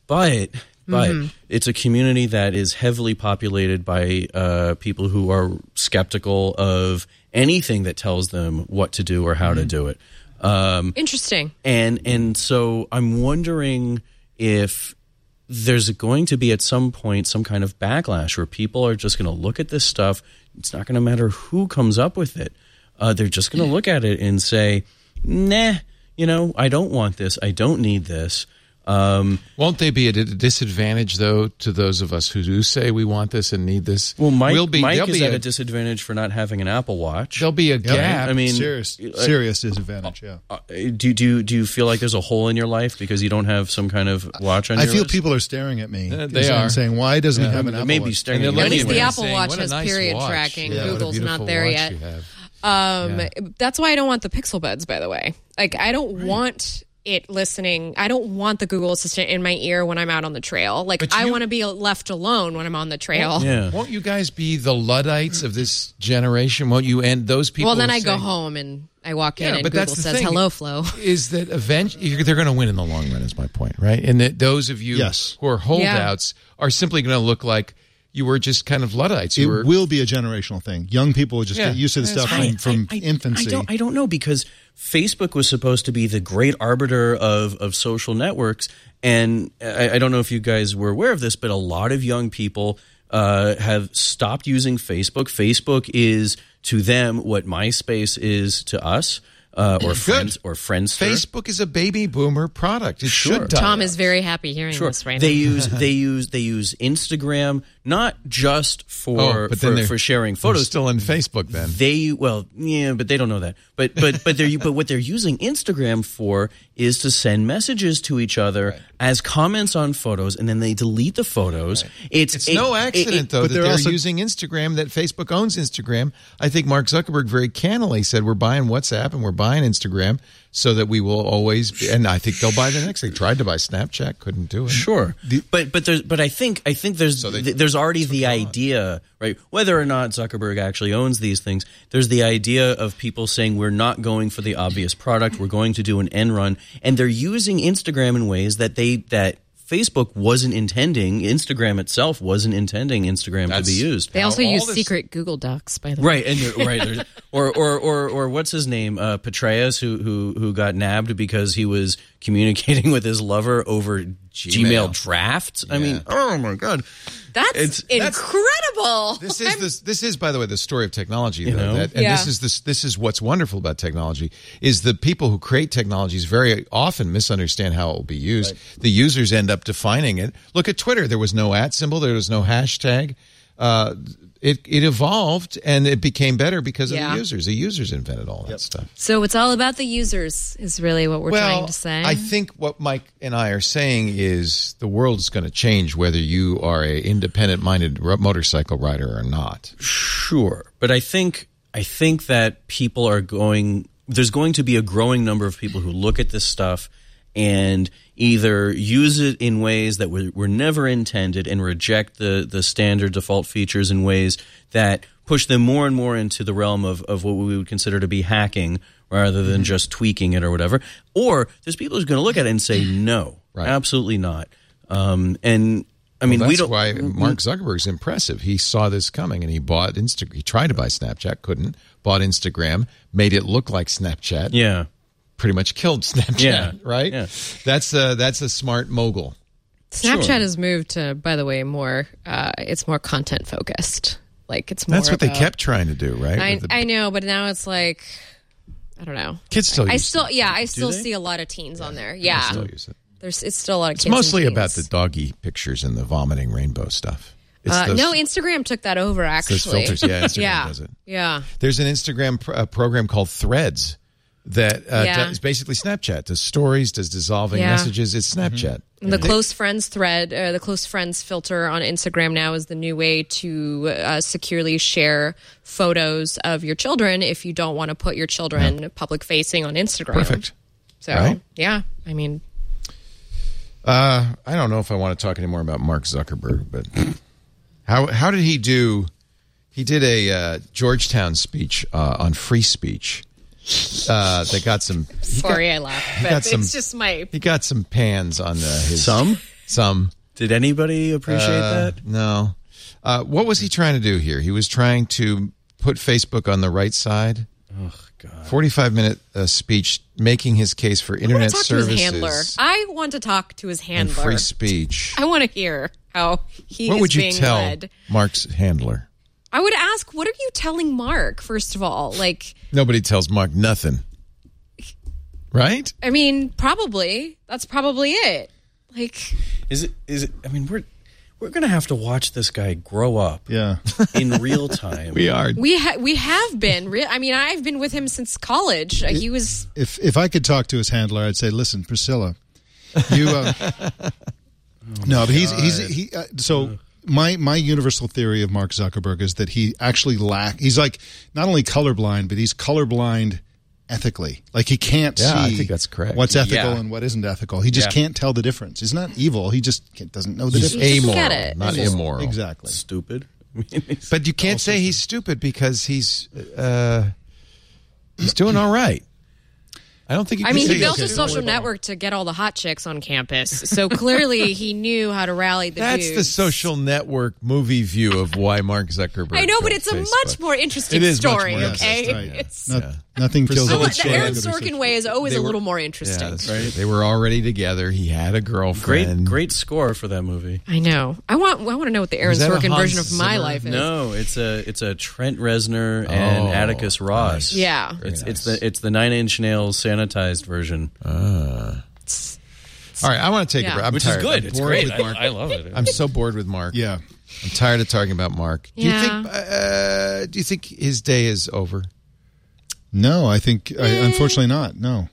Speaker 7: but but it's a community that is heavily populated by uh, people who are skeptical of anything that tells them what to do or how
Speaker 4: Mm-hmm.
Speaker 7: to do it. Um,
Speaker 4: Interesting.
Speaker 7: and and so I'm wondering if there's going to be at some point some kind of backlash where people are just going to look at this stuff. It's not going to matter who comes up with it. Uh, they're just going to look at it and say, "Nah, you know, I don't want this. I don't need this." Um,
Speaker 1: Won't they be at a disadvantage though to those of us who do say we want this and need this?
Speaker 7: Well, Mike,
Speaker 1: We'll be,
Speaker 7: Mike
Speaker 1: there'll
Speaker 7: is
Speaker 1: be
Speaker 7: at a,
Speaker 1: a-
Speaker 7: disadvantage for not having an Apple Watch.
Speaker 1: There'll be a
Speaker 5: Yeah,
Speaker 1: gap.
Speaker 7: I mean,
Speaker 5: serious,
Speaker 7: uh,
Speaker 5: serious disadvantage. Yeah,
Speaker 7: Uh, Do do do you feel like there's a hole in your life because you don't have some kind of watch on
Speaker 5: I
Speaker 7: your
Speaker 5: feel
Speaker 7: wrist?
Speaker 5: people are staring at me.
Speaker 1: Uh, they
Speaker 5: and
Speaker 1: are.
Speaker 5: saying, "Why doesn't he have an Apple
Speaker 7: maybe
Speaker 5: Watch?"
Speaker 7: staring
Speaker 1: And
Speaker 7: at
Speaker 1: they're
Speaker 7: you
Speaker 4: At least the
Speaker 7: anyway.
Speaker 4: Apple
Speaker 1: saying,
Speaker 4: Watch
Speaker 1: "What a
Speaker 4: has
Speaker 1: nice
Speaker 4: period
Speaker 1: watch."
Speaker 4: tracking.
Speaker 1: Yeah, what a
Speaker 4: Google's
Speaker 1: beautiful
Speaker 4: not there
Speaker 1: watch
Speaker 4: yet.
Speaker 1: you have.
Speaker 4: Um, That's why I don't want the Pixel Buds, by the way. Like, I don't want it listening. I don't want the Google Assistant in my ear when I'm out on the trail. Like, I want to be left alone when I'm on the trail.
Speaker 7: Yeah.
Speaker 1: Won't you guys be the luddites of this generation? Won't you end those people?
Speaker 4: Well, then
Speaker 1: who
Speaker 4: I go
Speaker 1: say-
Speaker 4: home and I walk in
Speaker 1: Yeah,
Speaker 4: and
Speaker 1: but
Speaker 4: Google
Speaker 1: that's the
Speaker 4: says,
Speaker 1: thing,
Speaker 4: hello, Flo.
Speaker 1: Is that eventually you're- they're going to win in the long run? Is my point right? And that those of you
Speaker 5: Yes.
Speaker 1: who are holdouts are simply going to look like you were just kind of luddites.
Speaker 5: It
Speaker 1: You were
Speaker 5: will be a generational thing. Young people just
Speaker 1: Yeah.
Speaker 5: get used to the
Speaker 1: Yeah,
Speaker 5: stuff from, from infancy.
Speaker 7: I don't, I don't know because Facebook was supposed to be the great arbiter of, of social networks. And I, I don't know if you guys were aware of this, but a lot of young people uh, have stopped using Facebook. Facebook is to them what MySpace is to us. Uh, or friends, or friends.
Speaker 1: Facebook is a baby boomer product. It
Speaker 7: Sure.
Speaker 1: should die.
Speaker 4: Tom is very happy hearing this right
Speaker 7: they
Speaker 4: now.
Speaker 7: use they use they use Instagram not just for
Speaker 1: Oh, but then
Speaker 7: for,
Speaker 1: they're-
Speaker 7: for sharing
Speaker 1: they're
Speaker 7: photos.
Speaker 1: still in Facebook then.
Speaker 7: They well, yeah, but they don't know that. But but but they're but what they're using Instagram for is to send messages to each other as comments on photos, and then they delete the photos. It's
Speaker 1: It's
Speaker 7: it-
Speaker 1: no
Speaker 7: it-
Speaker 1: accident,
Speaker 7: it-
Speaker 1: though,
Speaker 5: but
Speaker 1: that
Speaker 5: they're
Speaker 1: they're,
Speaker 5: also-
Speaker 1: using Instagram, that Facebook owns Instagram. I think Mark Zuckerberg very cannily said, We're buying WhatsApp and we're buying Instagram so that we will always be. And I think they'll buy the next. They tried to buy Snapchat, couldn't do it.
Speaker 7: Sure, but but there's but I think I think there's
Speaker 1: So they-
Speaker 7: th- there's already the idea, right? Whether or not Zuckerberg actually owns these things, there's the idea of people saying we're not going for the obvious product, we're going to do an end run, and they're using Instagram in ways that they that Facebook wasn't intending, Instagram itself wasn't intending Instagram
Speaker 1: That's-
Speaker 7: to be used.
Speaker 4: They also
Speaker 1: all
Speaker 4: use
Speaker 1: this-
Speaker 4: secret Google Docs, by the way.
Speaker 7: Right and they're- right, they're- or, or or or what's his name, uh, Petraeus, who who who got nabbed because he was communicating with his lover over Gmail, drafts. I mean, oh my god,
Speaker 4: That's
Speaker 7: It's- that's-
Speaker 4: incredible.
Speaker 1: This is this. This is, by the way, the story of technology. though,
Speaker 7: know?
Speaker 1: that- and
Speaker 4: Yeah.
Speaker 1: this is this. This is what's wonderful about technology is the people who create technologies very often misunderstand how it will be used. The users end up defining it. Look at Twitter. There was no at symbol. There was no hashtag. Uh, it it evolved and it became better because of
Speaker 4: Yeah.
Speaker 1: the users. The users invented all that stuff.
Speaker 4: so it's all about the users, is really what we're trying to say.
Speaker 1: I think what Mike and I are saying is the world's going to change whether you are a independent-minded ro- motorcycle rider or not.
Speaker 7: Sure, but I think I think that people are going. There's going to be a growing number of people who look at this stuff and either use it in ways that were, were never intended and reject the the standard default features in ways that push them more and more into the realm of, of what we would consider to be hacking rather
Speaker 1: Mm-hmm.
Speaker 7: than just tweaking it or whatever. Or there's people who's going to look at it and say no,
Speaker 1: Mm-hmm. Right.
Speaker 7: absolutely not. Um, and I mean,
Speaker 1: Well,
Speaker 7: we
Speaker 1: that's
Speaker 7: don't.
Speaker 1: why Mark Zuckerberg's impressive. He saw this coming and he bought Insta. He tried to buy Snapchat, couldn't. Bought Instagram, made it look like Snapchat.
Speaker 7: yeah.
Speaker 1: pretty much killed Snapchat.
Speaker 7: Yeah.
Speaker 1: right.
Speaker 7: Yeah.
Speaker 1: That's a that's a smart mogul.
Speaker 4: Snapchat has moved to, by the way, more. Uh, it's more content focused. Like it's more.
Speaker 1: That's what they
Speaker 4: about-
Speaker 1: kept trying to do, right?
Speaker 4: I,
Speaker 1: With the-
Speaker 4: I know, but now it's like, I don't know.
Speaker 1: kids still
Speaker 4: I
Speaker 1: use
Speaker 4: still, yeah, I still
Speaker 7: they?
Speaker 4: see a lot of teens on there. Yeah,
Speaker 1: still use it.
Speaker 4: there's it's still a lot of
Speaker 1: It's
Speaker 4: kids. and
Speaker 1: mostly about the
Speaker 4: teens.
Speaker 1: doggy pictures and the vomiting rainbow stuff. It's
Speaker 4: Uh,
Speaker 1: those-
Speaker 4: no, Instagram took that over. Actually,
Speaker 1: those filters. Yeah, Instagram
Speaker 4: yeah,
Speaker 1: does it.
Speaker 4: yeah.
Speaker 1: There's an Instagram pr- uh, program called Threads that uh,
Speaker 4: Yeah.
Speaker 1: does basically Snapchat. Does stories, does dissolving
Speaker 4: Yeah. Mm-hmm.
Speaker 1: messages. It's Snapchat.
Speaker 4: And The close friends thread, uh, the close friends filter on Instagram now is the new way to uh, securely share photos of your children if you don't want to put your children public facing on Instagram.
Speaker 1: Perfect.
Speaker 4: So,
Speaker 1: Right.
Speaker 4: yeah, I mean,
Speaker 1: Uh, I don't know if I want to talk anymore about Mark Zuckerberg, but how how did he do? He did a uh, Georgetown speech uh, on free speech. Uh, that got some. He
Speaker 4: sorry
Speaker 1: got,
Speaker 4: I laughed,
Speaker 1: he
Speaker 4: but
Speaker 1: got
Speaker 4: it's
Speaker 1: some-
Speaker 4: just my.
Speaker 1: he got some pans on uh, his
Speaker 7: Some?
Speaker 1: some.
Speaker 7: Did anybody appreciate
Speaker 1: Uh,
Speaker 7: that?
Speaker 1: no, uh, what was he trying to do here? He was trying to put Facebook on the right side.
Speaker 7: Oh God.
Speaker 1: Forty-five minute uh, speech making his case for
Speaker 4: I want
Speaker 1: internet
Speaker 4: to talk to
Speaker 1: services
Speaker 4: his handler. I want to talk to his
Speaker 1: and
Speaker 4: handler.
Speaker 1: free speech.
Speaker 4: I want to hear how he
Speaker 1: What
Speaker 4: is
Speaker 1: would you
Speaker 4: being
Speaker 1: tell
Speaker 4: led.
Speaker 1: Mark's handler?
Speaker 4: I would ask, what are you telling Mark? First of all, like,
Speaker 1: Nobody tells Mark nothing. Right?
Speaker 4: I mean, probably that's probably it. Like,
Speaker 7: Is it? Is it? I mean, we're we're gonna have to watch this guy grow up
Speaker 5: Yeah.
Speaker 7: in real time.
Speaker 1: We are.
Speaker 4: We ha- we have been. Re- I mean, I've been with him since college. Uh, He was
Speaker 5: if if I could talk to his handler, I'd say, "Listen, Priscilla, you." Uh, no, but he's he's he. Uh, so my my universal theory of Mark Zuckerberg is that he actually lack. He's like not only colorblind, but he's colorblind ethically. Like he can't
Speaker 1: Yeah, I
Speaker 5: see.
Speaker 1: think that's correct.
Speaker 5: What's ethical
Speaker 7: Yeah.
Speaker 5: and what isn't ethical. He just
Speaker 7: Yeah.
Speaker 5: can't tell the difference. He's not evil. He just can't, doesn't know the
Speaker 1: He's
Speaker 5: difference.
Speaker 4: just
Speaker 1: amoral,
Speaker 4: get it.
Speaker 1: not immoral.
Speaker 5: Exactly.
Speaker 7: Stupid.
Speaker 1: But you can't say he's stupid because he's uh, he's doing all right. I don't think. You
Speaker 4: I
Speaker 1: can
Speaker 4: mean,
Speaker 1: say
Speaker 4: he built
Speaker 1: he's
Speaker 4: a social network to get all the hot chicks on campus. So clearly, he knew how to rally the
Speaker 1: That's the
Speaker 4: dudes.
Speaker 1: social network movie view of why Mark Zuckerberg.
Speaker 4: I know, but
Speaker 1: built
Speaker 4: it's a
Speaker 1: Facebook.
Speaker 4: much more interesting
Speaker 1: It is much
Speaker 4: story.
Speaker 1: more
Speaker 4: okay,
Speaker 5: interesting, yeah.
Speaker 4: It's-
Speaker 5: Not- Nothing kills
Speaker 4: I
Speaker 1: Priscilla
Speaker 5: a good
Speaker 4: want- the
Speaker 5: story
Speaker 4: Aaron
Speaker 5: like a good research.
Speaker 4: Sorkin way is always
Speaker 1: They
Speaker 4: a
Speaker 1: were-
Speaker 4: little more
Speaker 1: Yeah,
Speaker 4: interesting.
Speaker 1: that's right. They were already together. He had a
Speaker 7: Great,
Speaker 1: girlfriend.
Speaker 7: great score for that movie.
Speaker 4: I know. I want. I want to know what the Aaron
Speaker 1: Is that a
Speaker 4: Sorkin
Speaker 1: Hans
Speaker 4: version of my
Speaker 1: Zimmer?
Speaker 4: life is.
Speaker 7: No, it's a it's a Trent Reznor and
Speaker 1: Oh,
Speaker 7: Atticus Ross.
Speaker 4: Yeah.
Speaker 7: It's, it's the it's the Nine Inch Nails sanitized version,
Speaker 1: All right, I want to take a
Speaker 4: Yeah.
Speaker 1: break. I'm
Speaker 7: which
Speaker 1: tired.
Speaker 7: is good.
Speaker 1: I'm
Speaker 7: It's
Speaker 1: bored
Speaker 7: great.
Speaker 1: with Mark.
Speaker 7: I, I love it.
Speaker 1: I'm so bored with Mark.
Speaker 5: Yeah.
Speaker 1: I'm tired of talking about Mark. Do
Speaker 4: Yeah.
Speaker 1: you think? Uh, do you think his day is over?
Speaker 5: No, I think I, unfortunately not. No,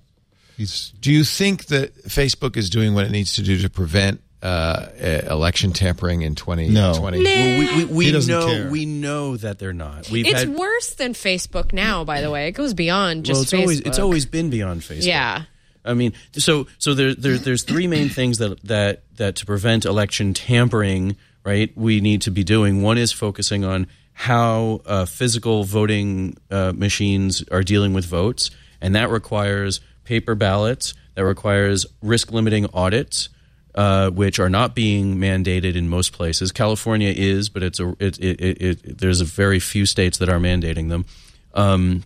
Speaker 5: he's
Speaker 1: Do you think that Facebook is doing what it needs to do to prevent uh, e- election tampering in 2020?
Speaker 7: Well, we we,
Speaker 5: He
Speaker 7: we
Speaker 5: doesn't
Speaker 7: know
Speaker 5: care.
Speaker 7: we know that they're not. We've
Speaker 4: It's
Speaker 7: had,
Speaker 4: worse than Facebook now, by the way. It goes beyond just
Speaker 7: well, it's always it's
Speaker 4: Facebook.
Speaker 7: always been beyond Facebook.
Speaker 4: Yeah.
Speaker 7: I mean, so so there, there there's three main things that that that to prevent election tampering, right? We need to be doing. One is focusing on how uh, physical voting uh, machines are dealing with votes, and that requires paper ballots. That requires risk limiting audits, uh, which are not being mandated in most places. California is, but it's a it, it, it, it there's a very few states that are mandating them. Um,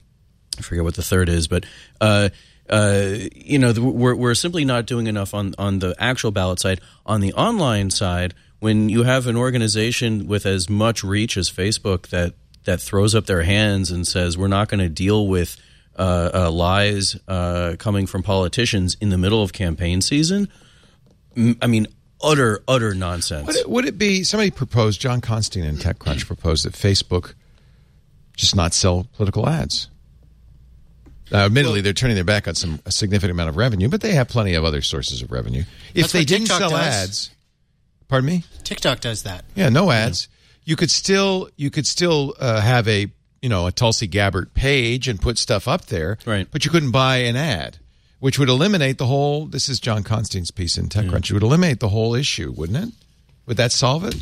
Speaker 7: I forget what the third is, but uh, uh, you know, the, we're we're simply not doing enough on on the actual ballot side. On the online side, when you have an organization with as much reach as Facebook that that throws up their hands and says we're not going to deal with uh, uh, lies uh, coming from politicians in the middle of campaign season, m- I mean, utter utter nonsense.
Speaker 1: Would it, would it be somebody proposed? John Constantine in TechCrunch proposed that Facebook just not sell political ads. Now, admittedly, they're turning their back on some a significant amount of revenue, but they have plenty of other sources of revenue. If
Speaker 6: That's
Speaker 1: they
Speaker 6: what
Speaker 1: didn't
Speaker 6: TikTok
Speaker 1: sell
Speaker 6: does.
Speaker 1: ads, pardon me.
Speaker 6: TikTok does that.
Speaker 1: Yeah, no ads. You could still you could still uh, have a you know a Tulsi Gabbard page and put stuff up there,
Speaker 7: Right.
Speaker 1: But you couldn't buy an ad, which would eliminate the whole. This is John Constantine's piece in TechCrunch. It would eliminate the whole issue, wouldn't it? Would that solve it?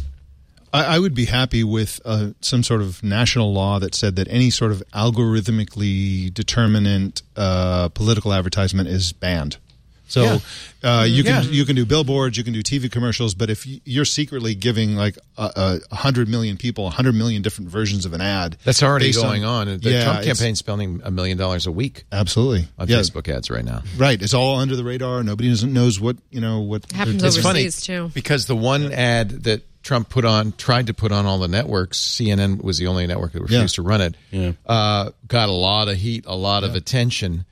Speaker 5: I, I would be happy with uh, some sort of national law that said that any sort of algorithmically determinant uh, political advertisement is banned. So uh, you can
Speaker 1: Yeah.
Speaker 5: you can do billboards, you can do TV commercials, but if y- you're secretly giving like a, a hundred million people a hundred million different versions of an ad,
Speaker 1: That's already
Speaker 5: based
Speaker 1: going on. The
Speaker 5: Yeah,
Speaker 1: Trump
Speaker 5: it's-
Speaker 1: campaign's spending a million dollars a week
Speaker 5: Absolutely,
Speaker 1: on
Speaker 5: Yeah,
Speaker 1: Facebook ads right now.
Speaker 5: Right, it's all under the radar. Nobody doesn't knows what you know what
Speaker 4: happens
Speaker 1: It's funny
Speaker 4: overseas too.
Speaker 1: because the one ad that Trump put on, tried to put on all the networks. CNN was the only network that refused to
Speaker 5: Yeah.
Speaker 1: run it. Uh, got a lot of heat, a lot of attention,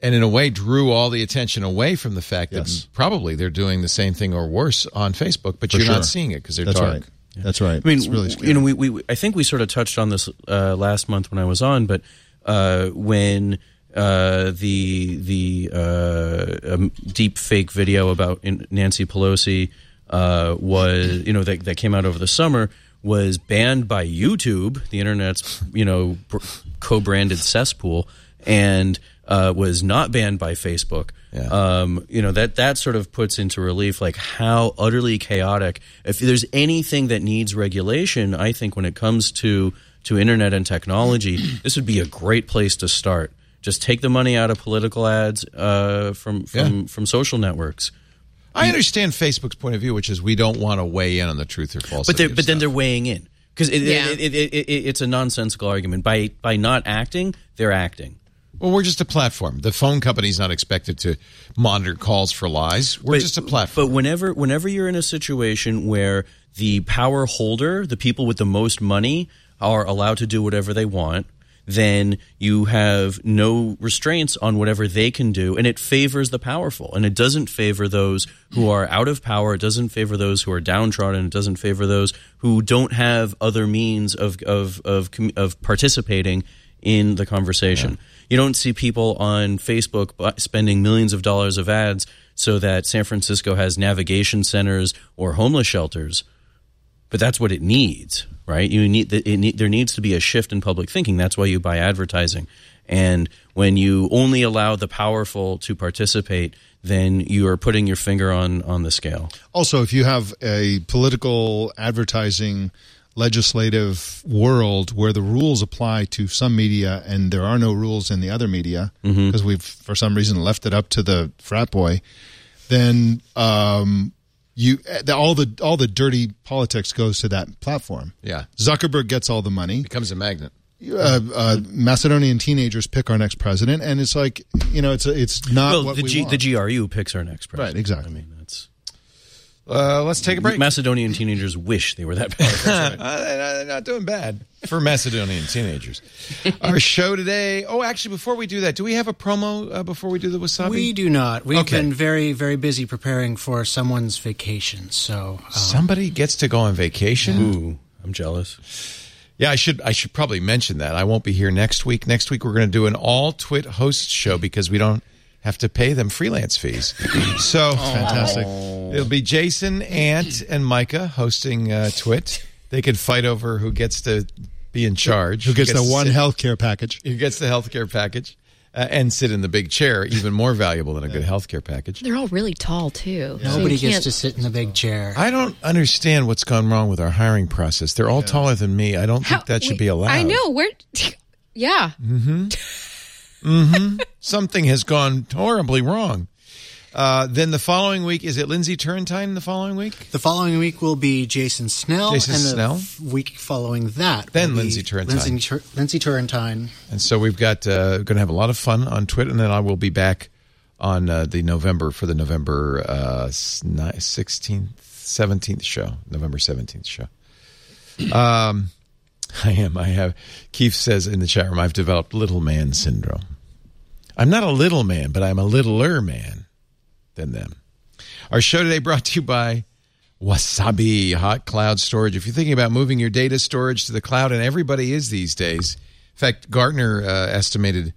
Speaker 1: and in a way drew all the attention away from the fact
Speaker 5: Yes.
Speaker 1: that probably they're doing the same thing or worse on Facebook, but
Speaker 5: For
Speaker 1: you're
Speaker 5: sure.
Speaker 1: not seeing it because they're
Speaker 5: That's
Speaker 1: dark.
Speaker 5: right. That's right.
Speaker 7: I mean,
Speaker 5: it's really
Speaker 7: w-
Speaker 5: scary.
Speaker 7: you know, we, we I think we sort of touched on this uh, last month when I was on, but uh, when uh, the the uh, um, deep fake video about in- Nancy Pelosi uh, was you know that that came out over the summer was banned by YouTube, the internet's you know br- co-branded cesspool, and uh, was not banned by Facebook
Speaker 1: Yeah.
Speaker 7: um, you know that that sort of puts into relief like how utterly chaotic. If there's anything that needs regulation, I think when it comes to to internet and technology, this would be a great place to start. Just take the money out of political ads uh, from from,
Speaker 1: Yeah.
Speaker 7: from social networks.
Speaker 1: I understand Facebook's point of view, which is we don't want to weigh in on the truth or falsity.
Speaker 7: but they're,
Speaker 1: of
Speaker 7: but then
Speaker 1: stuff.
Speaker 7: they're weighing in because it,
Speaker 4: Yeah.
Speaker 7: it, it, it, it, it's a nonsensical argument. By by not acting, they're acting.
Speaker 1: well, we're just a platform. The phone company's not expected to monitor calls for lies. We're
Speaker 7: But-
Speaker 1: just a platform.
Speaker 7: But whenever whenever you're in a situation where the power holder, the people with the most money, are allowed to do whatever they want, then you have no restraints on whatever they can do, and it favors the powerful, and it doesn't favor those who are out of power. It doesn't favor those who are downtrodden. It doesn't favor those who don't have other means of of of, commu- of participating in the conversation. You don't see people on Facebook bu- spending millions of dollars of ads so that San Francisco has navigation centers or homeless shelters, but that's what it needs, right? You need, the- it need there needs to be a shift in public thinking. That's why you buy advertising. And when you only allow the powerful to participate, then you are putting your finger on on the scale.
Speaker 5: also if you have a political advertising legislative world where the rules apply to some media and there are no rules in the other media because
Speaker 7: Mm-hmm.
Speaker 5: we've for some reason left it up to the frat boy then um you the, all the all the dirty politics goes to that platform
Speaker 1: Yeah.
Speaker 5: zuckerberg gets all the money
Speaker 1: becomes a magnet.
Speaker 5: uh, uh, macedonian teenagers pick our next president and it's like you know it's it's not
Speaker 7: Well,
Speaker 5: what
Speaker 7: the,
Speaker 5: we
Speaker 7: G,
Speaker 5: want.
Speaker 7: the GRU picks our next president.
Speaker 5: Right, exactly.
Speaker 7: I mean, that's
Speaker 1: Uh, let's take a break.
Speaker 7: Macedonian teenagers wish they were that powerful.
Speaker 1: Uh, they're they're not doing bad for Macedonian teenagers. Our show today. Oh, actually, before we do that, do we have a promo uh, before we do the wasabi?
Speaker 6: We do not. We've
Speaker 1: Okay.
Speaker 6: been very, very busy preparing for someone's vacation. So, um,
Speaker 1: Uh, Somebody gets to go on vacation.
Speaker 7: Ooh, I'm jealous.
Speaker 1: Yeah, I should I should probably mention that. I won't be here next week. Next week we're going to do an all twit host show because we don't have to pay them freelance fees.
Speaker 5: Oh.
Speaker 1: So
Speaker 5: Fantastic.
Speaker 1: it'll be Jason, Ant, and Micah hosting uh, Twit. They could fight over who gets to be in charge.
Speaker 5: Who gets the
Speaker 1: to
Speaker 5: one
Speaker 1: sit-
Speaker 5: health care package?
Speaker 1: Who gets the healthcare package uh, and sit in the big chair? Even more valuable than a good healthcare package.
Speaker 4: They're all really tall too. so you
Speaker 6: nobody gets
Speaker 4: can't-
Speaker 6: to sit in the big chair.
Speaker 1: I don't understand what's gone wrong with our hiring process. They're all taller than me. I don't
Speaker 4: How-
Speaker 1: think that should
Speaker 4: we-
Speaker 1: be allowed.
Speaker 4: I know. Where? Yeah.
Speaker 1: something has gone horribly wrong. Uh, then the following week is it Lindsay Turrentine? The following week,
Speaker 6: The following week will be Jason Snell.
Speaker 1: Jason
Speaker 6: and the
Speaker 1: Snell.
Speaker 6: f- week following that.
Speaker 1: Then
Speaker 6: will be
Speaker 1: Lindsay Turrentine.
Speaker 6: Lindsay, Tur- Lindsay Turrentine.
Speaker 1: and so we've got uh, going to have a lot of fun on Twitter, and then I will be back on uh, the November for the November uh, sixteenth, seventeenth show, November seventeenth show. Um, I am. I have. Keith says in the chat room, I've developed little man syndrome. I'm not a little man, but I'm a littler man than them. Our show today brought to you by Wasabi Hot Cloud Storage. If you're thinking about moving your data storage to the cloud, and everybody is these days, in fact, Gartner uh, estimated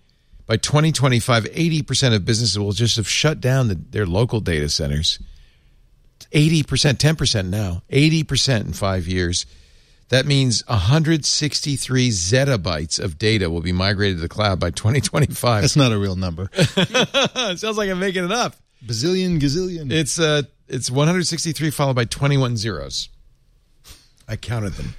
Speaker 1: by 2025, 80% of businesses will just have shut down the, their local data centers. 80%, 10% now, 80% in five years. That means 163 zettabytes of data will be migrated to the cloud by 2025.
Speaker 5: That's not a real number.
Speaker 1: it sounds like I'm making it up.
Speaker 5: Bazillion, gazillion.
Speaker 1: It's uh, it's 163 followed by 21 zeros. I counted them.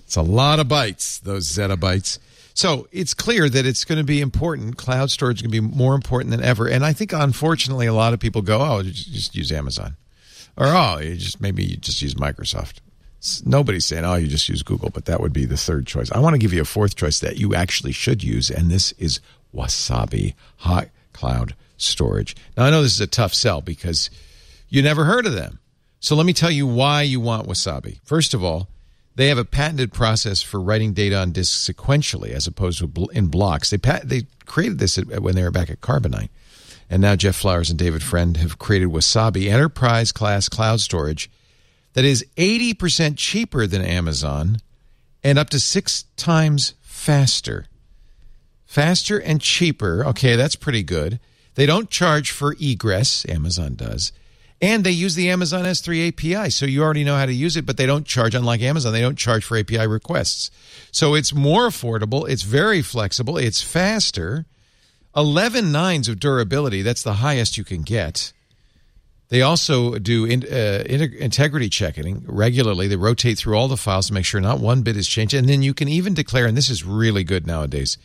Speaker 1: It's a lot of bytes, those zettabytes. So it's clear that it's going to be important. Cloud storage is going to be more important than ever. And I think, unfortunately, a lot of people go, "Oh, you just just use Amazon," or "Oh, you just maybe you just use Microsoft." S- Nobody's saying, "Oh, you just use Google," but that would be the third choice. I want to give you a fourth choice that you actually should use, and this is Wasabi Hot Cloud Storage. Now, I know this is a tough sell because you never heard of them. So let me tell you why you want Wasabi. First of all, they have a patented process for writing data on disks sequentially as opposed to bl- in blocks. They pat- they created this at, when they were back at Carbonite. And now Jeff Flowers and David Friend have created Wasabi enterprise class cloud storage that is 80% cheaper than Amazon and up to 6 times faster faster and cheaper. Okay, that's pretty good. They don't charge for egress, Amazon does. And they use the Amazon S3 API, so you already know how to use it, but they don't charge, unlike Amazon, they don't charge for API requests. So it's more affordable, it's very flexible, it's faster. 11 nines of durability, that's the highest you can get. They also do in, uh, integ- integrity checking regularly. They rotate through all the files to make sure not one bit is changed. And then you can even declare, and this is really good nowadays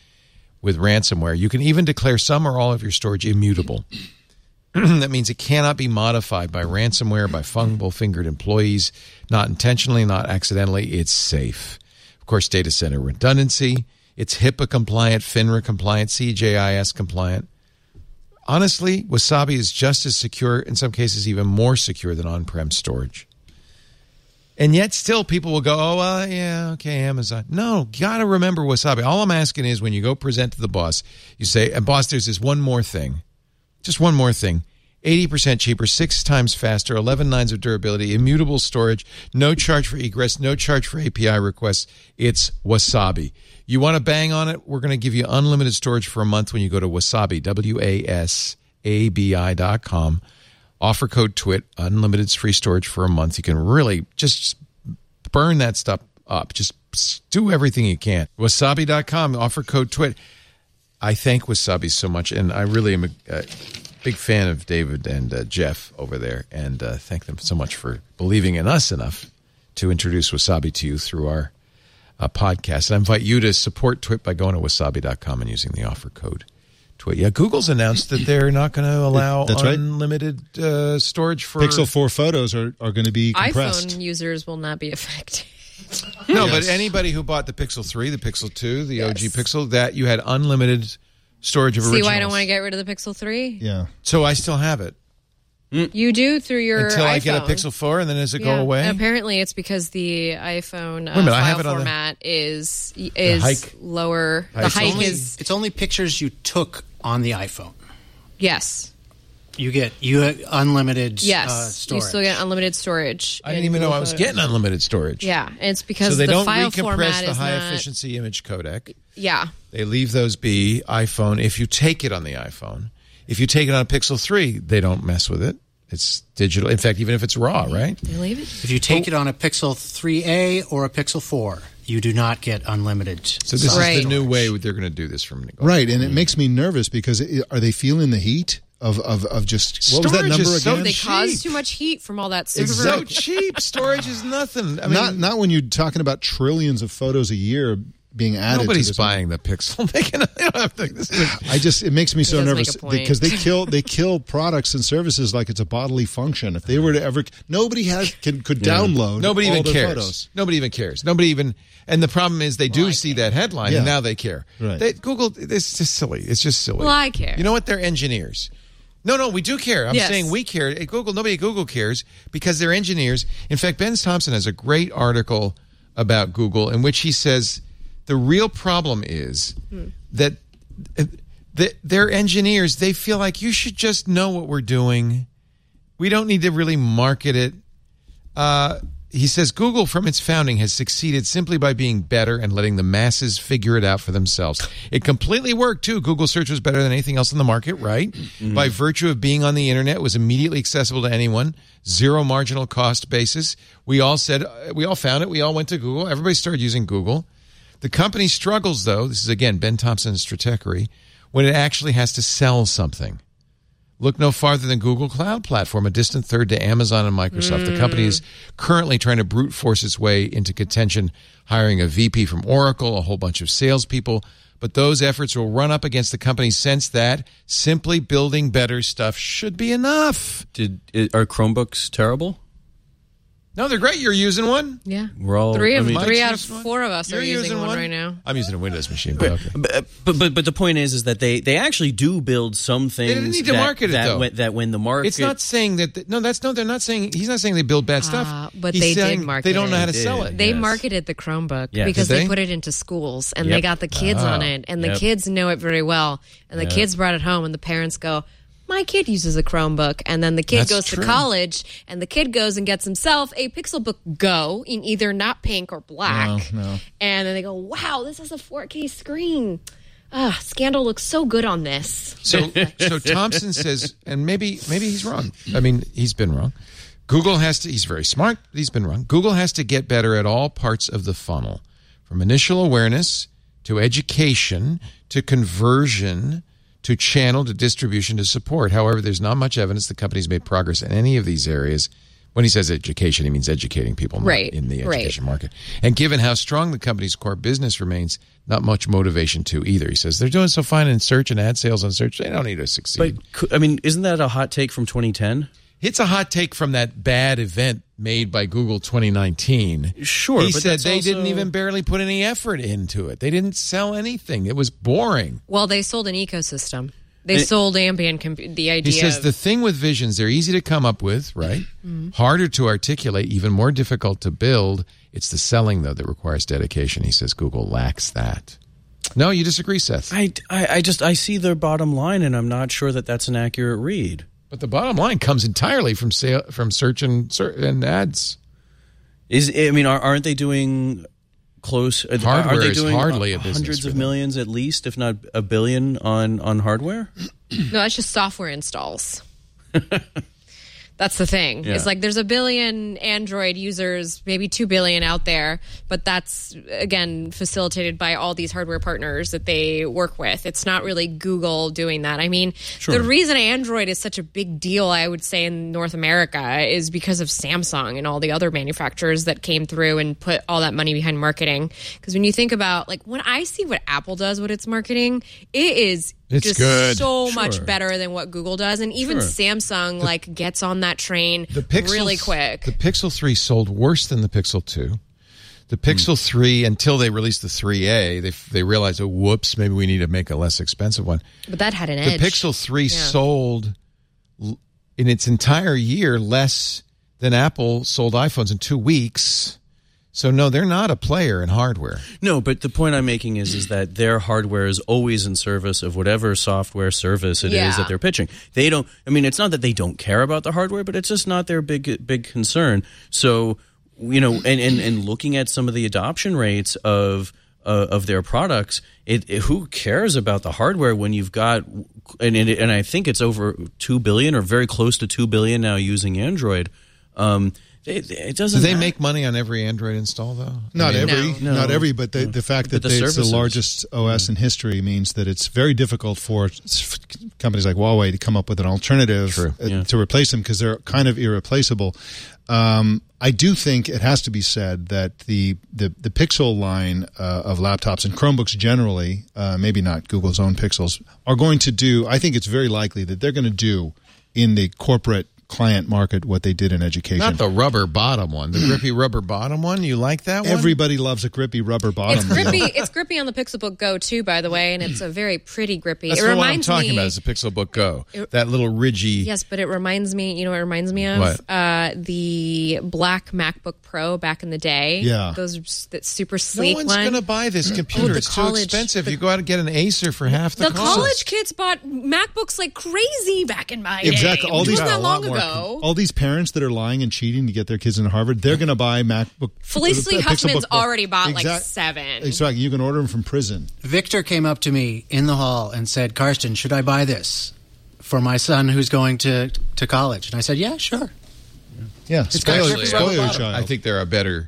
Speaker 1: with ransomware, you can even declare some or all of your storage immutable. that means it cannot be modified by ransomware, by fungal fingered employees, not intentionally, not accidentally. It's safe. Of course, data center redundancy. It's HIPAA compliant, FINRA compliant, CJIS compliant honestly, Wasabi is just as secure, in some cases, even more secure than on prem storage. And yet, still, people will go, oh, well, yeah, okay, Amazon. No, got to remember Wasabi. All I'm asking is when you go present to the boss, you say, and boss, there's this one more thing. Just one more thing. 80% cheaper, six times faster, 11 nines of durability, immutable storage, no charge for egress, no charge for API requests. It's Wasabi. You want to bang on it? We're going to give you unlimited storage for a month when you go to Wasabi, W A S A B I dot com. Offer code TWIT, unlimited free storage for a month. You can really just burn that stuff up. Just do everything you can. Wasabi.com, offer code TWIT. I thank Wasabi so much, and I really am a, a big fan of David and uh, Jeff over there, and uh, thank them so much for believing in us enough to introduce Wasabi to you through our uh, podcast. And I invite you to support Twit by going to wasabi.com and using the offer code Twit. Yeah, Google's announced that they're not going to allow
Speaker 5: That's right.
Speaker 1: unlimited uh, storage for
Speaker 5: Pixel 4 photos are, are going to be compressed.
Speaker 4: iPhone users will not be affected.
Speaker 1: No, but anybody who bought the Pixel 3, the Pixel 2, the OG Pixel, that you had unlimited storage of
Speaker 4: See
Speaker 1: originals.
Speaker 4: why I don't want to get rid of the Pixel Three?
Speaker 5: Yeah.
Speaker 1: So I still have it.
Speaker 4: You do through your
Speaker 1: until I get a
Speaker 4: iPhone.
Speaker 1: Pixel Four, and then does it
Speaker 4: Yeah.
Speaker 1: go away?
Speaker 4: Apparently, it's because the iPhone uh,
Speaker 1: Wait a minute, I have
Speaker 4: file
Speaker 1: it on the-
Speaker 4: format is is
Speaker 1: hike.
Speaker 4: lower. The
Speaker 1: It's
Speaker 4: hike
Speaker 1: only-
Speaker 4: is
Speaker 6: It's only pictures you took on the iPhone.
Speaker 4: yes,
Speaker 1: uh,
Speaker 6: You get you have unlimited
Speaker 4: yes.
Speaker 6: uh,
Speaker 4: you
Speaker 6: storage.
Speaker 4: still get unlimited storage.
Speaker 1: I didn't
Speaker 4: in
Speaker 1: even know
Speaker 4: Google
Speaker 1: I was
Speaker 4: Photos.
Speaker 1: getting unlimited storage.
Speaker 4: Yeah, and it's because
Speaker 1: So they
Speaker 4: the
Speaker 1: don't
Speaker 4: file
Speaker 1: recompress
Speaker 4: format
Speaker 1: the
Speaker 4: is
Speaker 1: high
Speaker 4: not.
Speaker 1: efficiency image codec.
Speaker 4: Yeah,
Speaker 1: They leave those be iPhone. If you take it on the iPhone, if you take it on a Pixel 3, they don't mess with it. It's digital. In fact, even if it's raw, right?
Speaker 4: they leave it.
Speaker 6: if you
Speaker 1: Oh.
Speaker 6: take it on a Pixel 3A or a Pixel 4, you do not get unlimited.
Speaker 1: So this
Speaker 4: Right.
Speaker 1: is the new way they're going to do this from Nicole.
Speaker 5: Right, and it makes me nervous because it, are they feeling the heat of of, of just what was that
Speaker 1: Storage is
Speaker 5: number
Speaker 1: so
Speaker 5: again?
Speaker 4: Oh, They
Speaker 1: cheap.
Speaker 4: cause too much heat from all that server.
Speaker 1: It's so cheap. Storage is nothing. I mean,
Speaker 5: not not when you're talking about trillions of photos a year being added. to
Speaker 1: nobody's
Speaker 5: this.
Speaker 1: buying the Pixel. They can, they don't have to, this is a-
Speaker 5: I just it makes me so
Speaker 4: does make
Speaker 5: nervous
Speaker 4: a point.
Speaker 5: because they kill they kill products and services like it's a bodily function. If they were to ever, nobody has can could download
Speaker 1: Nobody
Speaker 5: all
Speaker 1: even
Speaker 5: their
Speaker 1: cares.
Speaker 5: photos.
Speaker 1: Nobody even cares. Nobody even. And the problem is they do see that headline and
Speaker 5: Yeah.
Speaker 1: now they care.
Speaker 5: Right.
Speaker 1: They, Google, it's just silly. It's just silly.
Speaker 4: Well, I care.
Speaker 1: You know what? They're engineers. No, no, we do care. I'm
Speaker 4: Yes.
Speaker 1: saying we care. At Google, nobody at Google cares because they're engineers. In fact, Ben Thompson has a great article about Google in which he says the real problem is
Speaker 4: Hmm.
Speaker 1: that that they're engineers. They feel like you should just know what we're doing. We don't need to really market it. Uh, he says Google, from its founding, has succeeded simply by being better and letting the masses figure it out for themselves. It completely worked too. Google search was better than anything else in the market, right? By virtue of being on the internet, it was immediately accessible to anyone, zero marginal cost basis. We all said uh, we all found it. We all went to Google. Everybody started using Google. The company struggles, though. This is again Ben Thompson's stratechery when it actually has to sell something. Look no farther than Google Cloud Platform, a distant third to Amazon and Microsoft. The company is currently trying to brute force its way into contention, hiring a VP from Oracle, a whole bunch of salespeople. But those efforts will run up against the company's sense that simply building better stuff should be enough.
Speaker 7: Did it, are Chromebooks terrible?
Speaker 1: No, they're great. You're using one.
Speaker 4: Yeah,
Speaker 7: We're all-
Speaker 4: three
Speaker 7: I
Speaker 4: of
Speaker 7: mean-
Speaker 4: three out of
Speaker 1: Mike's using one?
Speaker 4: four of us
Speaker 1: You're
Speaker 4: are using, one, right now.
Speaker 1: I'm using a Windows machine. But okay.
Speaker 7: But uh, but but, but the point is, is that they, they actually do build some things.
Speaker 1: didn't need to
Speaker 7: that,
Speaker 1: market it,
Speaker 7: that
Speaker 1: though.
Speaker 7: When, that when the market,
Speaker 1: It's not saying that. no, that's no. They're not saying. He's not saying they build bad stuff.
Speaker 4: Ah, but
Speaker 1: He's
Speaker 4: they did
Speaker 1: saying
Speaker 4: market
Speaker 1: They don't know
Speaker 4: it.
Speaker 1: how to
Speaker 7: They
Speaker 1: sell
Speaker 7: did.
Speaker 1: it.
Speaker 4: They
Speaker 7: Yes.
Speaker 4: marketed the Chromebook
Speaker 7: Yeah.
Speaker 4: because
Speaker 1: Did
Speaker 4: they?
Speaker 1: they?
Speaker 4: put it into schools and
Speaker 7: Yep.
Speaker 4: they got the kids on it and the
Speaker 7: Yep.
Speaker 4: kids know it very well and the kids brought it home and the parents go my kid uses a Chromebook and then the kid
Speaker 1: That's
Speaker 4: goes
Speaker 1: true.
Speaker 4: to college and the kid goes and gets himself a Pixelbook Go in either not pink or black and then they go wow this has a 4K screen Ah, Scandal looks so good on this
Speaker 1: So, so Thompson says, and maybe maybe he's wrong. I mean, he's been wrong. Google has to. He's very smart. But he's been wrong. Google has to get better at all parts of the funnel, from initial awareness to education to conversion to channel to distribution to support. However, there's not much evidence the company's made progress in any of these areas. When he says education, he means educating people not
Speaker 4: Right,
Speaker 1: in the
Speaker 4: right.
Speaker 1: education market. And given how strong the company's core business remains, not much motivation to either. He says they're doing so fine in search and ad sales on search, they don't need to
Speaker 7: But
Speaker 1: succeed.
Speaker 7: cou- I mean, isn't that a hot take from 2010?
Speaker 1: it's a hot take from that bad event made by Google 2019.
Speaker 7: Sure,
Speaker 1: he
Speaker 7: but
Speaker 1: said
Speaker 7: that's
Speaker 1: they didn't
Speaker 7: also-
Speaker 1: even barely put any effort into it. They didn't sell anything. It was boring.
Speaker 4: well they sold an ecosystem they sold ambient compu the
Speaker 1: He
Speaker 4: idea
Speaker 1: says
Speaker 4: of- Mm-hmm.
Speaker 1: the thing with visions, they're easy to come up with, right? Harder to articulate, even more difficult to build. It's the selling, though, that requires dedication. He says Google lacks that. No, you disagree, Seth.
Speaker 7: I, I I just I see their bottom line, and I'm not sure that that's an accurate read.
Speaker 1: But the bottom line comes entirely from sale, from search and ser- and ads.
Speaker 7: Is I mean, are, aren't they doing close? are-
Speaker 1: Hardware
Speaker 7: are they
Speaker 1: is
Speaker 7: doing
Speaker 1: hardly a business
Speaker 7: hundreds
Speaker 1: for
Speaker 7: of
Speaker 1: them.
Speaker 7: millions at least, if not a billion on on hardware?
Speaker 4: No, that's just software installs. that's the thing.
Speaker 7: Yeah.
Speaker 4: It's like there's a billion Android users, maybe two billion out there, but that's again facilitated by all these hardware partners that they work with. It's not really Google doing that. I mean, the reason Android is such a big deal, I would say, in North America is because of Samsung and all the other manufacturers that came through and put all that money behind marketing. Because when you think about like when I see what Apple does with its marketing, it is
Speaker 1: It's
Speaker 4: just
Speaker 1: good.
Speaker 4: so much better than what Google does, and even Samsung like gets on that train really quick.
Speaker 1: The Pixel 3 sold worse than the Pixel 2. The Pixel 3, until they released the 3A, they, they realized, oh, whoops, maybe we need to make a less expensive one.
Speaker 4: but that had an
Speaker 1: The
Speaker 4: edge.
Speaker 1: Pixel 3 sold l- in its entire year less than Apple sold iPhones in two weeks. So no, they're not a player in hardware.
Speaker 7: No, but the point I'm making is is that their hardware is always in service of whatever software service it is
Speaker 4: Yeah.
Speaker 7: that they're pitching. They don't. I mean, it's not that they don't care about the hardware, but it's just not their big big concern. So you know, and and, and looking at some of the adoption rates of. Uh, of their products, it, it- who cares about the hardware when you've got and and, and I think it's over two billion or very close to two billion now using Android. Um, it, it
Speaker 1: Do
Speaker 7: doesn't.
Speaker 1: they
Speaker 7: matter.
Speaker 1: make money on every Android install though?
Speaker 5: Not
Speaker 1: I mean,
Speaker 5: every,
Speaker 7: No.
Speaker 5: not
Speaker 7: No.
Speaker 5: every, but the, the fact that
Speaker 7: But the
Speaker 5: they- it's the
Speaker 7: services.
Speaker 5: largest OS in history means that it's very difficult for s- companies like Huawei to come up with an alternative uh, to replace them because they're kind of irreplaceable. Um, I do think it has to be said that the the, the Pixel line uh, of laptops and Chromebooks generally, uh, maybe not Google's own Pixels, are going to do. I think it's very likely that they're going to do in the corporate client market what they did in education.
Speaker 1: Not the rubber bottom one, the grippy rubber bottom one. You like that one?
Speaker 5: Mm. Everybody loves a grippy rubber bottom.
Speaker 4: It's grippy. It's grippy on the Pixelbook Go too, by the way, and it's a very pretty grippy.
Speaker 1: That's
Speaker 4: it
Speaker 1: the one I'm
Speaker 4: reminds
Speaker 1: talking
Speaker 4: me.
Speaker 1: about. Is the Pixelbook Go? that little ridgy.
Speaker 4: Yes, but it reminds me. You know, what it reminds me of
Speaker 1: What?
Speaker 4: Uh, the black MacBook Pro back in the day.
Speaker 5: Yeah.
Speaker 4: those that super
Speaker 1: no
Speaker 4: sleek
Speaker 1: one's
Speaker 4: one. Oh,
Speaker 1: going to buy this
Speaker 5: Mm.
Speaker 1: computer.
Speaker 4: the
Speaker 1: it's too
Speaker 4: college-
Speaker 1: expensive.
Speaker 4: the-
Speaker 1: you go out and get an Acer for half the,
Speaker 4: the
Speaker 1: cost.
Speaker 4: college kids bought MacBooks like crazy back in my
Speaker 5: Exactly.
Speaker 4: day.
Speaker 5: All
Speaker 4: which
Speaker 5: these
Speaker 4: was
Speaker 5: Yeah, a
Speaker 4: not
Speaker 5: lot
Speaker 4: long
Speaker 5: more-
Speaker 4: ago.
Speaker 5: All these parents that are lying and cheating to get their kids into Harvard, they're going to buy MacBook.
Speaker 4: Felice Lee
Speaker 5: uh, Pixelbook
Speaker 4: Huffman's
Speaker 5: Pro.
Speaker 4: already bought like
Speaker 5: Exact-
Speaker 4: seven.
Speaker 5: Exactly. You can order them from prison.
Speaker 6: Victor came up to me in the hall and said, Karsten, should I buy this for my son who's going to, to college? And I said, yeah, sure.
Speaker 5: Yeah.
Speaker 6: got
Speaker 5: Spoil,
Speaker 6: grippy
Speaker 5: spoil
Speaker 6: rubber
Speaker 5: your
Speaker 6: bottom.
Speaker 5: child.
Speaker 1: I think there are better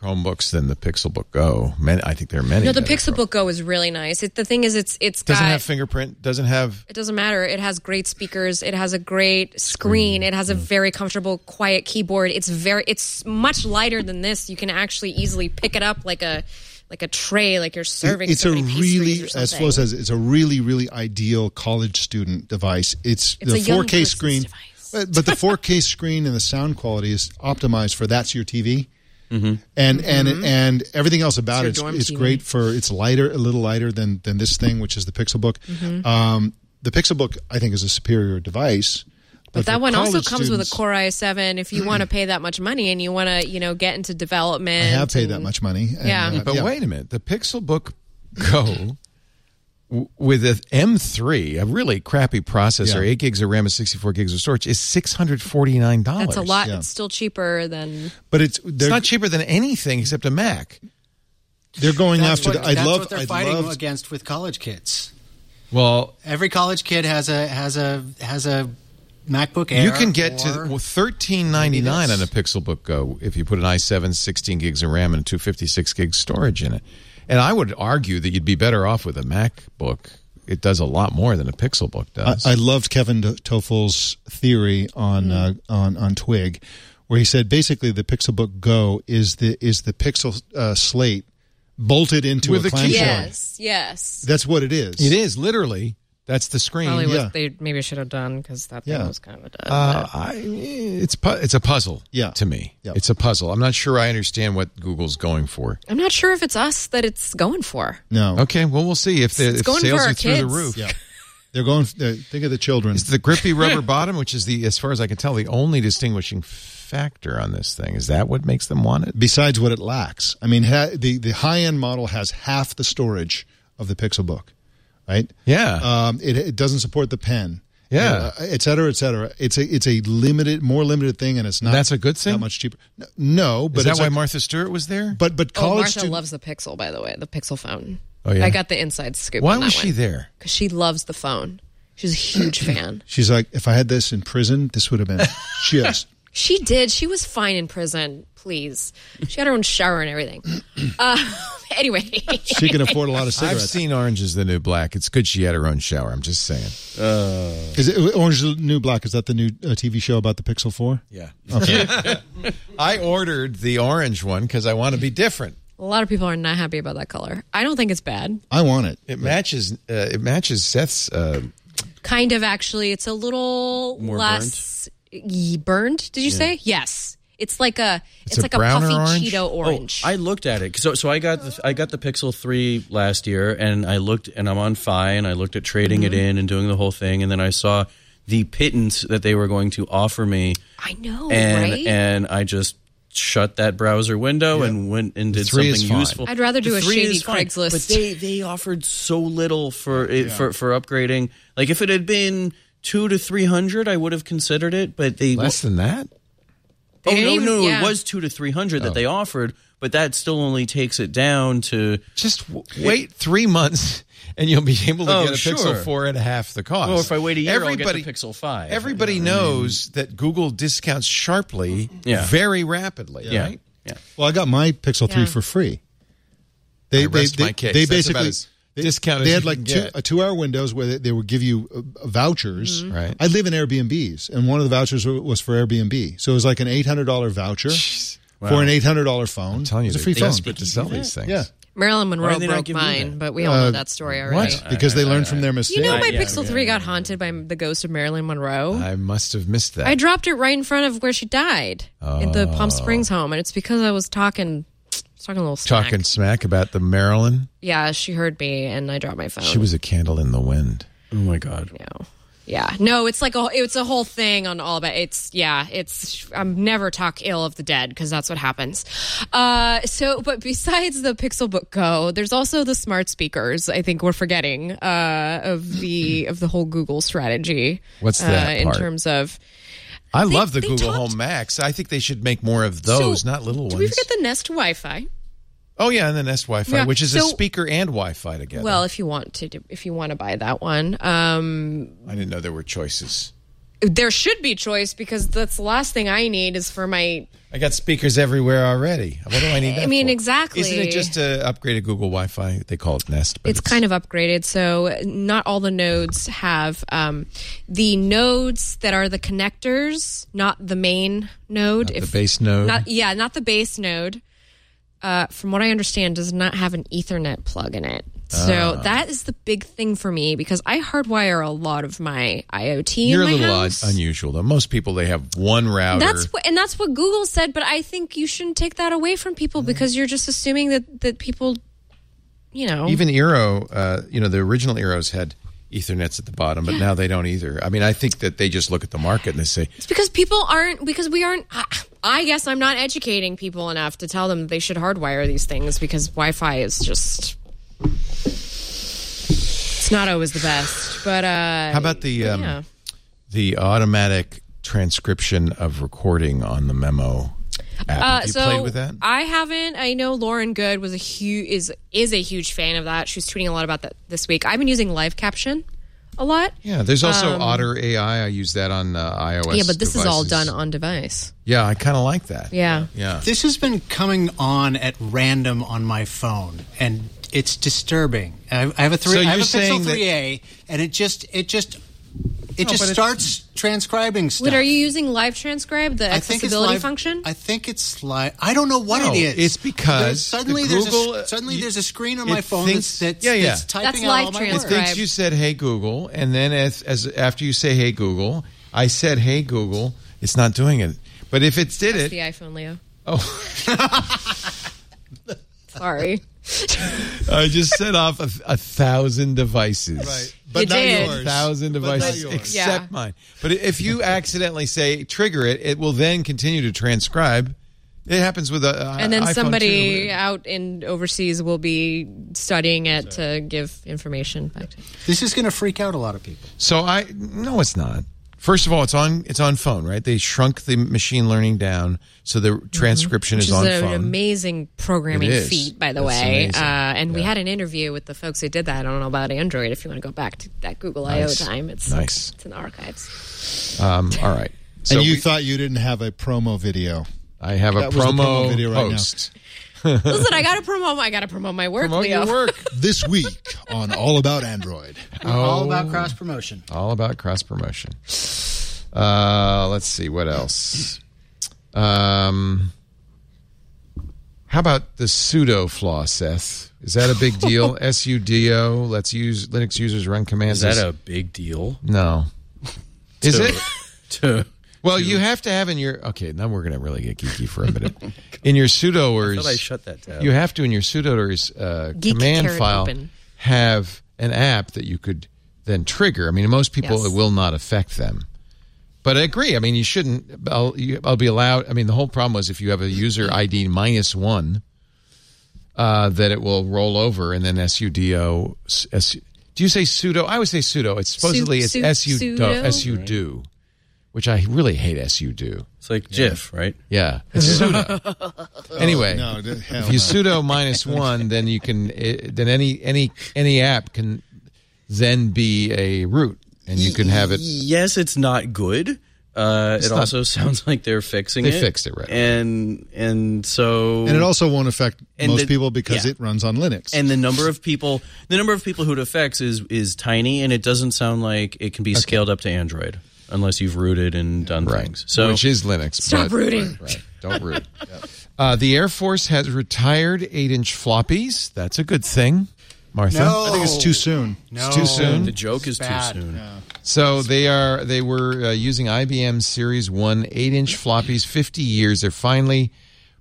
Speaker 1: Chromebooks than the Pixelbook Go. Man, I think there are many.
Speaker 4: No, the
Speaker 1: better
Speaker 4: Pixelbook Go is really nice. It, the thing is, it's it's
Speaker 1: Doesn't
Speaker 4: got
Speaker 1: have fingerprint. Doesn't have.
Speaker 4: it doesn't matter. It has great speakers. It has a great screen. It
Speaker 5: Mm.
Speaker 4: has a very comfortable, quiet keyboard. It's very, it's much lighter than this. You can actually easily pick it up like a, like a tray, like you're serving.
Speaker 5: it's a
Speaker 4: somebody pastries
Speaker 5: really,
Speaker 4: or
Speaker 5: as
Speaker 4: something.
Speaker 5: Flo says, it's a really, really ideal college student device. It's,
Speaker 4: It's
Speaker 5: the
Speaker 4: a young
Speaker 5: 4K
Speaker 4: person's
Speaker 5: screen,
Speaker 4: device.
Speaker 5: but but the 4K screen and the sound quality is optimized for that's your TV.
Speaker 6: Mm-hmm.
Speaker 5: And and and everything else
Speaker 4: Mm-hmm.
Speaker 5: about
Speaker 4: your
Speaker 5: it,
Speaker 4: dorm
Speaker 5: it's, it's
Speaker 4: TV.
Speaker 5: great for it's lighter, a little lighter than than this thing, which is the Pixelbook.
Speaker 4: Mm-hmm.
Speaker 5: Um, the Pixelbook, I think, is a superior device.
Speaker 4: But that
Speaker 5: for
Speaker 4: one also
Speaker 5: college
Speaker 4: comes with a
Speaker 5: students- Mm.
Speaker 4: Core i7. If you want to pay that much money and you want to, you know, get into development,
Speaker 5: I have paid
Speaker 4: and-
Speaker 5: that much money. and,
Speaker 4: Yeah.
Speaker 5: uh,
Speaker 1: But wait a minute, the Pixelbook Go w- with an M3, a really crappy processor,
Speaker 5: Yeah.
Speaker 1: eight gigs of RAM and sixty-four gigs of storage, is six hundred forty-nine dollars.
Speaker 4: That's a lot.
Speaker 5: Yeah.
Speaker 4: It's still cheaper than.
Speaker 5: But it's
Speaker 1: It's
Speaker 5: they're,
Speaker 1: not cheaper than anything except a Mac.
Speaker 5: they're going
Speaker 6: That's,
Speaker 5: after.
Speaker 6: what,
Speaker 5: the, I'd
Speaker 6: that's
Speaker 5: love.
Speaker 6: what they're
Speaker 5: I'd
Speaker 6: fighting
Speaker 5: love-
Speaker 6: against with college kids.
Speaker 1: Well,
Speaker 6: Every college kid has a has a has a MacBook Air.
Speaker 1: you can get to
Speaker 6: or-
Speaker 1: well, thirteen ninety nine on a Pixelbook Go if you put an i7, sixteen gigs of RAM, and two fifty six gigs storage in it. And I would argue that you'd be better off with a MacBook. It does a lot more than a Pixelbook
Speaker 5: I,
Speaker 1: does.
Speaker 5: I loved Kevin To- Toffel's theory on uh, on on Twig, where he said basically the Pixelbook Go is the is the Pixel uh, slate bolted into
Speaker 1: With
Speaker 5: a
Speaker 1: a
Speaker 5: clamshell.
Speaker 1: keyboard.
Speaker 4: Yes, yes.
Speaker 5: That's what it is.
Speaker 1: it is literally that's the screen.
Speaker 4: Probably
Speaker 5: yeah.
Speaker 4: what they maybe should have done because that
Speaker 5: Yeah.
Speaker 4: thing was kind of done.
Speaker 1: Uh, I, it's pu- it's a puzzle.
Speaker 5: Yeah.
Speaker 1: to me,
Speaker 5: Yeah.
Speaker 1: it's a puzzle. I'm not sure I understand what Google's going for.
Speaker 4: I'm not sure if it's us that it's going for.
Speaker 5: No,
Speaker 1: Okay, well we'll see if the
Speaker 4: It's
Speaker 1: if
Speaker 4: going for
Speaker 1: sales
Speaker 4: our
Speaker 1: are through the
Speaker 4: kids.
Speaker 1: roof.
Speaker 5: yeah, they're going. Uh, think of the children.
Speaker 1: It's the grippy rubber bottom, which is the as far as I can tell the only distinguishing factor on this thing. Is that what makes them want it?
Speaker 5: Besides what it lacks, I mean, ha- the the high end model has half the storage of the Pixelbook, right?
Speaker 1: Yeah.
Speaker 5: Um, it, it doesn't support the pen.
Speaker 1: Yeah.
Speaker 5: uh, et cetera, et cetera. It's a it's a limited, more limited thing, and it's not.
Speaker 1: That's a good thing?
Speaker 5: Not much cheaper. No, no but
Speaker 1: is that
Speaker 5: it's
Speaker 1: why
Speaker 5: a-
Speaker 1: Martha Stewart was there?
Speaker 5: But but
Speaker 4: Oh,
Speaker 5: college
Speaker 4: Martha
Speaker 5: stu-
Speaker 4: loves the Pixel, by the way, the Pixel phone.
Speaker 1: Oh, yeah?
Speaker 4: I got the inside scoop.
Speaker 1: why
Speaker 4: on
Speaker 1: was
Speaker 4: that
Speaker 1: she there?
Speaker 4: Because she loves the phone. She's a huge fan.
Speaker 5: She's like, if I had this in prison, this would have been just.
Speaker 4: She did. She was fine in prison. Please, she had her own shower and everything. Uh, anyway,
Speaker 5: She can afford a lot of
Speaker 1: I've
Speaker 5: cigarettes.
Speaker 1: seen Orange is the New Black. It's good she had her own shower. I'm just saying.
Speaker 5: Is it Orange is the New Black? Is that the new uh, TV show about the Pixel Four?
Speaker 1: Yeah. I ordered the orange one because I want to be different.
Speaker 4: a lot of people are not happy about that color. I don't think it's bad.
Speaker 5: I want it.
Speaker 1: It matches. Uh, it matches Seth's. Uh,
Speaker 4: Kind of actually, it's a little
Speaker 7: More
Speaker 4: less burned. burned did you say? Yes. It's like a it's,
Speaker 1: a
Speaker 4: like a
Speaker 1: browner
Speaker 4: puffy
Speaker 1: orange?
Speaker 4: Cheeto orange.
Speaker 7: Oh, I looked at it. So, so I got the, I got the Pixel Three
Speaker 4: Mm-hmm.
Speaker 7: last year, and I looked, and I'm on Fi, and I looked at trading it in and doing the whole thing, and then I saw the pittance that they were going to offer me.
Speaker 4: I know,
Speaker 7: and
Speaker 4: right?
Speaker 7: and I just shut that browser window and went and did
Speaker 1: three is
Speaker 7: something
Speaker 1: fine.
Speaker 7: useful.
Speaker 4: I'd rather do
Speaker 7: The
Speaker 4: a
Speaker 7: three
Speaker 4: shady
Speaker 7: is fine,
Speaker 4: Craigslist.
Speaker 7: But they they offered so little for it, for for upgrading. Like if it had been two to three hundred, I would have considered it. But they
Speaker 1: Less than that?
Speaker 7: Oh
Speaker 4: They
Speaker 7: no,
Speaker 4: didn't
Speaker 7: no,
Speaker 4: even- yeah.
Speaker 7: it was two to three hundred
Speaker 1: Oh.
Speaker 7: that they offered, but that still only takes it down to.
Speaker 1: Just w- wait three months and you'll be able to
Speaker 7: Oh,
Speaker 1: get a
Speaker 7: sure.
Speaker 1: Pixel 4 at half the cost.
Speaker 7: Well, if I wait a year, I'll get the
Speaker 1: everybody,
Speaker 7: Pixel 5.
Speaker 1: Everybody knows that Google discounts sharply,
Speaker 7: Yeah.
Speaker 1: very rapidly,
Speaker 7: Yeah,
Speaker 1: right?
Speaker 7: yeah.
Speaker 5: Well, I got my Pixel
Speaker 4: Yeah.
Speaker 5: three for free. They
Speaker 1: I rest my case.
Speaker 5: they
Speaker 1: That's
Speaker 5: basically
Speaker 1: about as
Speaker 5: they,
Speaker 1: discounted
Speaker 5: They
Speaker 1: as
Speaker 5: had
Speaker 1: you
Speaker 5: like
Speaker 1: can
Speaker 5: two,
Speaker 1: get.
Speaker 5: a two hour windows where they, they would give you uh, vouchers.
Speaker 4: Mm-hmm.
Speaker 1: Right.
Speaker 5: I live in Airbnbs, and one of the vouchers wa- was for Airbnb, so it was like an eight hundred dollar voucher for an eight hundred dollar phone.
Speaker 1: I'm telling you,
Speaker 5: it's a
Speaker 1: they're
Speaker 5: free phone.
Speaker 1: desperate to sell these things.
Speaker 5: Yeah,
Speaker 4: Marilyn Monroe
Speaker 7: did they not
Speaker 4: broke
Speaker 7: give me
Speaker 4: mine,
Speaker 7: that?
Speaker 4: but we all
Speaker 1: Uh,
Speaker 4: know that story already.
Speaker 5: what? Because they learned from their mistakes.
Speaker 4: You know, my
Speaker 7: yeah,
Speaker 4: Pixel 3 got haunted by the ghost of Marilyn Monroe.
Speaker 1: I must have missed that.
Speaker 4: I dropped it right in front of where she died at the
Speaker 1: Oh.
Speaker 4: Palm Springs home, and it's because I was talking, I was talking a little smack.
Speaker 1: Talking smack about the Maryland.
Speaker 4: Yeah, she heard me, and I dropped my phone.
Speaker 1: She was a candle in the wind.
Speaker 7: Oh my god!
Speaker 4: No. Yeah. No, it's like a it's a whole thing on all about it's yeah, it's I'm never talk ill of the dead because that's what happens. Uh so but besides the Pixel Book Go, there's also the smart speakers. I think we're forgetting uh of the of the whole Google strategy.
Speaker 1: What's that
Speaker 4: uh,
Speaker 1: part?
Speaker 4: in terms of
Speaker 1: I love the
Speaker 4: they
Speaker 1: Google
Speaker 4: talked-
Speaker 1: Home Max. I think they should make more of those,
Speaker 4: So,
Speaker 1: not little
Speaker 4: Do
Speaker 1: ones.
Speaker 4: we forget the Nest Wi-Fi?
Speaker 1: oh yeah, and the Nest Wi-Fi,
Speaker 4: Yeah,
Speaker 1: which is a
Speaker 4: so-
Speaker 1: speaker and Wi-Fi together.
Speaker 4: Well, if you want to do, if you want to buy that one. Um
Speaker 1: I didn't know there were choices.
Speaker 4: there should be choice because that's the last thing I need is for my
Speaker 1: I got speakers everywhere already. What do I need? That
Speaker 4: I mean,
Speaker 1: for?
Speaker 4: exactly.
Speaker 1: Isn't it just to upgrade a Google Wi-Fi? They call it Nest, but
Speaker 4: it's kind of upgraded so not all the nodes have um, the nodes that are the connectors not the main node
Speaker 1: the base node.
Speaker 4: not yeah not the base node uh, from what i understand does not have an ethernet plug in it so
Speaker 1: Ah.
Speaker 4: that is the big thing for me because i hardwire a lot of my iot in
Speaker 1: You're a
Speaker 4: my
Speaker 1: little
Speaker 4: house.
Speaker 1: odd, unusual though. Most people they have one router.
Speaker 4: That's what, and that's what Google said, but I think you shouldn't take that away from people
Speaker 1: Mm-hmm.
Speaker 4: because you're just assuming that that people, you know,
Speaker 1: even Eero. Uh, you know, the original Eeros had Ethernets at the bottom, but now they don't either. I mean, I think that they just look at the market and they say,
Speaker 4: It's because people aren't because we aren't. I, I guess I'm not educating people enough to tell them that they should hardwire these things because Wi-Fi is just. It's not always the best, but uh,
Speaker 1: "How about the um,
Speaker 4: yeah.
Speaker 1: the automatic transcription of recording on the memo app.
Speaker 4: Uh,
Speaker 1: Have you
Speaker 4: so
Speaker 1: played with that?
Speaker 4: I haven't. I know Lauren Good was a huge is is a huge fan of that. She was tweeting a lot about that this week. I've been using live caption a lot.
Speaker 1: yeah, there's also Otter AI. I use that on uh, iOS.
Speaker 4: um, yeah, but this is all
Speaker 1: devices.
Speaker 4: done on device.
Speaker 1: Yeah, I kind of like that.
Speaker 4: Yeah.
Speaker 1: Yeah.
Speaker 6: This has been coming on at random on my phone, and it's disturbing. I, I have a three.
Speaker 1: So
Speaker 6: I have a
Speaker 1: you're saying
Speaker 6: Pixel
Speaker 1: that-
Speaker 6: 3A, and it just it just it
Speaker 1: but
Speaker 6: just
Speaker 1: it's-
Speaker 6: starts transcribing stuff.
Speaker 4: Wait, are you using live transcribe the
Speaker 6: I think it's
Speaker 4: accessibility
Speaker 6: live-
Speaker 4: function?
Speaker 6: I think it's like I don't know what
Speaker 1: No,
Speaker 6: it is.
Speaker 1: it's because
Speaker 6: There's- suddenly
Speaker 1: the
Speaker 6: there's
Speaker 1: Google-
Speaker 6: a, suddenly
Speaker 1: you-
Speaker 6: there's a screen on
Speaker 1: it
Speaker 6: my phone
Speaker 1: thinks-
Speaker 6: that's, that's,
Speaker 1: yeah, yeah.
Speaker 6: that's typing
Speaker 4: That's
Speaker 6: out
Speaker 4: live
Speaker 6: all my
Speaker 4: transcribe.
Speaker 6: words.
Speaker 1: It thinks you said "Hey Google," and then as, as after you say "Hey Google," I said "Hey Google." It's not doing it. But if it did
Speaker 4: It's the
Speaker 1: it,
Speaker 4: iPhone, Leo.
Speaker 1: oh,
Speaker 4: Sorry.
Speaker 1: I just set off a, a thousand devices.
Speaker 5: right. But
Speaker 4: You
Speaker 5: not
Speaker 4: did.
Speaker 5: yours.
Speaker 1: Thousand
Speaker 5: But not
Speaker 1: devices
Speaker 5: yours.
Speaker 1: except
Speaker 4: Yeah.
Speaker 1: mine. But if you accidentally say trigger it, it will then continue to transcribe. It happens with a, a
Speaker 4: and then
Speaker 1: iPhone
Speaker 4: somebody
Speaker 1: too.
Speaker 4: out in overseas will be studying it to give information back to
Speaker 6: This is going to freak out a lot of people.
Speaker 1: So I no, it's not. First of all, it's on it's on phone, right? They shrunk the machine learning down, so the transcription
Speaker 4: Mm-hmm. which
Speaker 1: is
Speaker 4: is
Speaker 1: on
Speaker 4: an
Speaker 1: phone.
Speaker 4: amazing programming
Speaker 1: It is.
Speaker 4: feat, by the
Speaker 1: That's
Speaker 4: way.
Speaker 1: amazing.
Speaker 4: Uh, and we had an interview with the folks who did that. I don't know about Android. If you want to go back to that Google
Speaker 1: Nice.
Speaker 4: I/O time, it's
Speaker 1: Nice.
Speaker 4: It's in the archives.
Speaker 1: Um, all right. So
Speaker 5: and you
Speaker 1: we-
Speaker 5: thought you didn't have a promo video.
Speaker 1: I have a
Speaker 5: That was the
Speaker 1: promo,
Speaker 5: promo video right now.
Speaker 1: post.
Speaker 4: Listen, I got to promote. I got to promote my work,
Speaker 1: Promote
Speaker 4: Leo.
Speaker 1: your work.
Speaker 5: This week on All About Android.
Speaker 6: We're all
Speaker 1: Oh.
Speaker 6: about cross promotion.
Speaker 1: All about cross promotion. Uh, let's see what else. Um, how about the pseudo flaw, Seth? Is that a big deal? S U D O. Let's use Linux users run commands.
Speaker 7: Is that a big deal?
Speaker 1: no? Is it?
Speaker 7: To
Speaker 1: Well, you have to have in your okay. Now we're gonna really get geeky for a minute.
Speaker 7: Oh
Speaker 1: in your sudoers,
Speaker 7: I shut that tab.
Speaker 1: You have to in your sudoers uh,
Speaker 4: Geek
Speaker 1: command
Speaker 4: carrot
Speaker 1: file
Speaker 4: open.
Speaker 1: have an app that you could than trigger. I mean, most people
Speaker 4: Yes.
Speaker 1: it will not affect them. But I agree. I mean, you shouldn't. I'll, you, I'll be allowed. I mean, the whole problem was if you have a user ID minus one, uh, that it will roll over and then sudo. S, S- do you say sudo? I always say sudo. It's supposedly
Speaker 4: su-
Speaker 1: it's sudo
Speaker 4: sudo?
Speaker 1: sudo, which I really hate sudo.
Speaker 7: It's like GIF, right?
Speaker 1: Yeah, it's sudo. anyway,
Speaker 5: No, d- hell
Speaker 1: if you
Speaker 5: no.
Speaker 1: sudo minus one, then you can eh, then any any any app can then be a root, and you can have it.
Speaker 7: Yes, it's not good. Uh, it
Speaker 1: not-
Speaker 7: also sounds like they're fixing
Speaker 1: They
Speaker 7: it.
Speaker 1: fixed it, right.
Speaker 7: And and so
Speaker 5: and it also won't affect
Speaker 7: And
Speaker 5: most
Speaker 7: the-
Speaker 5: people because
Speaker 7: yeah.
Speaker 5: it runs on Linux.
Speaker 7: and the number of people the number of people who it affects is is tiny, and it doesn't sound like it can be scaled up to Android unless you've rooted and done things. So
Speaker 1: which is Linux.
Speaker 4: Stop rooting.
Speaker 1: Right, right. Don't root. uh, the Air Force has retired eight-inch floppies. That's a good thing, Martha.
Speaker 5: I think
Speaker 1: Oh.
Speaker 5: it's too soon.
Speaker 6: No.
Speaker 1: It's too
Speaker 7: the
Speaker 1: soon.
Speaker 7: joke is
Speaker 6: Bad.
Speaker 7: too soon.
Speaker 1: So they are. They were uh, using IBM Series One eight-inch floppies. Fifty years. They're finally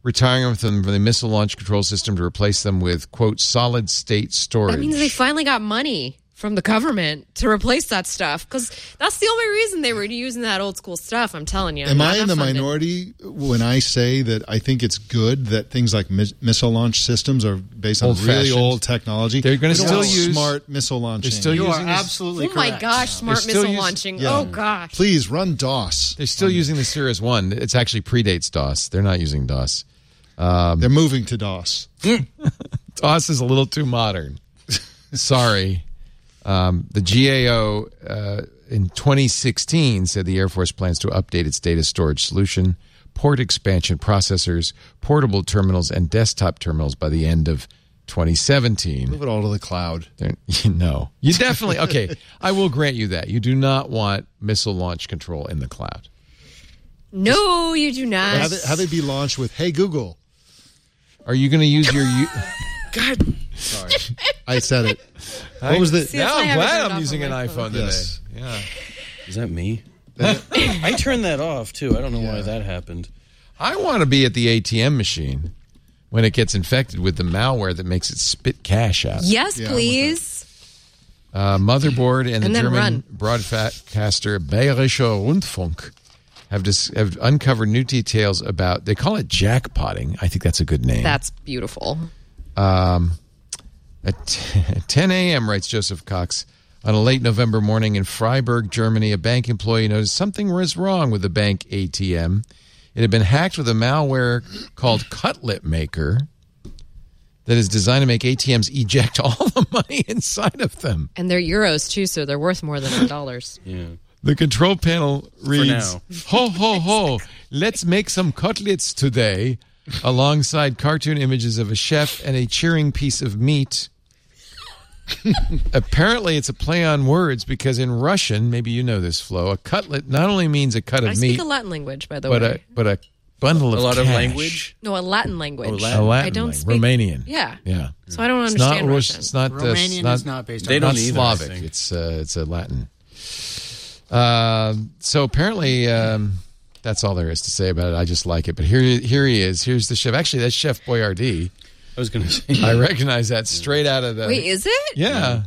Speaker 1: retiring them from the missile launch control system to replace them with quote solid state storage.
Speaker 4: That means they finally got money from the government to replace that stuff because that's the only reason they were using that old school stuff. I'm telling you.
Speaker 5: Am
Speaker 4: Not
Speaker 5: I in
Speaker 4: enough
Speaker 5: the
Speaker 4: funding.
Speaker 5: minority when I say that I think it's good that things like mis- missile launch systems are based on really
Speaker 1: Old-fashioned.
Speaker 5: old technology?
Speaker 1: They're gonna
Speaker 5: We don't
Speaker 1: still
Speaker 5: want
Speaker 1: use-
Speaker 5: smart missile launching.
Speaker 1: still
Speaker 6: You are
Speaker 1: using this-
Speaker 6: absolutely
Speaker 4: Oh
Speaker 6: correct.
Speaker 4: my gosh, smart
Speaker 1: still
Speaker 4: missile
Speaker 1: using-
Speaker 4: launching.
Speaker 5: Yeah.
Speaker 4: Oh gosh.
Speaker 5: Please run DOS.
Speaker 1: They're still using the Series One. It's actually predates DOS. They're not using DOS. Um,
Speaker 5: They're moving to DOS.
Speaker 1: DOS is a little too modern. Sorry. Um, the GAO uh, in 2016 said the Air Force plans to update its data storage solution, port expansion processors, portable terminals, and desktop terminals by the end of 2017.
Speaker 5: Move it all to the cloud.
Speaker 1: They're- no, you definitely okay. I will grant you that you do not want missile launch control in the cloud.
Speaker 4: No, you do not.
Speaker 5: Have it, have it be launched with Hey Google.
Speaker 1: Are you going to use your? U-
Speaker 5: I said it. What was the?
Speaker 4: that's
Speaker 1: now
Speaker 4: why I
Speaker 1: I'm
Speaker 4: haven't turned
Speaker 1: glad
Speaker 4: off
Speaker 1: I'm using an
Speaker 4: on my
Speaker 1: iPhone today.
Speaker 5: Yes.
Speaker 7: Is that me? I turned that off too. I don't know why that happened.
Speaker 1: I want to be at the ATM machine when it gets infected with the malware that makes it spit cash out.
Speaker 4: yes,
Speaker 5: Yeah, I want
Speaker 4: please.
Speaker 1: Uh, motherboard and the
Speaker 4: And then
Speaker 1: German
Speaker 4: run.
Speaker 1: broadcaster Bayerischer Rundfunk have, dis- have uncovered new details about. They call it jackpotting. I think that's a good name.
Speaker 4: That's beautiful.
Speaker 1: At t- 10 a.m., writes Joseph Cox, on a late November morning in Freiburg, Germany, a bank employee noticed something was wrong with the bank ATM. It had been hacked with a malware called Cutlet Maker that is designed to make ATMs eject all the money inside of them.
Speaker 4: And they're euros too, so they're worth more than our dollars.
Speaker 1: The control panel reads,
Speaker 7: now.
Speaker 1: Ho, ho, ho, let's make some cutlets today, alongside cartoon images of a chef and a cheering piece of meat. Apparently, it's a play on words because in Russian, maybe you know this, Flo, a cutlet not only means a cut of
Speaker 4: I
Speaker 1: meat,
Speaker 4: speak a Latin language, by the
Speaker 1: but,
Speaker 4: way.
Speaker 1: a, but a bundle of
Speaker 7: A lot of
Speaker 1: cash.
Speaker 7: language.
Speaker 4: no, a Latin language.
Speaker 1: A Oh, Latin
Speaker 4: I don't
Speaker 1: language.
Speaker 4: speak
Speaker 1: Romanian.
Speaker 4: Yeah.
Speaker 1: Yeah.
Speaker 4: So I don't
Speaker 1: It's not Russian.
Speaker 4: understand Russian.
Speaker 1: It's not uh,
Speaker 6: Romanian
Speaker 1: it's
Speaker 6: is not based on.
Speaker 7: They don't
Speaker 1: not
Speaker 7: either, I
Speaker 1: Slavic.
Speaker 7: think.
Speaker 1: It's uh, it's a Latin. Uh, so apparently, um, that's all there is to say about it. I just like it. But here, here he is. Here's the chef. Actually, that's Chef Boyardee.
Speaker 7: I was going to say.
Speaker 1: I recognize that straight out of the.
Speaker 4: Wait, is it?
Speaker 1: yeah.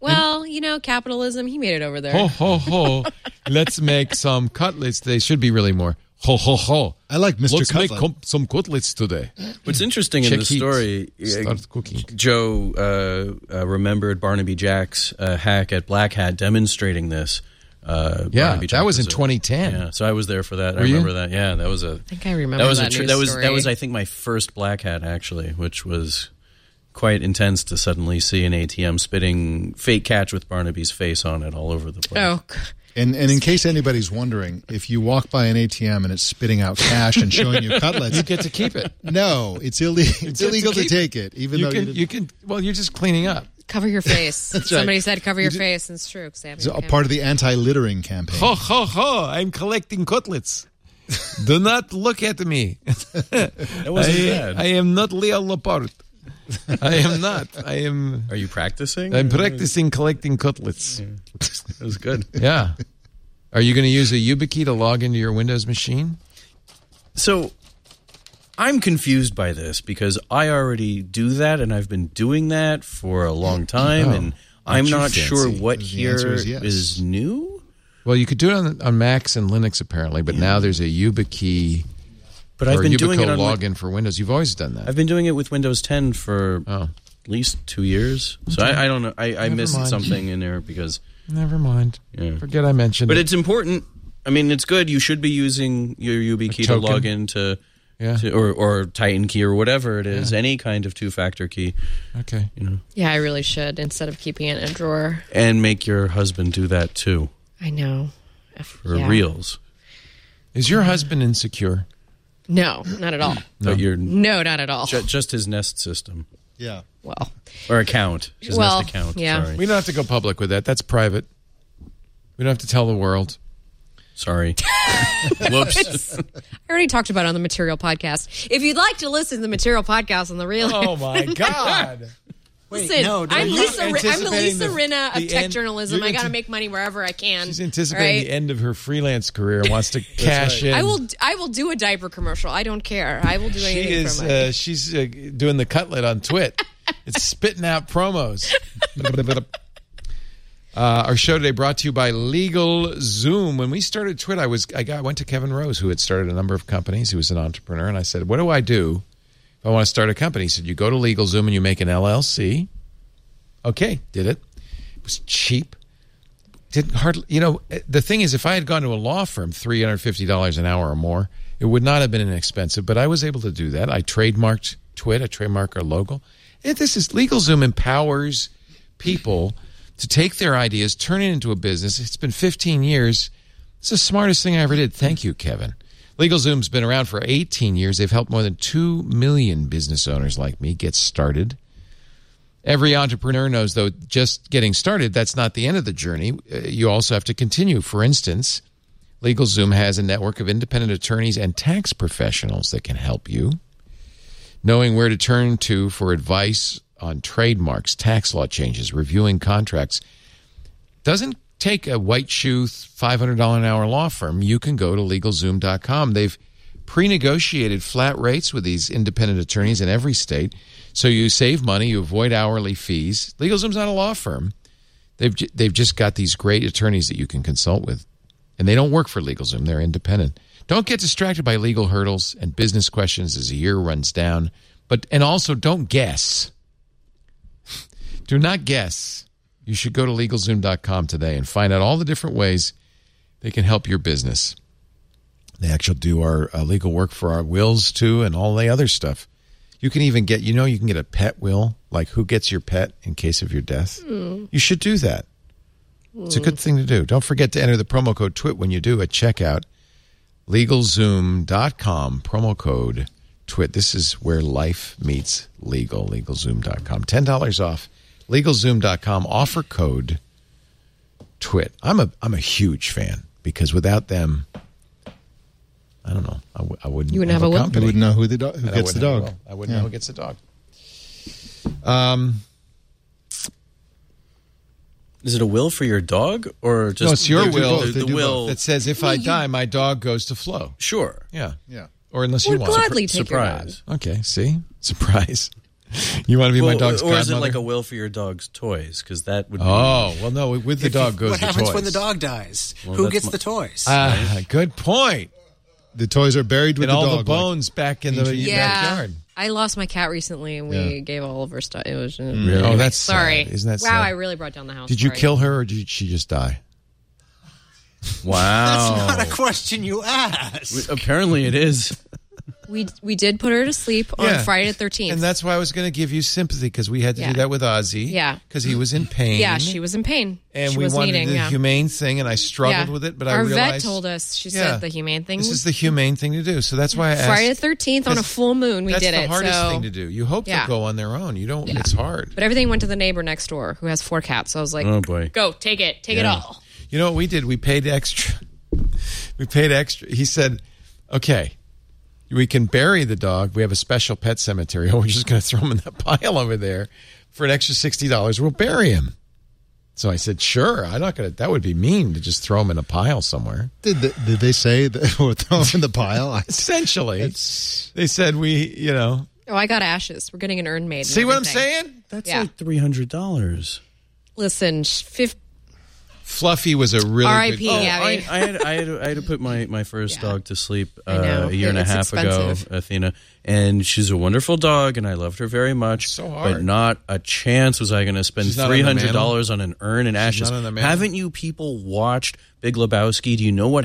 Speaker 4: Well, you know, capitalism. He made it over there.
Speaker 1: Ho ho ho! Let's make some cutlets. They should be really more. Ho ho ho!
Speaker 5: I like Mr.
Speaker 1: Let's make
Speaker 5: Cutlet.
Speaker 1: com- some cutlets today.
Speaker 7: What's interesting in
Speaker 1: Check
Speaker 7: the
Speaker 1: heat.
Speaker 7: story, uh,
Speaker 1: Start cooking.
Speaker 7: Joe uh, uh, remembered Barnaby Jack's uh, hack at Black Hat demonstrating this. Uh,
Speaker 1: Yeah,
Speaker 7: Barnaby
Speaker 1: that was in
Speaker 7: a-
Speaker 1: 2010.
Speaker 7: Yeah, so I was there for that. I
Speaker 1: you?
Speaker 7: remember that. Yeah, that was a. I
Speaker 4: think I remember
Speaker 7: was
Speaker 4: that
Speaker 7: a.
Speaker 4: news
Speaker 7: that was that
Speaker 4: story.
Speaker 7: was I think my first Black Hat actually, which was quite intense to suddenly see an ATM spitting fake catch with Barnaby's face on it all over the place.
Speaker 4: Oh, c-
Speaker 5: And and in case anybody's wondering, if you walk by an ATM and it's spitting out cash and showing you cutlets,
Speaker 1: You get to keep it.
Speaker 5: no, it's illegal. It's
Speaker 1: get to
Speaker 5: illegal to,
Speaker 1: keep
Speaker 5: take it, even
Speaker 1: You
Speaker 5: though
Speaker 1: can.
Speaker 5: you
Speaker 1: You can. Well, you're just cleaning up.
Speaker 4: cover your face. Somebody said cover your
Speaker 5: did-
Speaker 4: face, and it's true. 'cause they have
Speaker 5: It's
Speaker 4: no
Speaker 5: a
Speaker 4: camera.
Speaker 5: part of the anti-littering campaign.
Speaker 1: Ho, ho, ho. I'm collecting cutlets. Do not look at me.
Speaker 7: That
Speaker 1: I,
Speaker 7: wasn't bad.
Speaker 1: I am not Leo Laporte. I am not. I am.
Speaker 7: Are you practicing?
Speaker 1: I'm practicing collecting cutlets.
Speaker 7: It was good.
Speaker 1: Yeah. Are you going to use a YubiKey to log into your Windows machine?
Speaker 7: So I'm confused by this because I already do that and I've been doing that for a long time and I'm
Speaker 1: Oh, you
Speaker 7: not
Speaker 1: fancy?
Speaker 7: sure what
Speaker 5: The
Speaker 7: here
Speaker 5: answer
Speaker 7: is,
Speaker 5: is yes.
Speaker 7: new,
Speaker 1: Well, you could do it on, on Macs and Linux apparently, but now there's a YubiKey
Speaker 7: but
Speaker 1: or
Speaker 7: I've been
Speaker 1: Yubico
Speaker 7: doing it on my-
Speaker 1: login for Windows. You've always done that.
Speaker 7: I've been doing it with Windows 10 for
Speaker 1: Oh.
Speaker 7: at least two years. So I, I don't know. I, I
Speaker 1: Never
Speaker 7: missed
Speaker 1: mind.
Speaker 7: something in there because,
Speaker 1: Never mind.
Speaker 7: Yeah.
Speaker 1: Forget I mentioned.
Speaker 7: but
Speaker 1: it.
Speaker 7: it's important. I mean, it's good. You should be using your YubiKey to
Speaker 1: token?
Speaker 7: log into,
Speaker 1: Yeah.
Speaker 7: to, or or Titan key or whatever it is. Any kind of two factor key,
Speaker 1: okay.
Speaker 4: Yeah, I really should instead of keeping it in a drawer.
Speaker 7: and make your husband do that too
Speaker 4: I know. If-
Speaker 7: for
Speaker 4: yeah.
Speaker 7: reals.
Speaker 1: Is your husband insecure?
Speaker 4: No, not at all.
Speaker 7: But you're
Speaker 4: No, not at all.
Speaker 7: ju- just his Nest system
Speaker 5: Yeah.
Speaker 4: well,
Speaker 7: or account. His
Speaker 4: Well,
Speaker 7: Nest account.
Speaker 4: yeah.
Speaker 7: Sorry.
Speaker 1: We don't have to go public with that. That's private. We don't have to tell the world.
Speaker 7: Sorry. Whoops.
Speaker 4: I already talked about it on the Material Podcast. If you'd like to listen to the Material Podcast on the real,
Speaker 1: Oh my God!
Speaker 6: Wait,
Speaker 4: listen,
Speaker 6: no, did I
Speaker 4: I'm
Speaker 6: talk-
Speaker 4: Lisa. Ri- I'm the
Speaker 1: anticipating
Speaker 4: Lisa
Speaker 1: the-
Speaker 4: Rinna of
Speaker 1: the
Speaker 4: tech
Speaker 1: end-
Speaker 4: journalism.
Speaker 1: you're
Speaker 4: I got to
Speaker 1: anti-
Speaker 4: make money wherever I can.
Speaker 1: She's anticipating
Speaker 4: right?
Speaker 1: the end of her freelance career and wants to cash in.
Speaker 4: I will. I will do a diaper commercial. I don't care. I will do
Speaker 1: She
Speaker 4: anything
Speaker 1: is.
Speaker 4: for money.
Speaker 1: Uh, she's uh, doing the cutlet on Twit. it's spitting out promos. Uh, our show today brought to you by Legal Zoom. When we started Twit, I was I got I went to Kevin Rose, who had started a number of companies. He was an entrepreneur, and I said, "What do I do if I want to start a company?" He said, "You go to Legal Zoom and you make an LLC." Okay, did it. It was cheap. Didn't hardly. You know, the thing is, if I had gone to a law firm, three hundred fifty dollars an hour or more, it would not have been inexpensive. But I was able to do that. I trademarked Twit. I trademarked our logo. And this is LegalZoom empowers people to take their ideas, turn it into a business. It's been 15 years. It's the smartest thing I ever did. Thank you, Kevin. LegalZoom's been around for 18 years. They've helped more than 2 million business owners like me get started. Every entrepreneur knows, though, just getting started, that's not the end of the journey. Uh, You also have to continue. For instance, LegalZoom has a network of independent attorneys and tax professionals that can help you knowing where to turn to for advice on trademarks, tax law changes, reviewing contracts. Doesn't take a white shoe $500 an hour law firm. You can go to legalzoom.com. They've pre negotiated flat rates with these independent attorneys in every state. So you save money, you avoid hourly fees. LegalZoom's not a law firm. They've, ju- they've just got these great attorneys that you can consult with and they don't work for LegalZoom. They're independent. Don't get distracted by legal hurdles and business questions as the year runs down. But and also don't guess. Do not guess. You should go to LegalZoom.com today and find out all the different ways they can help your business. They actually do our uh, legal work for our wills too, and all the other stuff. You can even get, you know, you can get a pet will, like who gets your pet in case of your death.
Speaker 4: Hmm.
Speaker 1: You should do that. It's a good thing to do. Don't forget to enter the promo code TWIT when you do at checkout. LegalZoom.com, promo code TWIT. This is where life meets legal. LegalZoom.com. $10 off. LegalZoom.com, offer code TWIT. I'm a, I'm a huge fan because without them, I don't know. I, w- I wouldn't,
Speaker 4: You wouldn't have a will?
Speaker 5: You
Speaker 1: company.
Speaker 5: wouldn't know who the dog who
Speaker 1: And
Speaker 5: gets
Speaker 1: I wouldn't
Speaker 5: the
Speaker 1: have
Speaker 5: dog.
Speaker 1: a will. I wouldn't know who gets the dog.
Speaker 7: Is it a will for your dog or just
Speaker 1: no, it's your
Speaker 7: They do
Speaker 1: will.
Speaker 7: both.
Speaker 5: They
Speaker 7: The,
Speaker 5: do
Speaker 7: will.
Speaker 1: That says, if I die, my dog goes to Flo.
Speaker 7: Sure.
Speaker 1: Yeah.
Speaker 5: Yeah.
Speaker 1: Or unless you
Speaker 4: Would
Speaker 1: want
Speaker 4: gladly take your dog.
Speaker 7: Surprise.
Speaker 1: Okay, see? Surprise. You want to be my
Speaker 7: Well,
Speaker 1: dog's
Speaker 7: or
Speaker 1: godmother?
Speaker 7: is it like a will for your dog's toys? Because that would. Be,
Speaker 1: Oh, well, no, with the
Speaker 6: If you-
Speaker 1: dog goes
Speaker 6: What
Speaker 1: the
Speaker 6: happens
Speaker 1: toys.
Speaker 6: when the dog dies?
Speaker 7: Well,
Speaker 6: Who
Speaker 7: that's
Speaker 6: gets
Speaker 7: my-
Speaker 6: the toys?
Speaker 1: Ah, good point.
Speaker 5: The toys are buried with
Speaker 1: And
Speaker 5: the
Speaker 1: all the
Speaker 5: dog. like-
Speaker 1: bones back in the
Speaker 4: yeah,
Speaker 1: backyard.
Speaker 4: I lost my cat recently, and we
Speaker 5: Yeah.
Speaker 4: gave all of her stuff. It was uh,
Speaker 1: Oh, that's sad.
Speaker 4: sorry.
Speaker 1: Isn't that
Speaker 4: wow?
Speaker 1: sad?
Speaker 4: I really brought down the house.
Speaker 1: Did you
Speaker 4: Sorry.
Speaker 1: kill her or did she just die? Oh.
Speaker 7: wow.
Speaker 6: That's not a question you asked.
Speaker 7: Apparently, it is.
Speaker 4: We we did put her to sleep
Speaker 1: Yeah.
Speaker 4: on Friday the thirteenth.
Speaker 1: And that's why I was going to give you sympathy because we had to
Speaker 4: Yeah.
Speaker 1: do that with Ozzy.
Speaker 4: Yeah.
Speaker 1: Because he was in pain.
Speaker 4: yeah, she was in pain.
Speaker 1: And
Speaker 4: she
Speaker 1: we
Speaker 4: was
Speaker 1: wanted
Speaker 4: needing,
Speaker 1: the
Speaker 4: yeah.
Speaker 1: humane thing, and I struggled
Speaker 4: Yeah.
Speaker 1: with it, but I
Speaker 4: Our vet
Speaker 1: realized.
Speaker 4: told us, she
Speaker 1: Yeah.
Speaker 4: said the humane thing
Speaker 1: This
Speaker 4: was-
Speaker 1: is the humane thing to do. So that's why I asked.
Speaker 4: Friday the thirteenth on a
Speaker 1: That's-
Speaker 4: full moon. We
Speaker 1: that's
Speaker 4: did
Speaker 1: the
Speaker 4: it.
Speaker 1: hardest
Speaker 4: so.
Speaker 1: thing to do. You hope
Speaker 4: Yeah.
Speaker 1: they go on their own. You don't. It's hard.
Speaker 4: But everything went to the neighbor next door who has four cats. So I was like,
Speaker 7: Oh, boy.
Speaker 4: go take it, take it all.
Speaker 1: You know what we did? We paid extra. We paid extra. He said, "Okay, we can bury the dog. We have a special pet cemetery. Oh, We're just going to throw him in that pile over there for an extra sixty dollars. We'll bury him." So I said, "Sure. I'm not going to. That would be mean to just throw him in a pile somewhere."
Speaker 5: Did they, did they say that or throw them in the pile? I-
Speaker 1: Essentially, they said we. You know,
Speaker 4: Oh, I got ashes. We're getting an urn made. and
Speaker 1: see what I'm
Speaker 4: everything.
Speaker 1: saying?
Speaker 7: That's
Speaker 4: Yeah.
Speaker 7: like three hundred dollars.
Speaker 4: Listen, sh- fif-
Speaker 1: Fluffy was a really
Speaker 4: R.I.P.
Speaker 1: good. Oh,
Speaker 4: Yeah,
Speaker 7: I,
Speaker 4: mean-
Speaker 7: I, had, I, had, I had to put my, my first
Speaker 4: Yeah.
Speaker 7: dog to sleep
Speaker 4: I know.
Speaker 7: uh, a year and a
Speaker 4: It's
Speaker 7: half
Speaker 4: expensive.
Speaker 7: ago, Athena. And she's a wonderful dog, and I loved her very much.
Speaker 1: So hard.
Speaker 7: But not a chance was I going to spend
Speaker 1: She's not on the mantle?
Speaker 7: $300 on an urn and ashes.
Speaker 1: not on the mantle?
Speaker 7: Haven't you people watched Big Lebowski? Do you know what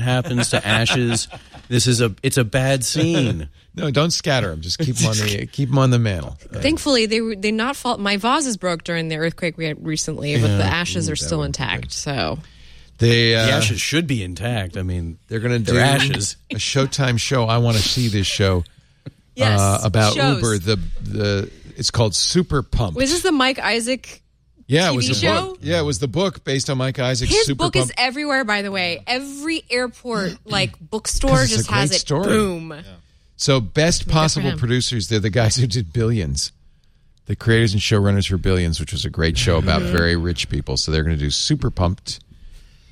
Speaker 7: happens to ashes? this is a It's a bad scene.
Speaker 1: No, don't scatter them. Just keep them on the keep 'em on the mantle.
Speaker 4: thankfully they were they not fault. My vases broke during the earthquake we had recently, but the ashes are still intact. So
Speaker 1: They uh,
Speaker 7: the ashes should be intact. I mean,
Speaker 1: They're going to do
Speaker 7: They're ashes.
Speaker 1: a Showtime show. I want to see this show
Speaker 4: yes,
Speaker 1: uh, about
Speaker 4: shows.
Speaker 1: Uber. The the it's called Super Pump.
Speaker 4: was this the Mike Isaac?
Speaker 1: yeah, it
Speaker 4: TV
Speaker 1: was the
Speaker 4: show?
Speaker 1: book. Yeah, it was the book based on Mike Isaac's
Speaker 4: His
Speaker 1: Super
Speaker 4: book
Speaker 1: Pump.
Speaker 4: is everywhere, by the way. Every airport, like bookstore,
Speaker 1: 'Cause it's a
Speaker 4: just has
Speaker 1: great
Speaker 4: it.
Speaker 1: story.
Speaker 4: Boom.
Speaker 1: so best possible
Speaker 4: him.
Speaker 1: producers. They're the guys who did Billions, the creators and showrunners for Billions, which was a great show about
Speaker 4: Mm-hmm.
Speaker 1: very rich people. So they're going to do Super Pumped,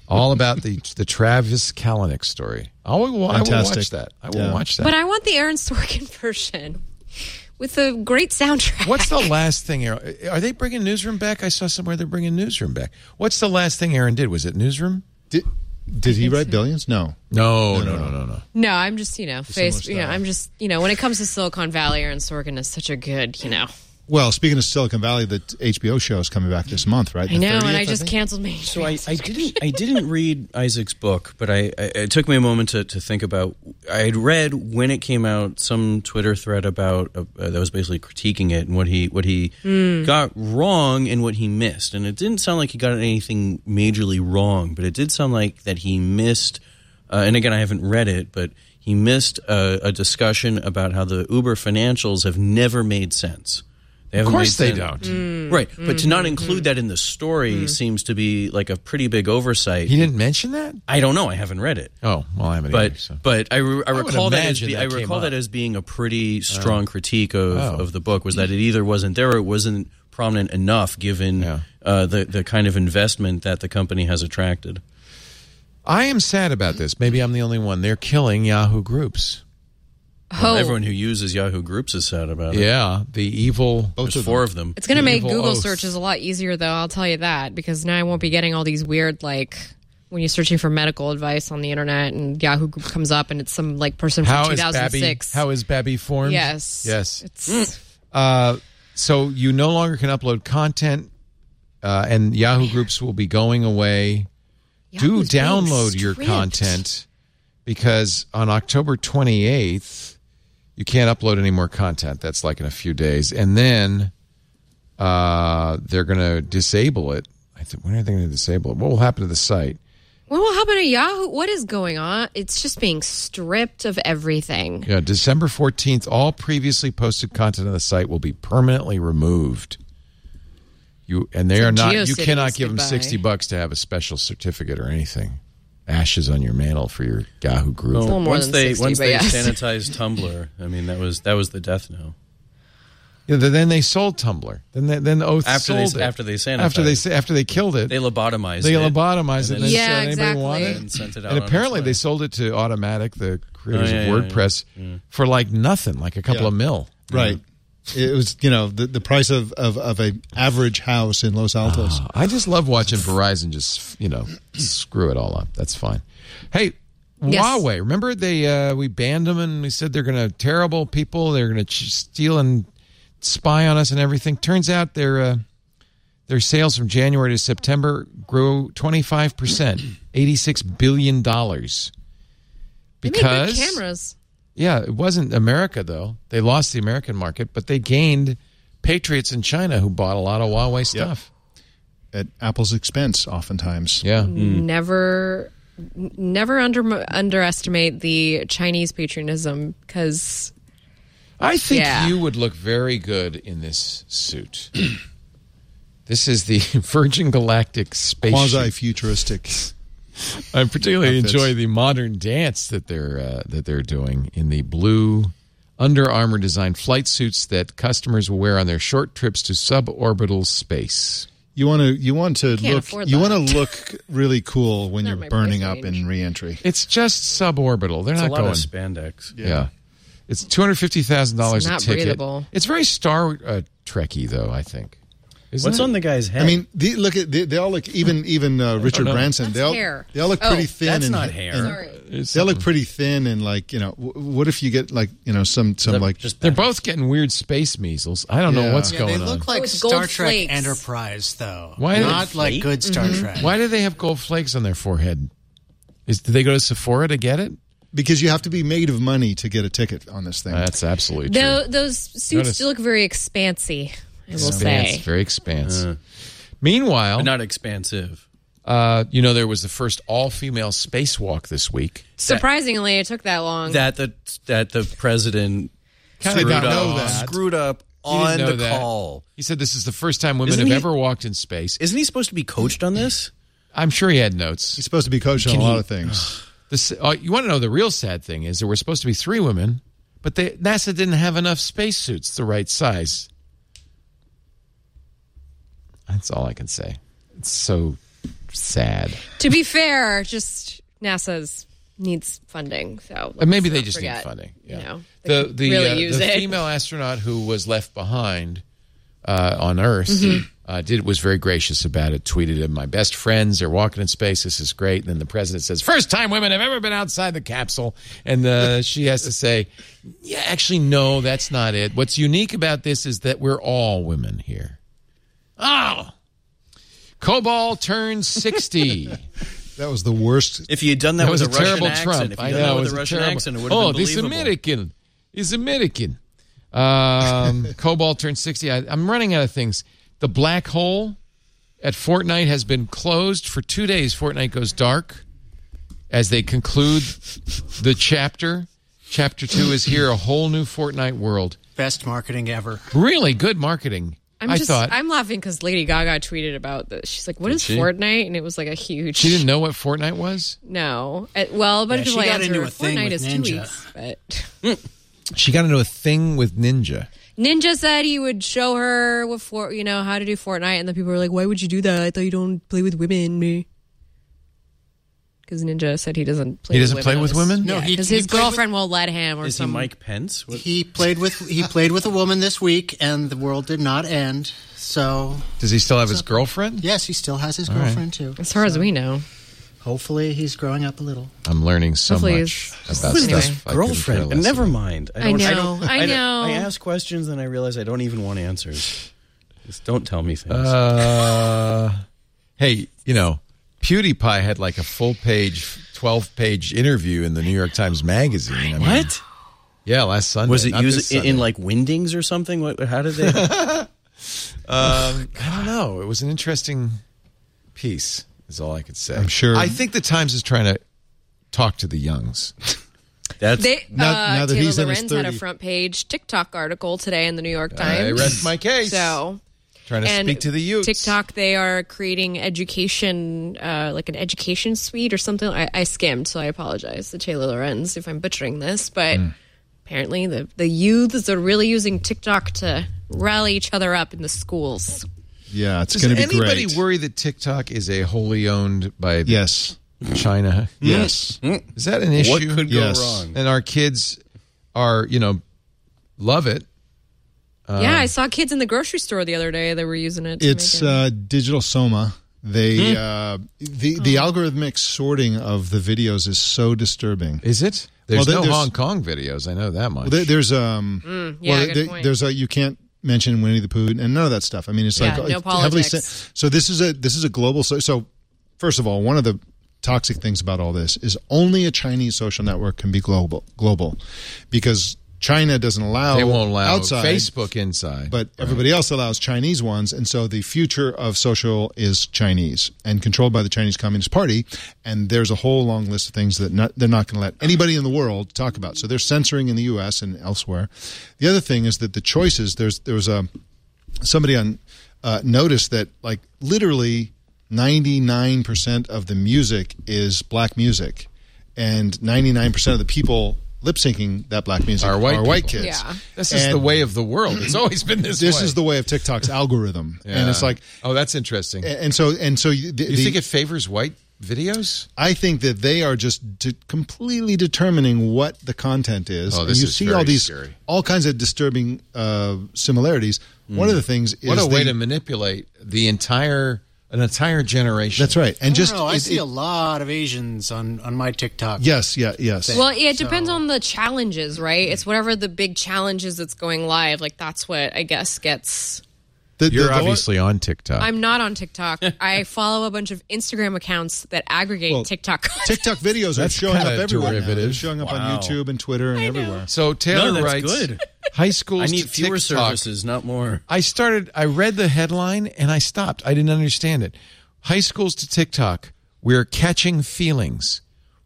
Speaker 1: all about the the Travis Kalanick story. I will, I will watch
Speaker 5: Fantastic.
Speaker 1: that. I will
Speaker 5: Yeah.
Speaker 1: watch that.
Speaker 4: But I want the Aaron Sorkin version with a great soundtrack.
Speaker 1: What's the last thing Aaron? Are they bringing Newsroom back? I saw somewhere they're bringing Newsroom back. What's the last thing Aaron did? Was it Newsroom?
Speaker 5: Did, did he write billions? No.
Speaker 1: No, no, no, no, no.
Speaker 4: No, I'm just you know face. You know, I'm just you know when it comes to Silicon Valley, Aaron Sorkin is such a good you know.
Speaker 5: Well, speaking of Silicon Valley, the HBO show is coming back this month, right?
Speaker 4: Mm-hmm. I know, and I just
Speaker 5: can't.
Speaker 4: canceled my.
Speaker 7: So I, I didn't I didn't read Isaac's book, but I, I it took me a moment to, to think about. I had read when it came out some Twitter thread about uh, uh, that was basically critiquing it and what he what he got wrong and what he missed, and it didn't sound like he got anything majorly wrong, but it did sound like that he missed. Uh, and again, I haven't read it, but he missed a, a discussion about how the Uber financials have never made sense. They
Speaker 1: Of
Speaker 7: haven't
Speaker 1: course
Speaker 7: made
Speaker 1: they
Speaker 7: sense.
Speaker 1: don't.
Speaker 4: Mm.
Speaker 7: Right, but to not include that in the story seems to be like a pretty big oversight.
Speaker 1: He didn't mention that.
Speaker 7: I don't know. I haven't read it,
Speaker 1: Oh, well, I haven't. either,
Speaker 7: but
Speaker 1: so.
Speaker 7: but I, re- I
Speaker 1: would
Speaker 7: recall that as
Speaker 1: imagine
Speaker 7: be-
Speaker 1: that
Speaker 7: I
Speaker 1: came
Speaker 7: recall
Speaker 1: up.
Speaker 7: that as being a pretty strong critique of,
Speaker 1: Oh.
Speaker 7: of the book was that it either wasn't there or it wasn't prominent enough given
Speaker 1: Yeah.
Speaker 7: uh, the the kind of investment that the company has attracted.
Speaker 1: I am sad about this. Maybe I'm the only one. They're killing Yahoo groups.
Speaker 7: Well,
Speaker 4: Oh.
Speaker 7: everyone who uses Yahoo Groups is sad about it.
Speaker 1: Yeah, the evil.
Speaker 7: There's four of them.
Speaker 4: It's going to
Speaker 1: The
Speaker 4: make
Speaker 1: evil
Speaker 4: Google
Speaker 1: oath.
Speaker 4: searches a lot easier, though. I'll tell you that because now I won't be getting all these weird like when you're searching for medical advice on the internet and Yahoo Group comes up and it's some like person from
Speaker 1: How is Babby?
Speaker 4: 2006.
Speaker 1: How is Babby formed?
Speaker 4: yes,
Speaker 1: Yes.
Speaker 4: It's,
Speaker 1: Uh, so you no longer can upload content, uh, and Yahoo Groups will be going away.
Speaker 4: Yahoo's
Speaker 1: Do
Speaker 4: being
Speaker 1: download your
Speaker 4: stripped.
Speaker 1: content because on October 28th, you can't upload any more content. That's like in a few days, and then uh, they're going to disable it. I think when are they going to disable it? What will happen to the site?
Speaker 4: Well, what happened to Yahoo? What is going on? It's just being stripped of everything.
Speaker 1: Yeah, December 14th, all previously posted content on the site will be permanently removed. You and they
Speaker 4: So
Speaker 1: are not you
Speaker 4: GeoCities,
Speaker 1: cannot give them
Speaker 4: goodbye.
Speaker 1: 60 bucks to have a special certificate or anything. Ashes on your mantle for your Yahoo group.
Speaker 7: Well,
Speaker 4: little more
Speaker 7: once
Speaker 4: than
Speaker 7: they
Speaker 4: 60,
Speaker 7: once
Speaker 4: but
Speaker 7: they
Speaker 4: yes.
Speaker 7: sanitized Tumblr, I mean that was that was the death knell.
Speaker 1: Yeah, th- then they sold Tumblr. Then they, then Oath
Speaker 7: After they-
Speaker 1: sold it.
Speaker 7: after they sanitized
Speaker 1: after they
Speaker 7: it.
Speaker 1: sa- after they killed it.
Speaker 7: They lobotomized.
Speaker 1: they
Speaker 7: it.
Speaker 1: lobotomized it. And
Speaker 7: And
Speaker 1: then
Speaker 4: Yeah,
Speaker 1: said, anybody
Speaker 4: exactly.
Speaker 1: want it?
Speaker 7: And sent it out on
Speaker 1: and
Speaker 7: its
Speaker 1: apparently
Speaker 7: way.
Speaker 1: they sold it to Automatic, the creators
Speaker 7: Oh, yeah,
Speaker 1: of
Speaker 7: yeah, yeah.
Speaker 1: WordPress, for like nothing, like a couple
Speaker 5: Yeah.
Speaker 1: of mil.
Speaker 5: Right. It was, you know, the, the price of, of, of a average house in Los Altos.
Speaker 1: I just love watching Verizon just you know screw it all up. That's fine. Hey,
Speaker 4: Yes.
Speaker 1: Huawei. Remember they uh, we banned them and we said they're going to terrible people. They're going to ch- steal and spy on us and everything. Turns out their uh, their sales from January to September grew twenty five percent, eighty six billion dollars.
Speaker 4: They make good cameras.
Speaker 1: Yeah, it wasn't America though. They lost the American market, but they gained patriots in China who bought a lot of Huawei stuff.
Speaker 4: Ah.
Speaker 5: at Apple's expense, oftentimes.
Speaker 1: Yeah.
Speaker 4: Mm-hmm. Never, n- never under underestimate the Chinese patriotism because
Speaker 1: I think
Speaker 4: Yeah.
Speaker 1: you would look very good in this suit. this is the Virgin Galactic
Speaker 5: Quasi
Speaker 1: space.
Speaker 5: futuristic.
Speaker 1: I particularly
Speaker 5: outfits.
Speaker 1: enjoy the modern dance that they're uh, that they're doing in the blue Under Armour designed flight suits that customers will wear on their short trips to suborbital space.
Speaker 5: You want to you want to
Speaker 4: Can't
Speaker 5: look
Speaker 4: afford
Speaker 5: you
Speaker 4: that.
Speaker 5: want to look really cool when
Speaker 4: Not
Speaker 5: you're
Speaker 4: my
Speaker 5: burning
Speaker 4: price
Speaker 5: up in
Speaker 4: range.
Speaker 5: reentry.
Speaker 1: It's just suborbital. They're
Speaker 7: It's a
Speaker 1: not
Speaker 7: lot
Speaker 1: going.
Speaker 7: of spandex.
Speaker 1: yeah. It's two hundred fifty thousand dollars
Speaker 4: It's
Speaker 1: a
Speaker 4: not
Speaker 1: ticket.
Speaker 4: breathable.
Speaker 1: It's very Star uh, Trekky, though. I think
Speaker 8: Isn't
Speaker 7: What's
Speaker 8: it?
Speaker 7: on the guy's head?
Speaker 5: I mean, the, look at they, they all look even even uh, Richard Branson.
Speaker 4: That's
Speaker 5: they all
Speaker 4: hair.
Speaker 5: they all look
Speaker 4: Oh,
Speaker 5: pretty thin.
Speaker 7: Oh, that's
Speaker 5: and,
Speaker 7: not hair.
Speaker 5: and-
Speaker 4: Sorry.
Speaker 5: They all look pretty thin and like you know. W- what if you get like you know some some like
Speaker 7: just
Speaker 1: They're both getting weird space measles. I don't know
Speaker 5: Yeah.
Speaker 1: what's
Speaker 5: Yeah,
Speaker 1: going
Speaker 6: they
Speaker 1: on.
Speaker 6: look like
Speaker 4: Oh, it's
Speaker 6: Star
Speaker 4: gold
Speaker 6: Trek Mm-hmm.
Speaker 4: flakes.
Speaker 6: Enterprise, though.
Speaker 1: uh, Why are they
Speaker 6: not like good Star Trek?
Speaker 1: Why do they have gold flakes on their forehead? Is do they go to Sephora to get it?
Speaker 5: because you have to be made of money to get a ticket on this thing.
Speaker 7: Uh,
Speaker 1: That's absolutely true.
Speaker 4: Though those suits
Speaker 1: Notice-
Speaker 4: do look very expansy, I will
Speaker 1: Expanse,
Speaker 4: say.
Speaker 1: very expanse. Meanwhile,
Speaker 7: Uh, not expansive.
Speaker 1: uh, you know there was the first all-female spacewalk this week.
Speaker 4: Surprisingly, it took that long.
Speaker 7: That the that the president
Speaker 1: Kinda
Speaker 7: screwed
Speaker 1: didn't
Speaker 7: up,
Speaker 1: know that.
Speaker 7: screwed up
Speaker 1: He didn't
Speaker 7: on
Speaker 1: know
Speaker 7: the
Speaker 1: that.
Speaker 7: call.
Speaker 1: He said this is the first time women have
Speaker 7: Isn't he-
Speaker 1: ever walked in space.
Speaker 7: Isn't he supposed to be coached on this?
Speaker 1: I'm sure he had notes.
Speaker 5: He's supposed to be coached on a lot of things.
Speaker 1: This, uh, you want to know the real sad thing is there were supposed to be three women, but they, NASA didn't have enough spacesuits the right size. That's all I can say. It's so sad.
Speaker 4: to be fair, just NASA's needs funding. So
Speaker 1: But maybe
Speaker 4: let's
Speaker 1: they
Speaker 4: not
Speaker 1: just
Speaker 4: forget,
Speaker 1: need funding.
Speaker 4: You know, they
Speaker 1: the
Speaker 4: could
Speaker 1: the,
Speaker 4: really
Speaker 1: uh,
Speaker 4: use
Speaker 1: the
Speaker 4: it.
Speaker 1: female astronaut who was left behind uh, on Earth
Speaker 4: Mm-hmm.
Speaker 1: uh, did was very gracious about it. Tweeted him, "My best friends are walking in space. This is great." And then the president says, first time women have ever been outside the capsule," and uh, she has to say, "Yeah, actually, no, that's not it. What's unique about this is that we're all women here." Oh. Cobol turns 60.
Speaker 5: That was the worst.
Speaker 7: If you had done that,
Speaker 1: that was a
Speaker 7: with a, Russian
Speaker 1: terrible
Speaker 7: accent,
Speaker 1: Trump.
Speaker 7: if you
Speaker 1: I
Speaker 7: had
Speaker 1: know.
Speaker 7: done that
Speaker 1: it
Speaker 7: with
Speaker 1: was
Speaker 7: a
Speaker 1: a
Speaker 7: Russian
Speaker 1: terrible-
Speaker 7: accent, it would have
Speaker 1: oh,
Speaker 7: been
Speaker 1: this
Speaker 7: believable.
Speaker 1: American. He's American. Um, Cobalt turned 60. I, I'm running out of things. The black hole at Fortnite has been closed for two days. Fortnite goes dark as they conclude the chapter. Chapter two is here, a whole new Fortnite world.
Speaker 6: Best marketing ever.
Speaker 1: Really good marketing.
Speaker 4: I'm
Speaker 1: I
Speaker 4: just,
Speaker 1: thought
Speaker 4: I'm laughing because Lady Gaga tweeted about this. She's like, "What is Fortnite?" And it was like a huge.
Speaker 1: she didn't know what Fortnite was.
Speaker 4: No, Uh, well, but
Speaker 6: Yeah,
Speaker 4: if
Speaker 6: she
Speaker 4: people
Speaker 6: got
Speaker 4: answer,
Speaker 6: into a thing
Speaker 4: Fortnite
Speaker 6: with
Speaker 4: is two
Speaker 6: Ninja.
Speaker 4: weeks. But
Speaker 1: She got into a thing with Ninja.
Speaker 4: Ninja said he would show her what for you know how to do Fortnite, and then people were like, "Why would you do that? I thought you don't play with women." Because Ninja said he doesn't play.
Speaker 1: He
Speaker 4: with
Speaker 1: doesn't play with women?
Speaker 6: No, he-
Speaker 4: because
Speaker 6: he
Speaker 4: his
Speaker 6: played with-
Speaker 4: girlfriend won't let him. Or
Speaker 7: Is he
Speaker 4: some-
Speaker 7: Mike Pence? What-
Speaker 6: He played with he played with a woman this week, and the world did not end. So
Speaker 1: Does he still have his girlfriend?
Speaker 6: yes, he still has his girlfriend too.
Speaker 4: As far as we know,
Speaker 6: Hopefully, he's growing up a little.
Speaker 1: I'm learning so
Speaker 4: Hopefully
Speaker 1: much
Speaker 4: it's-
Speaker 1: about stuff. I
Speaker 4: Anyway.
Speaker 1: couldn't care
Speaker 7: girlfriend.
Speaker 1: less
Speaker 7: never
Speaker 1: about.
Speaker 7: mind.
Speaker 4: I know, I
Speaker 7: don't-
Speaker 4: know.
Speaker 7: I ask questions, then I realize I don't even want answers. Just don't tell me things.
Speaker 1: Uh, hey, you know, PewDiePie had like a full page, twelve page interview in the New York Times Magazine. I mean,
Speaker 7: what
Speaker 1: Yeah, last Sunday.
Speaker 7: was it
Speaker 1: not this
Speaker 7: used in, in
Speaker 1: Sunday.
Speaker 7: like Windings or something? What, how did they?
Speaker 1: Um, I don't know. It was an interesting piece. Is all I could say.
Speaker 5: I'm sure-
Speaker 1: I think the Times is trying to talk to the youngs.
Speaker 7: That's
Speaker 4: they
Speaker 5: Now-
Speaker 4: uh,
Speaker 5: now that
Speaker 4: Taylor
Speaker 5: he's in his
Speaker 4: Lorenz had a
Speaker 5: 30.
Speaker 4: front page TikTok article today in the New York
Speaker 1: Uh, I
Speaker 4: Times.
Speaker 1: rest my case.
Speaker 4: So
Speaker 1: trying to
Speaker 4: and
Speaker 1: speak to the youth.
Speaker 4: TikTok, they are creating education, uh, like an education suite or something. I, I skimmed, so I apologize to Taylor Lorenz if I'm butchering this, but
Speaker 1: Hmm.
Speaker 4: apparently the the youths are really using TikTok to rally each other up in the schools.
Speaker 5: Yeah, it's
Speaker 1: Does
Speaker 5: going to be great.
Speaker 1: anybody worry that TikTok is a wholly owned by the
Speaker 5: Yes,
Speaker 1: China?
Speaker 7: Hmm?
Speaker 5: yes.
Speaker 1: Is that an issue?
Speaker 7: what could go
Speaker 5: Yes.
Speaker 7: wrong?
Speaker 1: and our kids are you know love it Uh,
Speaker 4: yeah, I saw kids in the grocery store the other day that were using it. To
Speaker 5: It's
Speaker 4: make it.
Speaker 5: uh, digital soma. They
Speaker 4: Hmm.
Speaker 5: uh, the the algorithmic sorting of the videos is so disturbing.
Speaker 1: is it there's
Speaker 5: Well, there-
Speaker 1: no
Speaker 5: there's-
Speaker 1: Hong Kong videos I know that much
Speaker 5: Well, there, there's um,
Speaker 4: Mm, yeah,
Speaker 5: well,
Speaker 4: good
Speaker 5: there-
Speaker 4: point.
Speaker 5: there's a you can't mention Winnie the Pooh and none of that stuff. I mean, it's
Speaker 4: Yeah,
Speaker 5: like
Speaker 4: no
Speaker 5: it's heavily
Speaker 4: politics.
Speaker 5: sen- so this is a this is a global so, so first of all, one of the toxic things about all this is only a Chinese social network can be global global because China doesn't allow
Speaker 1: they won't allow
Speaker 5: outside
Speaker 1: Facebook inside
Speaker 5: but everybody else allows Chinese ones, and so the future of social is Chinese and controlled by the Chinese Communist Party. And there's a whole long list of things that not, they're not going to let anybody in the world talk about. So they're censoring in the U.S. and elsewhere. The other thing is that the choices there's there was a somebody on uh, noticed that like literally 99% of the music is black music and 99% of the people lip syncing that black music
Speaker 1: Are white people.
Speaker 5: kids
Speaker 4: Yeah.
Speaker 1: this is
Speaker 5: And-
Speaker 1: the way of the world it's always been this
Speaker 5: this
Speaker 1: way.
Speaker 5: is the way of TikTok's algorithm, and it's
Speaker 1: Yeah.
Speaker 5: like,
Speaker 1: oh that's interesting
Speaker 5: and and so and so. You, the,
Speaker 1: you think
Speaker 5: the-
Speaker 1: it favors white videos
Speaker 5: I think that they are just de- completely determining what the content is.
Speaker 1: Oh,
Speaker 5: And
Speaker 1: this
Speaker 5: you
Speaker 1: is
Speaker 5: see
Speaker 1: very
Speaker 5: all these
Speaker 1: scary.
Speaker 5: all kinds of disturbing uh, similarities. One of the things is
Speaker 1: Hmm. What a way
Speaker 5: the-
Speaker 1: to manipulate the entire an entire generation.
Speaker 5: That's right, and
Speaker 6: I
Speaker 5: just
Speaker 6: don't know, I
Speaker 5: it-
Speaker 6: see
Speaker 5: it-
Speaker 6: a lot of Asians on on my TikTok.
Speaker 5: yes, yeah,
Speaker 1: uh,
Speaker 5: yes.
Speaker 4: Well, yeah, it depends on the challenges, right? It's whatever the big challenge is that's going live. Like that's what I guess gets.
Speaker 5: The- the-
Speaker 1: You're
Speaker 5: the-
Speaker 1: obviously on TikTok.
Speaker 4: I'm not on TikTok. I follow a bunch of Instagram accounts that aggregate
Speaker 5: Well,
Speaker 4: TikTok.
Speaker 5: TikTok videos are
Speaker 1: That's
Speaker 5: showing up
Speaker 1: kinda
Speaker 5: everywhere. now. They're
Speaker 1: derivative.
Speaker 5: showing up
Speaker 7: Wow.
Speaker 5: on YouTube and Twitter and everywhere.
Speaker 1: so Taylor
Speaker 7: No, that's
Speaker 1: writes
Speaker 7: good.
Speaker 1: high schools
Speaker 7: I need
Speaker 1: to
Speaker 7: fewer
Speaker 1: TikTok.
Speaker 7: services, not more.
Speaker 1: I started. I read the headline and I stopped. I didn't understand it. High schools to TikTok. We're catching feelings.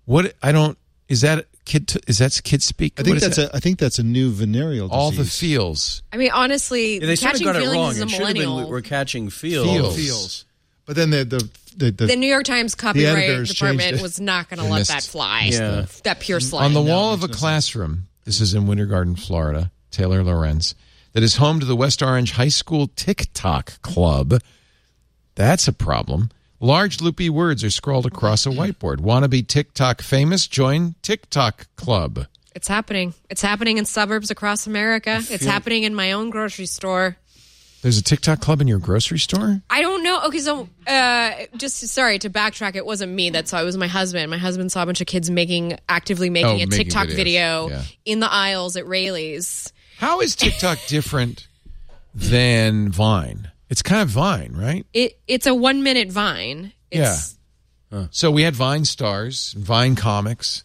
Speaker 1: What I don't is that kid. is that kid speak?
Speaker 5: I think that's a I think that's a new venereal.
Speaker 1: all the
Speaker 5: disease.
Speaker 1: feels.
Speaker 4: I mean, honestly,
Speaker 7: Yeah, they sort of
Speaker 4: catching
Speaker 7: got it
Speaker 4: feelings
Speaker 7: wrong.
Speaker 4: is a
Speaker 7: It should have
Speaker 4: millennial.
Speaker 7: been we're catching
Speaker 1: Feels.
Speaker 7: feels.
Speaker 5: feels. But then the the the, the,
Speaker 4: the New York Times copyright
Speaker 5: editors changed
Speaker 4: department
Speaker 5: it.
Speaker 4: was not going to
Speaker 1: They
Speaker 4: let
Speaker 1: missed-
Speaker 4: that fly.
Speaker 7: Yeah.
Speaker 4: That pure slide.
Speaker 1: On the wall of a classroom, this is in Winter Garden, Florida, Taylor Lorenz, that is home to the West Orange High School TikTok Club. That's a problem. Large loopy words are scrawled across a whiteboard. Wanna be TikTok famous? Join TikTok Club.
Speaker 4: It's happening. It's happening in suburbs across America. It's happening in my own grocery store.
Speaker 1: There's a TikTok Club in your grocery store?
Speaker 4: I don't know. Okay, so uh, just sorry to backtrack. It wasn't me that saw. It It was my husband. My husband saw a bunch of kids making, actively making
Speaker 1: Oh,
Speaker 4: a
Speaker 1: making
Speaker 4: TikTok
Speaker 1: videos.
Speaker 4: video
Speaker 1: Yeah.
Speaker 4: in the aisles at Rayleigh's.
Speaker 1: How is TikTok different than Vine? It's kind of Vine, right?
Speaker 4: It it's a one minute Vine. It's,
Speaker 1: So we had Vine stars, Vine comics.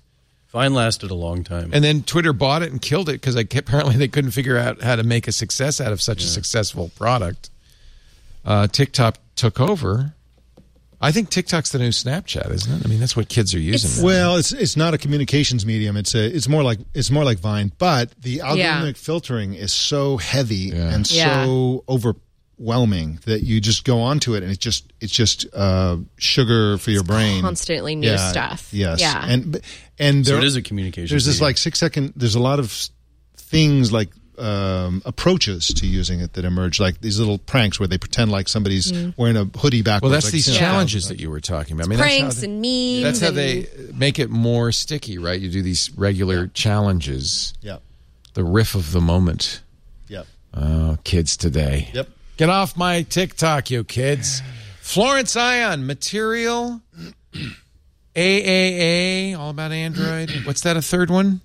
Speaker 7: Vine lasted a long time.
Speaker 1: And then Twitter bought it and killed it because apparently they couldn't figure out how to make a success out of such a successful product. Uh, TikTok took over. I think TikTok's the new Snapchat, isn't it? I mean, that's what kids are using.
Speaker 4: It's-
Speaker 1: now.
Speaker 5: Well, it's it's not a communications medium. It's a it's more like it's more like Vine, but the algorithmic filtering is so heavy and
Speaker 4: Yeah.
Speaker 5: so overwhelming that you just go onto it and it's just it's just uh, sugar for your brain.
Speaker 4: constantly new stuff.
Speaker 5: Yes.
Speaker 4: Yeah.
Speaker 5: And and
Speaker 7: so
Speaker 5: there
Speaker 7: it is a communication.
Speaker 5: there's this
Speaker 7: medium.
Speaker 5: like six second. There's a lot of s- things like um, approaches to using it that emerge, like these little pranks where they pretend like somebody's
Speaker 4: Mm.
Speaker 5: wearing a hoodie backwards.
Speaker 1: well, that's
Speaker 5: like,
Speaker 1: these
Speaker 5: yeah.
Speaker 1: challenges that you were talking about. I mean,
Speaker 4: pranks
Speaker 1: that's how
Speaker 4: and
Speaker 1: they, that's
Speaker 4: memes.
Speaker 1: how
Speaker 4: and-
Speaker 1: they make it more sticky, right? You do these regular challenges,
Speaker 5: Yeah.
Speaker 1: the riff of the moment.
Speaker 5: Yep.
Speaker 1: Oh, kids today.
Speaker 5: Yep.
Speaker 1: Get off my TikTok, you kids. Florence Ion, Material, AAA, all about Android. What's that, a third one?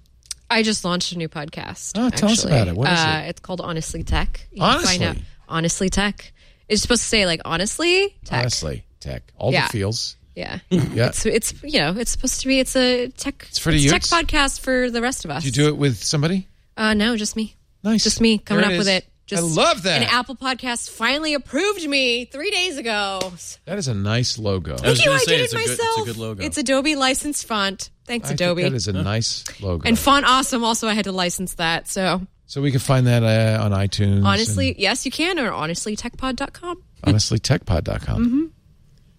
Speaker 4: I just launched a new podcast.
Speaker 1: Oh, tell us
Speaker 4: actually.
Speaker 1: about it. What is
Speaker 4: uh, It's called Honestly Tech. You
Speaker 1: Honestly?
Speaker 4: Can find out. Honestly Tech. It's supposed to say like honestly tech.
Speaker 1: Honestly, tech. All
Speaker 4: Yeah.
Speaker 1: the fields.
Speaker 4: Yeah.
Speaker 1: Yeah.
Speaker 4: It's it's you know it's supposed to be it's a tech it's
Speaker 1: Hmm. for the
Speaker 4: tech
Speaker 1: youths?
Speaker 4: podcast for the rest of us.
Speaker 1: Do you do it with somebody?
Speaker 4: Uh, no, just me.
Speaker 1: Nice.
Speaker 4: Just me coming
Speaker 1: There
Speaker 4: up
Speaker 1: it
Speaker 4: with
Speaker 1: is.
Speaker 4: it. Just
Speaker 1: I love that.
Speaker 4: And Apple Podcast finally approved me three days ago.
Speaker 1: That is a nice logo.
Speaker 7: I was
Speaker 4: Thank you.
Speaker 7: gonna
Speaker 4: I
Speaker 7: say,
Speaker 4: did it
Speaker 7: it's a good- it's a
Speaker 4: myself.
Speaker 7: good logo.
Speaker 4: It's Adobe licensed font.
Speaker 1: I
Speaker 4: Thanks,
Speaker 1: think
Speaker 4: Adobe.
Speaker 1: that is a nice logo.
Speaker 4: and Font Awesome also I had to license that. So
Speaker 1: so we can find that uh, on iTunes.
Speaker 4: honestly, yes, you can or honestlytechpod.com.
Speaker 1: and honestlytechpod.com. Mm-hmm.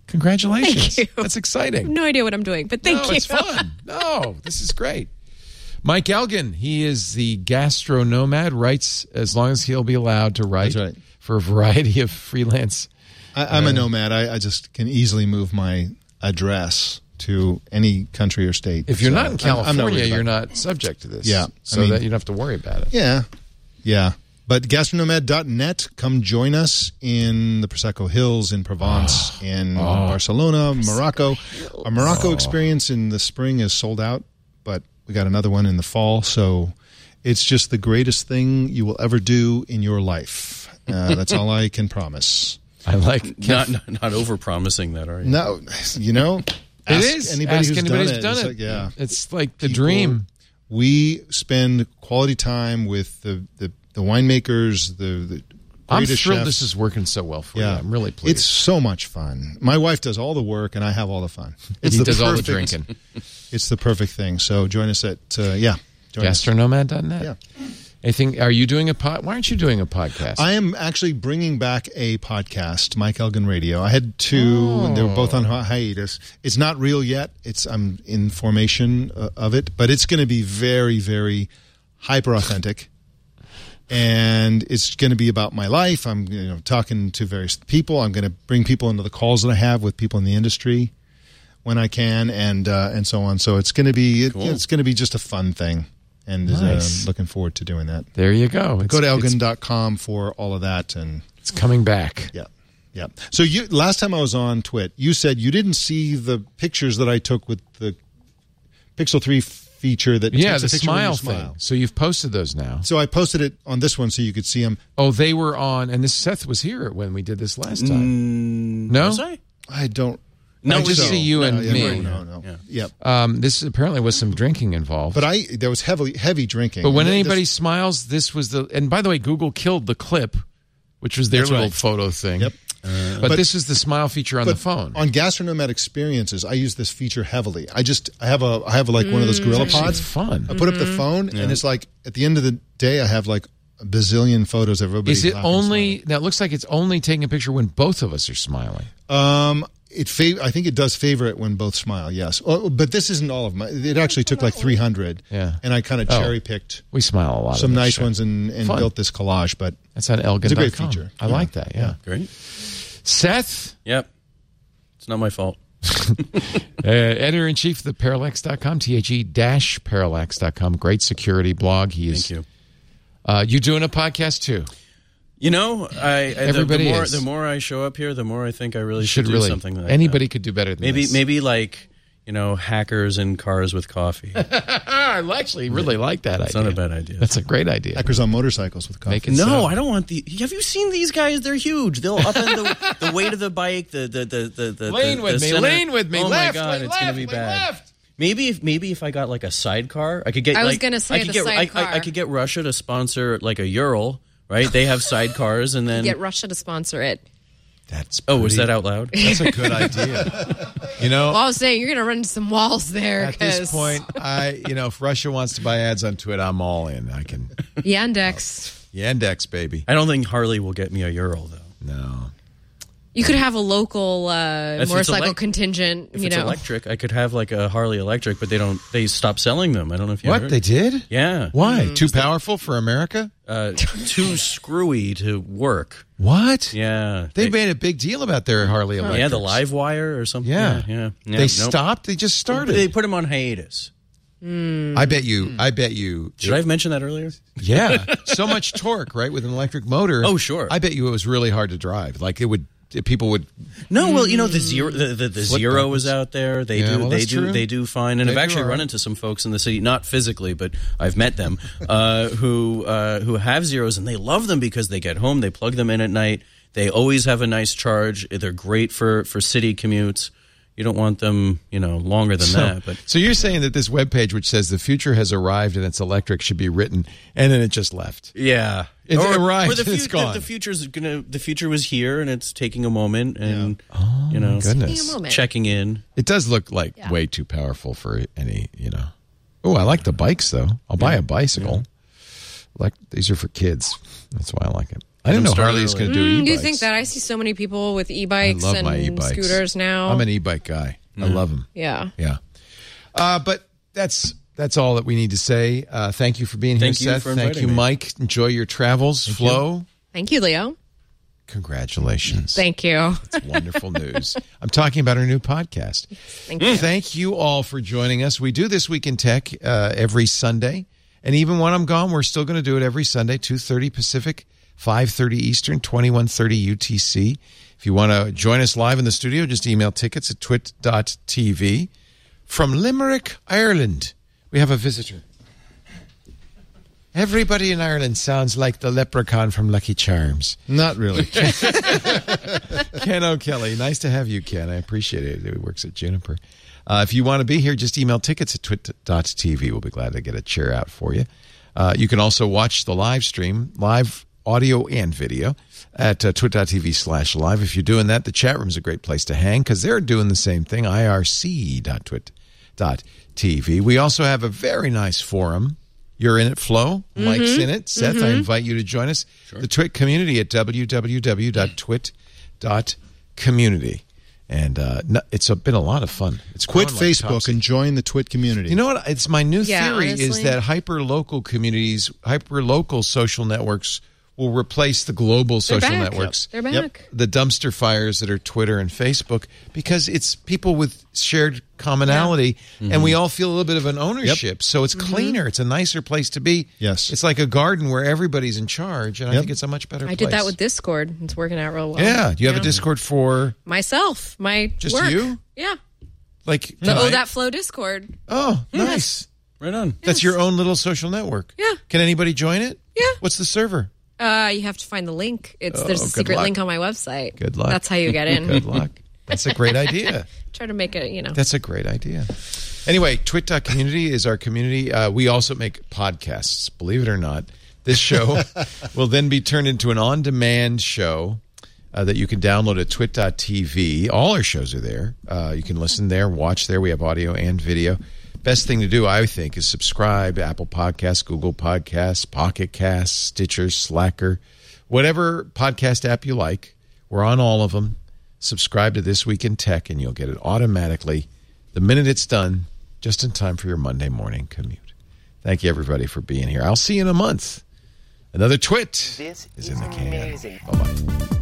Speaker 1: Congratulations.
Speaker 4: Thank you.
Speaker 1: That's exciting.
Speaker 4: No idea what I'm doing, but thank
Speaker 1: no,
Speaker 4: you.
Speaker 1: it's fun. No, this is great. Mike Elgin, he is the gastronomad, writes as long as he'll be allowed to write
Speaker 5: That's right.
Speaker 1: for a variety of freelance.
Speaker 5: I,
Speaker 1: Um,
Speaker 5: I'm a nomad. I, I just can easily move my address to any country or state.
Speaker 1: If you're
Speaker 5: So
Speaker 1: not in
Speaker 5: I'm- I'm
Speaker 1: California,
Speaker 5: worried about
Speaker 1: you're
Speaker 5: it.
Speaker 1: not subject to this.
Speaker 5: Yeah, I
Speaker 1: So
Speaker 5: mean-
Speaker 1: that you don't have to worry about it.
Speaker 5: Yeah, yeah. But gastronomad.net, come join us in the Prosecco Hills in Provence,
Speaker 1: Oh.
Speaker 5: in Barcelona, Morocco. Our Morocco experience in the spring is sold out, but we got another one in the fall. So it's just the greatest thing you will ever do in your life. Uh, that's all I can promise.
Speaker 1: I like
Speaker 7: not not, not over promising that, are you?
Speaker 5: No, you know,
Speaker 1: It
Speaker 5: ask
Speaker 1: is.
Speaker 5: Anybody
Speaker 1: Ask
Speaker 5: who's
Speaker 1: anybody
Speaker 5: done
Speaker 1: who's
Speaker 5: it. It's like, yeah.
Speaker 1: It's like the
Speaker 5: people-
Speaker 1: dream.
Speaker 5: We spend quality time with the the, the winemakers, the, the
Speaker 1: I'm
Speaker 5: greatest
Speaker 1: thrilled
Speaker 5: chefs.
Speaker 1: this is working so well for you.
Speaker 5: yeah,
Speaker 1: I'm really pleased.
Speaker 5: It's so much fun. My wife does all the work, and I have all the fun. It's
Speaker 1: he
Speaker 5: the
Speaker 1: does all the
Speaker 5: perfect-
Speaker 1: drinking.
Speaker 5: It's the perfect thing. So join us at uh, yeah. Join us.
Speaker 1: Gastronomad.net.
Speaker 5: Yeah.
Speaker 1: Anything? Are you doing a pod? Why aren't you doing a podcast?
Speaker 5: I am actually bringing back a podcast, Mike Elgin Radio. I had two, and they were both on hi- hiatus. It's not real yet. It's I'm in formation uh, of it, but it's going to be very, very hyper authentic, and it's going to be about my life. I'm you know talking to various people. I'm going to bring people into the calls that I have with people in the industry when I can, and uh, and so on. So it's going to be it, it's going to be just a fun thing. and is, uh,
Speaker 1: Nice.
Speaker 5: looking forward to doing that.
Speaker 1: There you go. It's,
Speaker 5: Go to
Speaker 1: it's-
Speaker 5: elgin.com for all of that and
Speaker 1: It's coming back.
Speaker 5: yeah. Yeah. So you last time I was on Twit, you said you didn't see the pictures that I took with the Pixel 3 feature that
Speaker 1: Yeah,
Speaker 5: takes a
Speaker 1: the
Speaker 5: picture when you
Speaker 1: smile thing. So you've posted those now.
Speaker 5: So I posted it on this one so you could see them.
Speaker 1: Oh, they were on, and this Seth was here when we did this last time. no,
Speaker 7: Was I?
Speaker 5: Mm, I don't
Speaker 7: No,
Speaker 5: I
Speaker 7: it was
Speaker 5: don't-
Speaker 7: you
Speaker 5: no,
Speaker 1: and
Speaker 5: yeah,
Speaker 1: me.
Speaker 5: No, no. no.
Speaker 7: Yeah.
Speaker 5: Yep.
Speaker 1: um, this apparently was some drinking involved.
Speaker 5: But I there was heavy heavy drinking.
Speaker 1: But when
Speaker 5: And th-
Speaker 1: anybody
Speaker 5: this-
Speaker 1: smiles, this was the. And by the way, Google killed the clip, which was their
Speaker 5: That's
Speaker 1: little
Speaker 5: right.
Speaker 1: photo thing.
Speaker 5: Yep.
Speaker 1: but,
Speaker 5: But-
Speaker 1: this is the smile feature on the phone.
Speaker 5: on gastronomic experiences, I use this feature heavily. I just I have a I have like one of those gorilla
Speaker 1: it's
Speaker 5: pods.
Speaker 1: fun.
Speaker 5: I put up the phone and it's like at the end of the day I have like a bazillion photos of everybody.
Speaker 1: Is it
Speaker 5: laughing,
Speaker 1: only? Now it looks like it's only taking a picture when both of us are smiling.
Speaker 5: Um, it fav- I think it does favor it when both smile. Yes, oh, but this isn't all of my. It actually took like 300.
Speaker 1: Yeah.
Speaker 5: and I kind of
Speaker 1: Oh.
Speaker 5: cherry picked
Speaker 1: We smile a lot.
Speaker 5: some
Speaker 1: of that
Speaker 5: nice
Speaker 1: shit.
Speaker 5: ones and, and
Speaker 1: Fun.
Speaker 5: built this collage. But
Speaker 1: That's on Elgin.
Speaker 5: It's a great feature.
Speaker 1: I
Speaker 5: Yeah.
Speaker 1: like that. Yeah.
Speaker 7: Great.
Speaker 1: Seth,
Speaker 7: Yep. It's not my fault.
Speaker 1: uh, editor in chief of the parallax.com, T H E dash parallax.com. Great security blog. He is.
Speaker 7: Thank you.
Speaker 1: Uh, you doing a podcast too?
Speaker 7: You know, I, I the-
Speaker 1: Everybody
Speaker 7: the, more
Speaker 1: is.
Speaker 7: the more I show up here, the more I think I really
Speaker 1: You
Speaker 7: should,
Speaker 1: should
Speaker 7: do
Speaker 1: really.
Speaker 7: something like that.
Speaker 1: anybody could do better than
Speaker 7: Maybe
Speaker 1: this.
Speaker 7: maybe like you know hackers in cars with coffee. It's
Speaker 1: Ah, I actually really like that idea.
Speaker 7: not a bad idea.
Speaker 1: That's a great idea.
Speaker 5: hackers on motorcycles with coffee.
Speaker 1: Make it
Speaker 7: no,
Speaker 1: so.
Speaker 7: I don't want the. Have you seen these guys? They're huge. They'll upend the, the weight of the bike. The the the the, the
Speaker 1: Lean
Speaker 7: the-
Speaker 1: with
Speaker 7: the
Speaker 1: me,
Speaker 7: center.
Speaker 1: lean with me.
Speaker 7: Oh
Speaker 1: Left,
Speaker 7: my god,
Speaker 1: lean
Speaker 7: it's
Speaker 1: left,
Speaker 7: gonna be
Speaker 1: lean
Speaker 7: bad.
Speaker 1: left.
Speaker 7: Maybe if maybe if I got like a sidecar, I could get.
Speaker 4: I was
Speaker 7: like-
Speaker 4: gonna say
Speaker 7: could
Speaker 4: the
Speaker 7: get, I- I, I,
Speaker 4: sidecar.
Speaker 7: could get Russia to sponsor like a Ural, right? They have sidecars, and then
Speaker 4: Get Russia to sponsor it.
Speaker 1: That's
Speaker 7: oh, was
Speaker 1: pretty-
Speaker 7: that out loud?
Speaker 1: That's a good idea. you know,
Speaker 4: Well, I was saying you're gonna run into some walls there.
Speaker 1: at this
Speaker 4: 'cause-
Speaker 1: point, I you know if Russia wants to buy ads on Twitter, I'm all in. I can
Speaker 4: Yandex.
Speaker 1: Yandex baby.
Speaker 7: I don't think Harley will get me a Ural though.
Speaker 1: No,
Speaker 4: You could have a local uh,
Speaker 7: it's
Speaker 4: motorcycle
Speaker 7: elec-
Speaker 4: contingent.
Speaker 7: If
Speaker 4: you
Speaker 7: it's
Speaker 4: know,
Speaker 7: electric, I could have like a Harley electric, but they don't. They stopped selling them. I don't know if you
Speaker 1: what
Speaker 7: heard.
Speaker 1: they did?
Speaker 7: Yeah. Mm-hmm.
Speaker 1: Why? Too powerful for America?
Speaker 7: Uh, too screwy to work.
Speaker 1: What?
Speaker 7: Yeah.
Speaker 1: They made a big deal about their Harley Electric.
Speaker 7: yeah the live wire or something.
Speaker 1: Yeah,
Speaker 7: Yeah. Yeah. yeah
Speaker 1: they
Speaker 7: nope.
Speaker 1: stopped. They just started.
Speaker 7: They Hmm. put them on hiatus.
Speaker 1: I bet you. I bet you.
Speaker 7: Should I have mentioned that earlier?
Speaker 1: Yeah, so much torque, right, with an electric motor.
Speaker 7: Oh, sure.
Speaker 1: I bet you it was really hard to drive. Like it would, people would.
Speaker 7: No, well, you know the zero, the, the, the
Speaker 1: Flip
Speaker 7: zero
Speaker 1: buttons.
Speaker 7: is out there. They
Speaker 1: Yeah,
Speaker 7: do,
Speaker 1: well,
Speaker 7: they
Speaker 1: that's
Speaker 7: do,
Speaker 1: true.
Speaker 7: they do fine. And
Speaker 1: They
Speaker 7: I've
Speaker 1: do
Speaker 7: actually
Speaker 1: all
Speaker 7: run
Speaker 1: right.
Speaker 7: into some folks in the city, not physically, but I've met them uh, who uh, who have zeros and they love them because they get home, they plug them in at night, they always have a nice charge. They're great for for city commutes. You don't want them, you know, longer than that. But
Speaker 1: So you're saying that this webpage, which says the future has arrived and it's electric, should be written, and then it just left.
Speaker 7: yeah,
Speaker 1: It arrived,
Speaker 7: the,
Speaker 1: it's
Speaker 7: fut-
Speaker 1: gone.
Speaker 7: The, the future's gonna. The future was here, and it's taking a moment, and you know,
Speaker 4: Give me a
Speaker 1: Oh, Goodness,
Speaker 4: moment.
Speaker 7: checking in.
Speaker 1: it does look like way too powerful for any. You know. Oh, I like the bikes though. I'll buy a bicycle. Like these are for kids. That's why I like it. I didn't know
Speaker 7: started
Speaker 1: Harley's
Speaker 7: early.
Speaker 1: going to do
Speaker 4: Mm,
Speaker 1: e-bikes.
Speaker 4: do you think that I see so many people with
Speaker 1: I
Speaker 4: e-bikes
Speaker 1: love
Speaker 4: and
Speaker 1: my e-bikes.
Speaker 4: scooters now?
Speaker 1: I'm an e-bike guy. I
Speaker 7: Mm.
Speaker 1: love them.
Speaker 4: yeah.
Speaker 1: Yeah. Uh, but that's that's all that we need to say. Uh, thank you for being
Speaker 7: Thank you
Speaker 1: here, Seth.
Speaker 7: for
Speaker 1: thank
Speaker 7: inviting
Speaker 1: you,
Speaker 7: me.
Speaker 1: Mike. Enjoy your travels. Flo,
Speaker 4: Thank you, Leo.
Speaker 1: congratulations.
Speaker 4: Thank you.
Speaker 1: It's wonderful news. I'm talking about our new podcast. Thank you. all for joining us. We do This Week in Tech uh, every Sunday. And even when I'm gone, we're still going to do it every Sunday, 2.30 Pacific, 5.30 Eastern, 21.30 UTC. If you want to join us live in the studio, just email tickets at twit.tv. From Limerick, Ireland, we have a visitor. Everybody in Ireland sounds like the leprechaun from Lucky Charms.
Speaker 5: Not really.
Speaker 1: Ken O'Kelly. Nice to have you, Ken. I appreciate it. He works at Juniper. Uh, if you want to be here, just email tickets at twit.tv. We'll be glad to get a chair out for you. Uh, you can also watch the live stream, live audio and video, at uh, twit.tv slash live. If you're doing that, the chat room's a great place to hang because they're doing the same thing, irc.twit.tv. We also have a very nice forum. You're in it, Flo. Mike's in it. Seth, I invite you to join us. The Twit community at www.twit.community. And uh, no, it's a, been a lot of fun. It's
Speaker 5: Quit
Speaker 1: grown like
Speaker 5: Facebook
Speaker 1: topsy.
Speaker 5: and join the Twit community.
Speaker 1: you know what? It's my new
Speaker 4: Yeah,
Speaker 1: theory is
Speaker 4: honestly.
Speaker 1: that hyper local communities, hyper local social networks will replace the global
Speaker 4: They're
Speaker 1: social
Speaker 4: back.
Speaker 1: networks.
Speaker 4: They're back.
Speaker 5: Yep.
Speaker 1: The dumpster fires that are Twitter and Facebook because it's people with shared commonality
Speaker 5: Mm-hmm.
Speaker 1: and we all feel a little bit of an ownership. So it's
Speaker 4: Mm-hmm.
Speaker 1: cleaner. It's a nicer place to be.
Speaker 5: Yes.
Speaker 1: It's like a garden where everybody's in charge. And I
Speaker 5: Yep.
Speaker 1: think it's a much better
Speaker 4: I
Speaker 1: place.
Speaker 4: did that with Discord. It's working out real well.
Speaker 1: Yeah. Do you have a Discord for
Speaker 4: Myself, my
Speaker 1: Just
Speaker 4: work.
Speaker 1: you?
Speaker 4: Yeah.
Speaker 1: like.
Speaker 4: The
Speaker 1: tonight?
Speaker 4: Oh That Flow Discord.
Speaker 1: Oh, nice.
Speaker 7: Right on.
Speaker 1: That's your own little social network.
Speaker 4: Yeah.
Speaker 1: Can anybody join it?
Speaker 4: Yeah.
Speaker 1: What's the server?
Speaker 4: Uh, you have to find the link. It's there's a
Speaker 1: Oh, good
Speaker 4: secret
Speaker 1: luck.
Speaker 4: link on my website.
Speaker 1: Good luck.
Speaker 4: That's how you get in.
Speaker 1: Good luck. That's a great idea.
Speaker 4: Try to make it, you know.
Speaker 1: That's a great idea. Anyway, twit.community is our community. Uh, we also make podcasts, believe it or not. This show will then be turned into an on demand show uh, that you can download at twit.tv. All our shows are there. Uh, you can listen there, watch there. We have audio and video. Best thing to do, I think, is subscribe Apple Podcasts, Google Podcasts, Pocket Casts, Stitcher, Slacker, whatever podcast app you like. We're on all of them. Subscribe to This Week in Tech, and you'll get it automatically the minute it's done, just in time for your Monday morning commute. Thank you, everybody, for being here. I'll see you in a month. Another twit
Speaker 10: This is
Speaker 1: is in the can.
Speaker 10: amazing.
Speaker 1: Bye bye.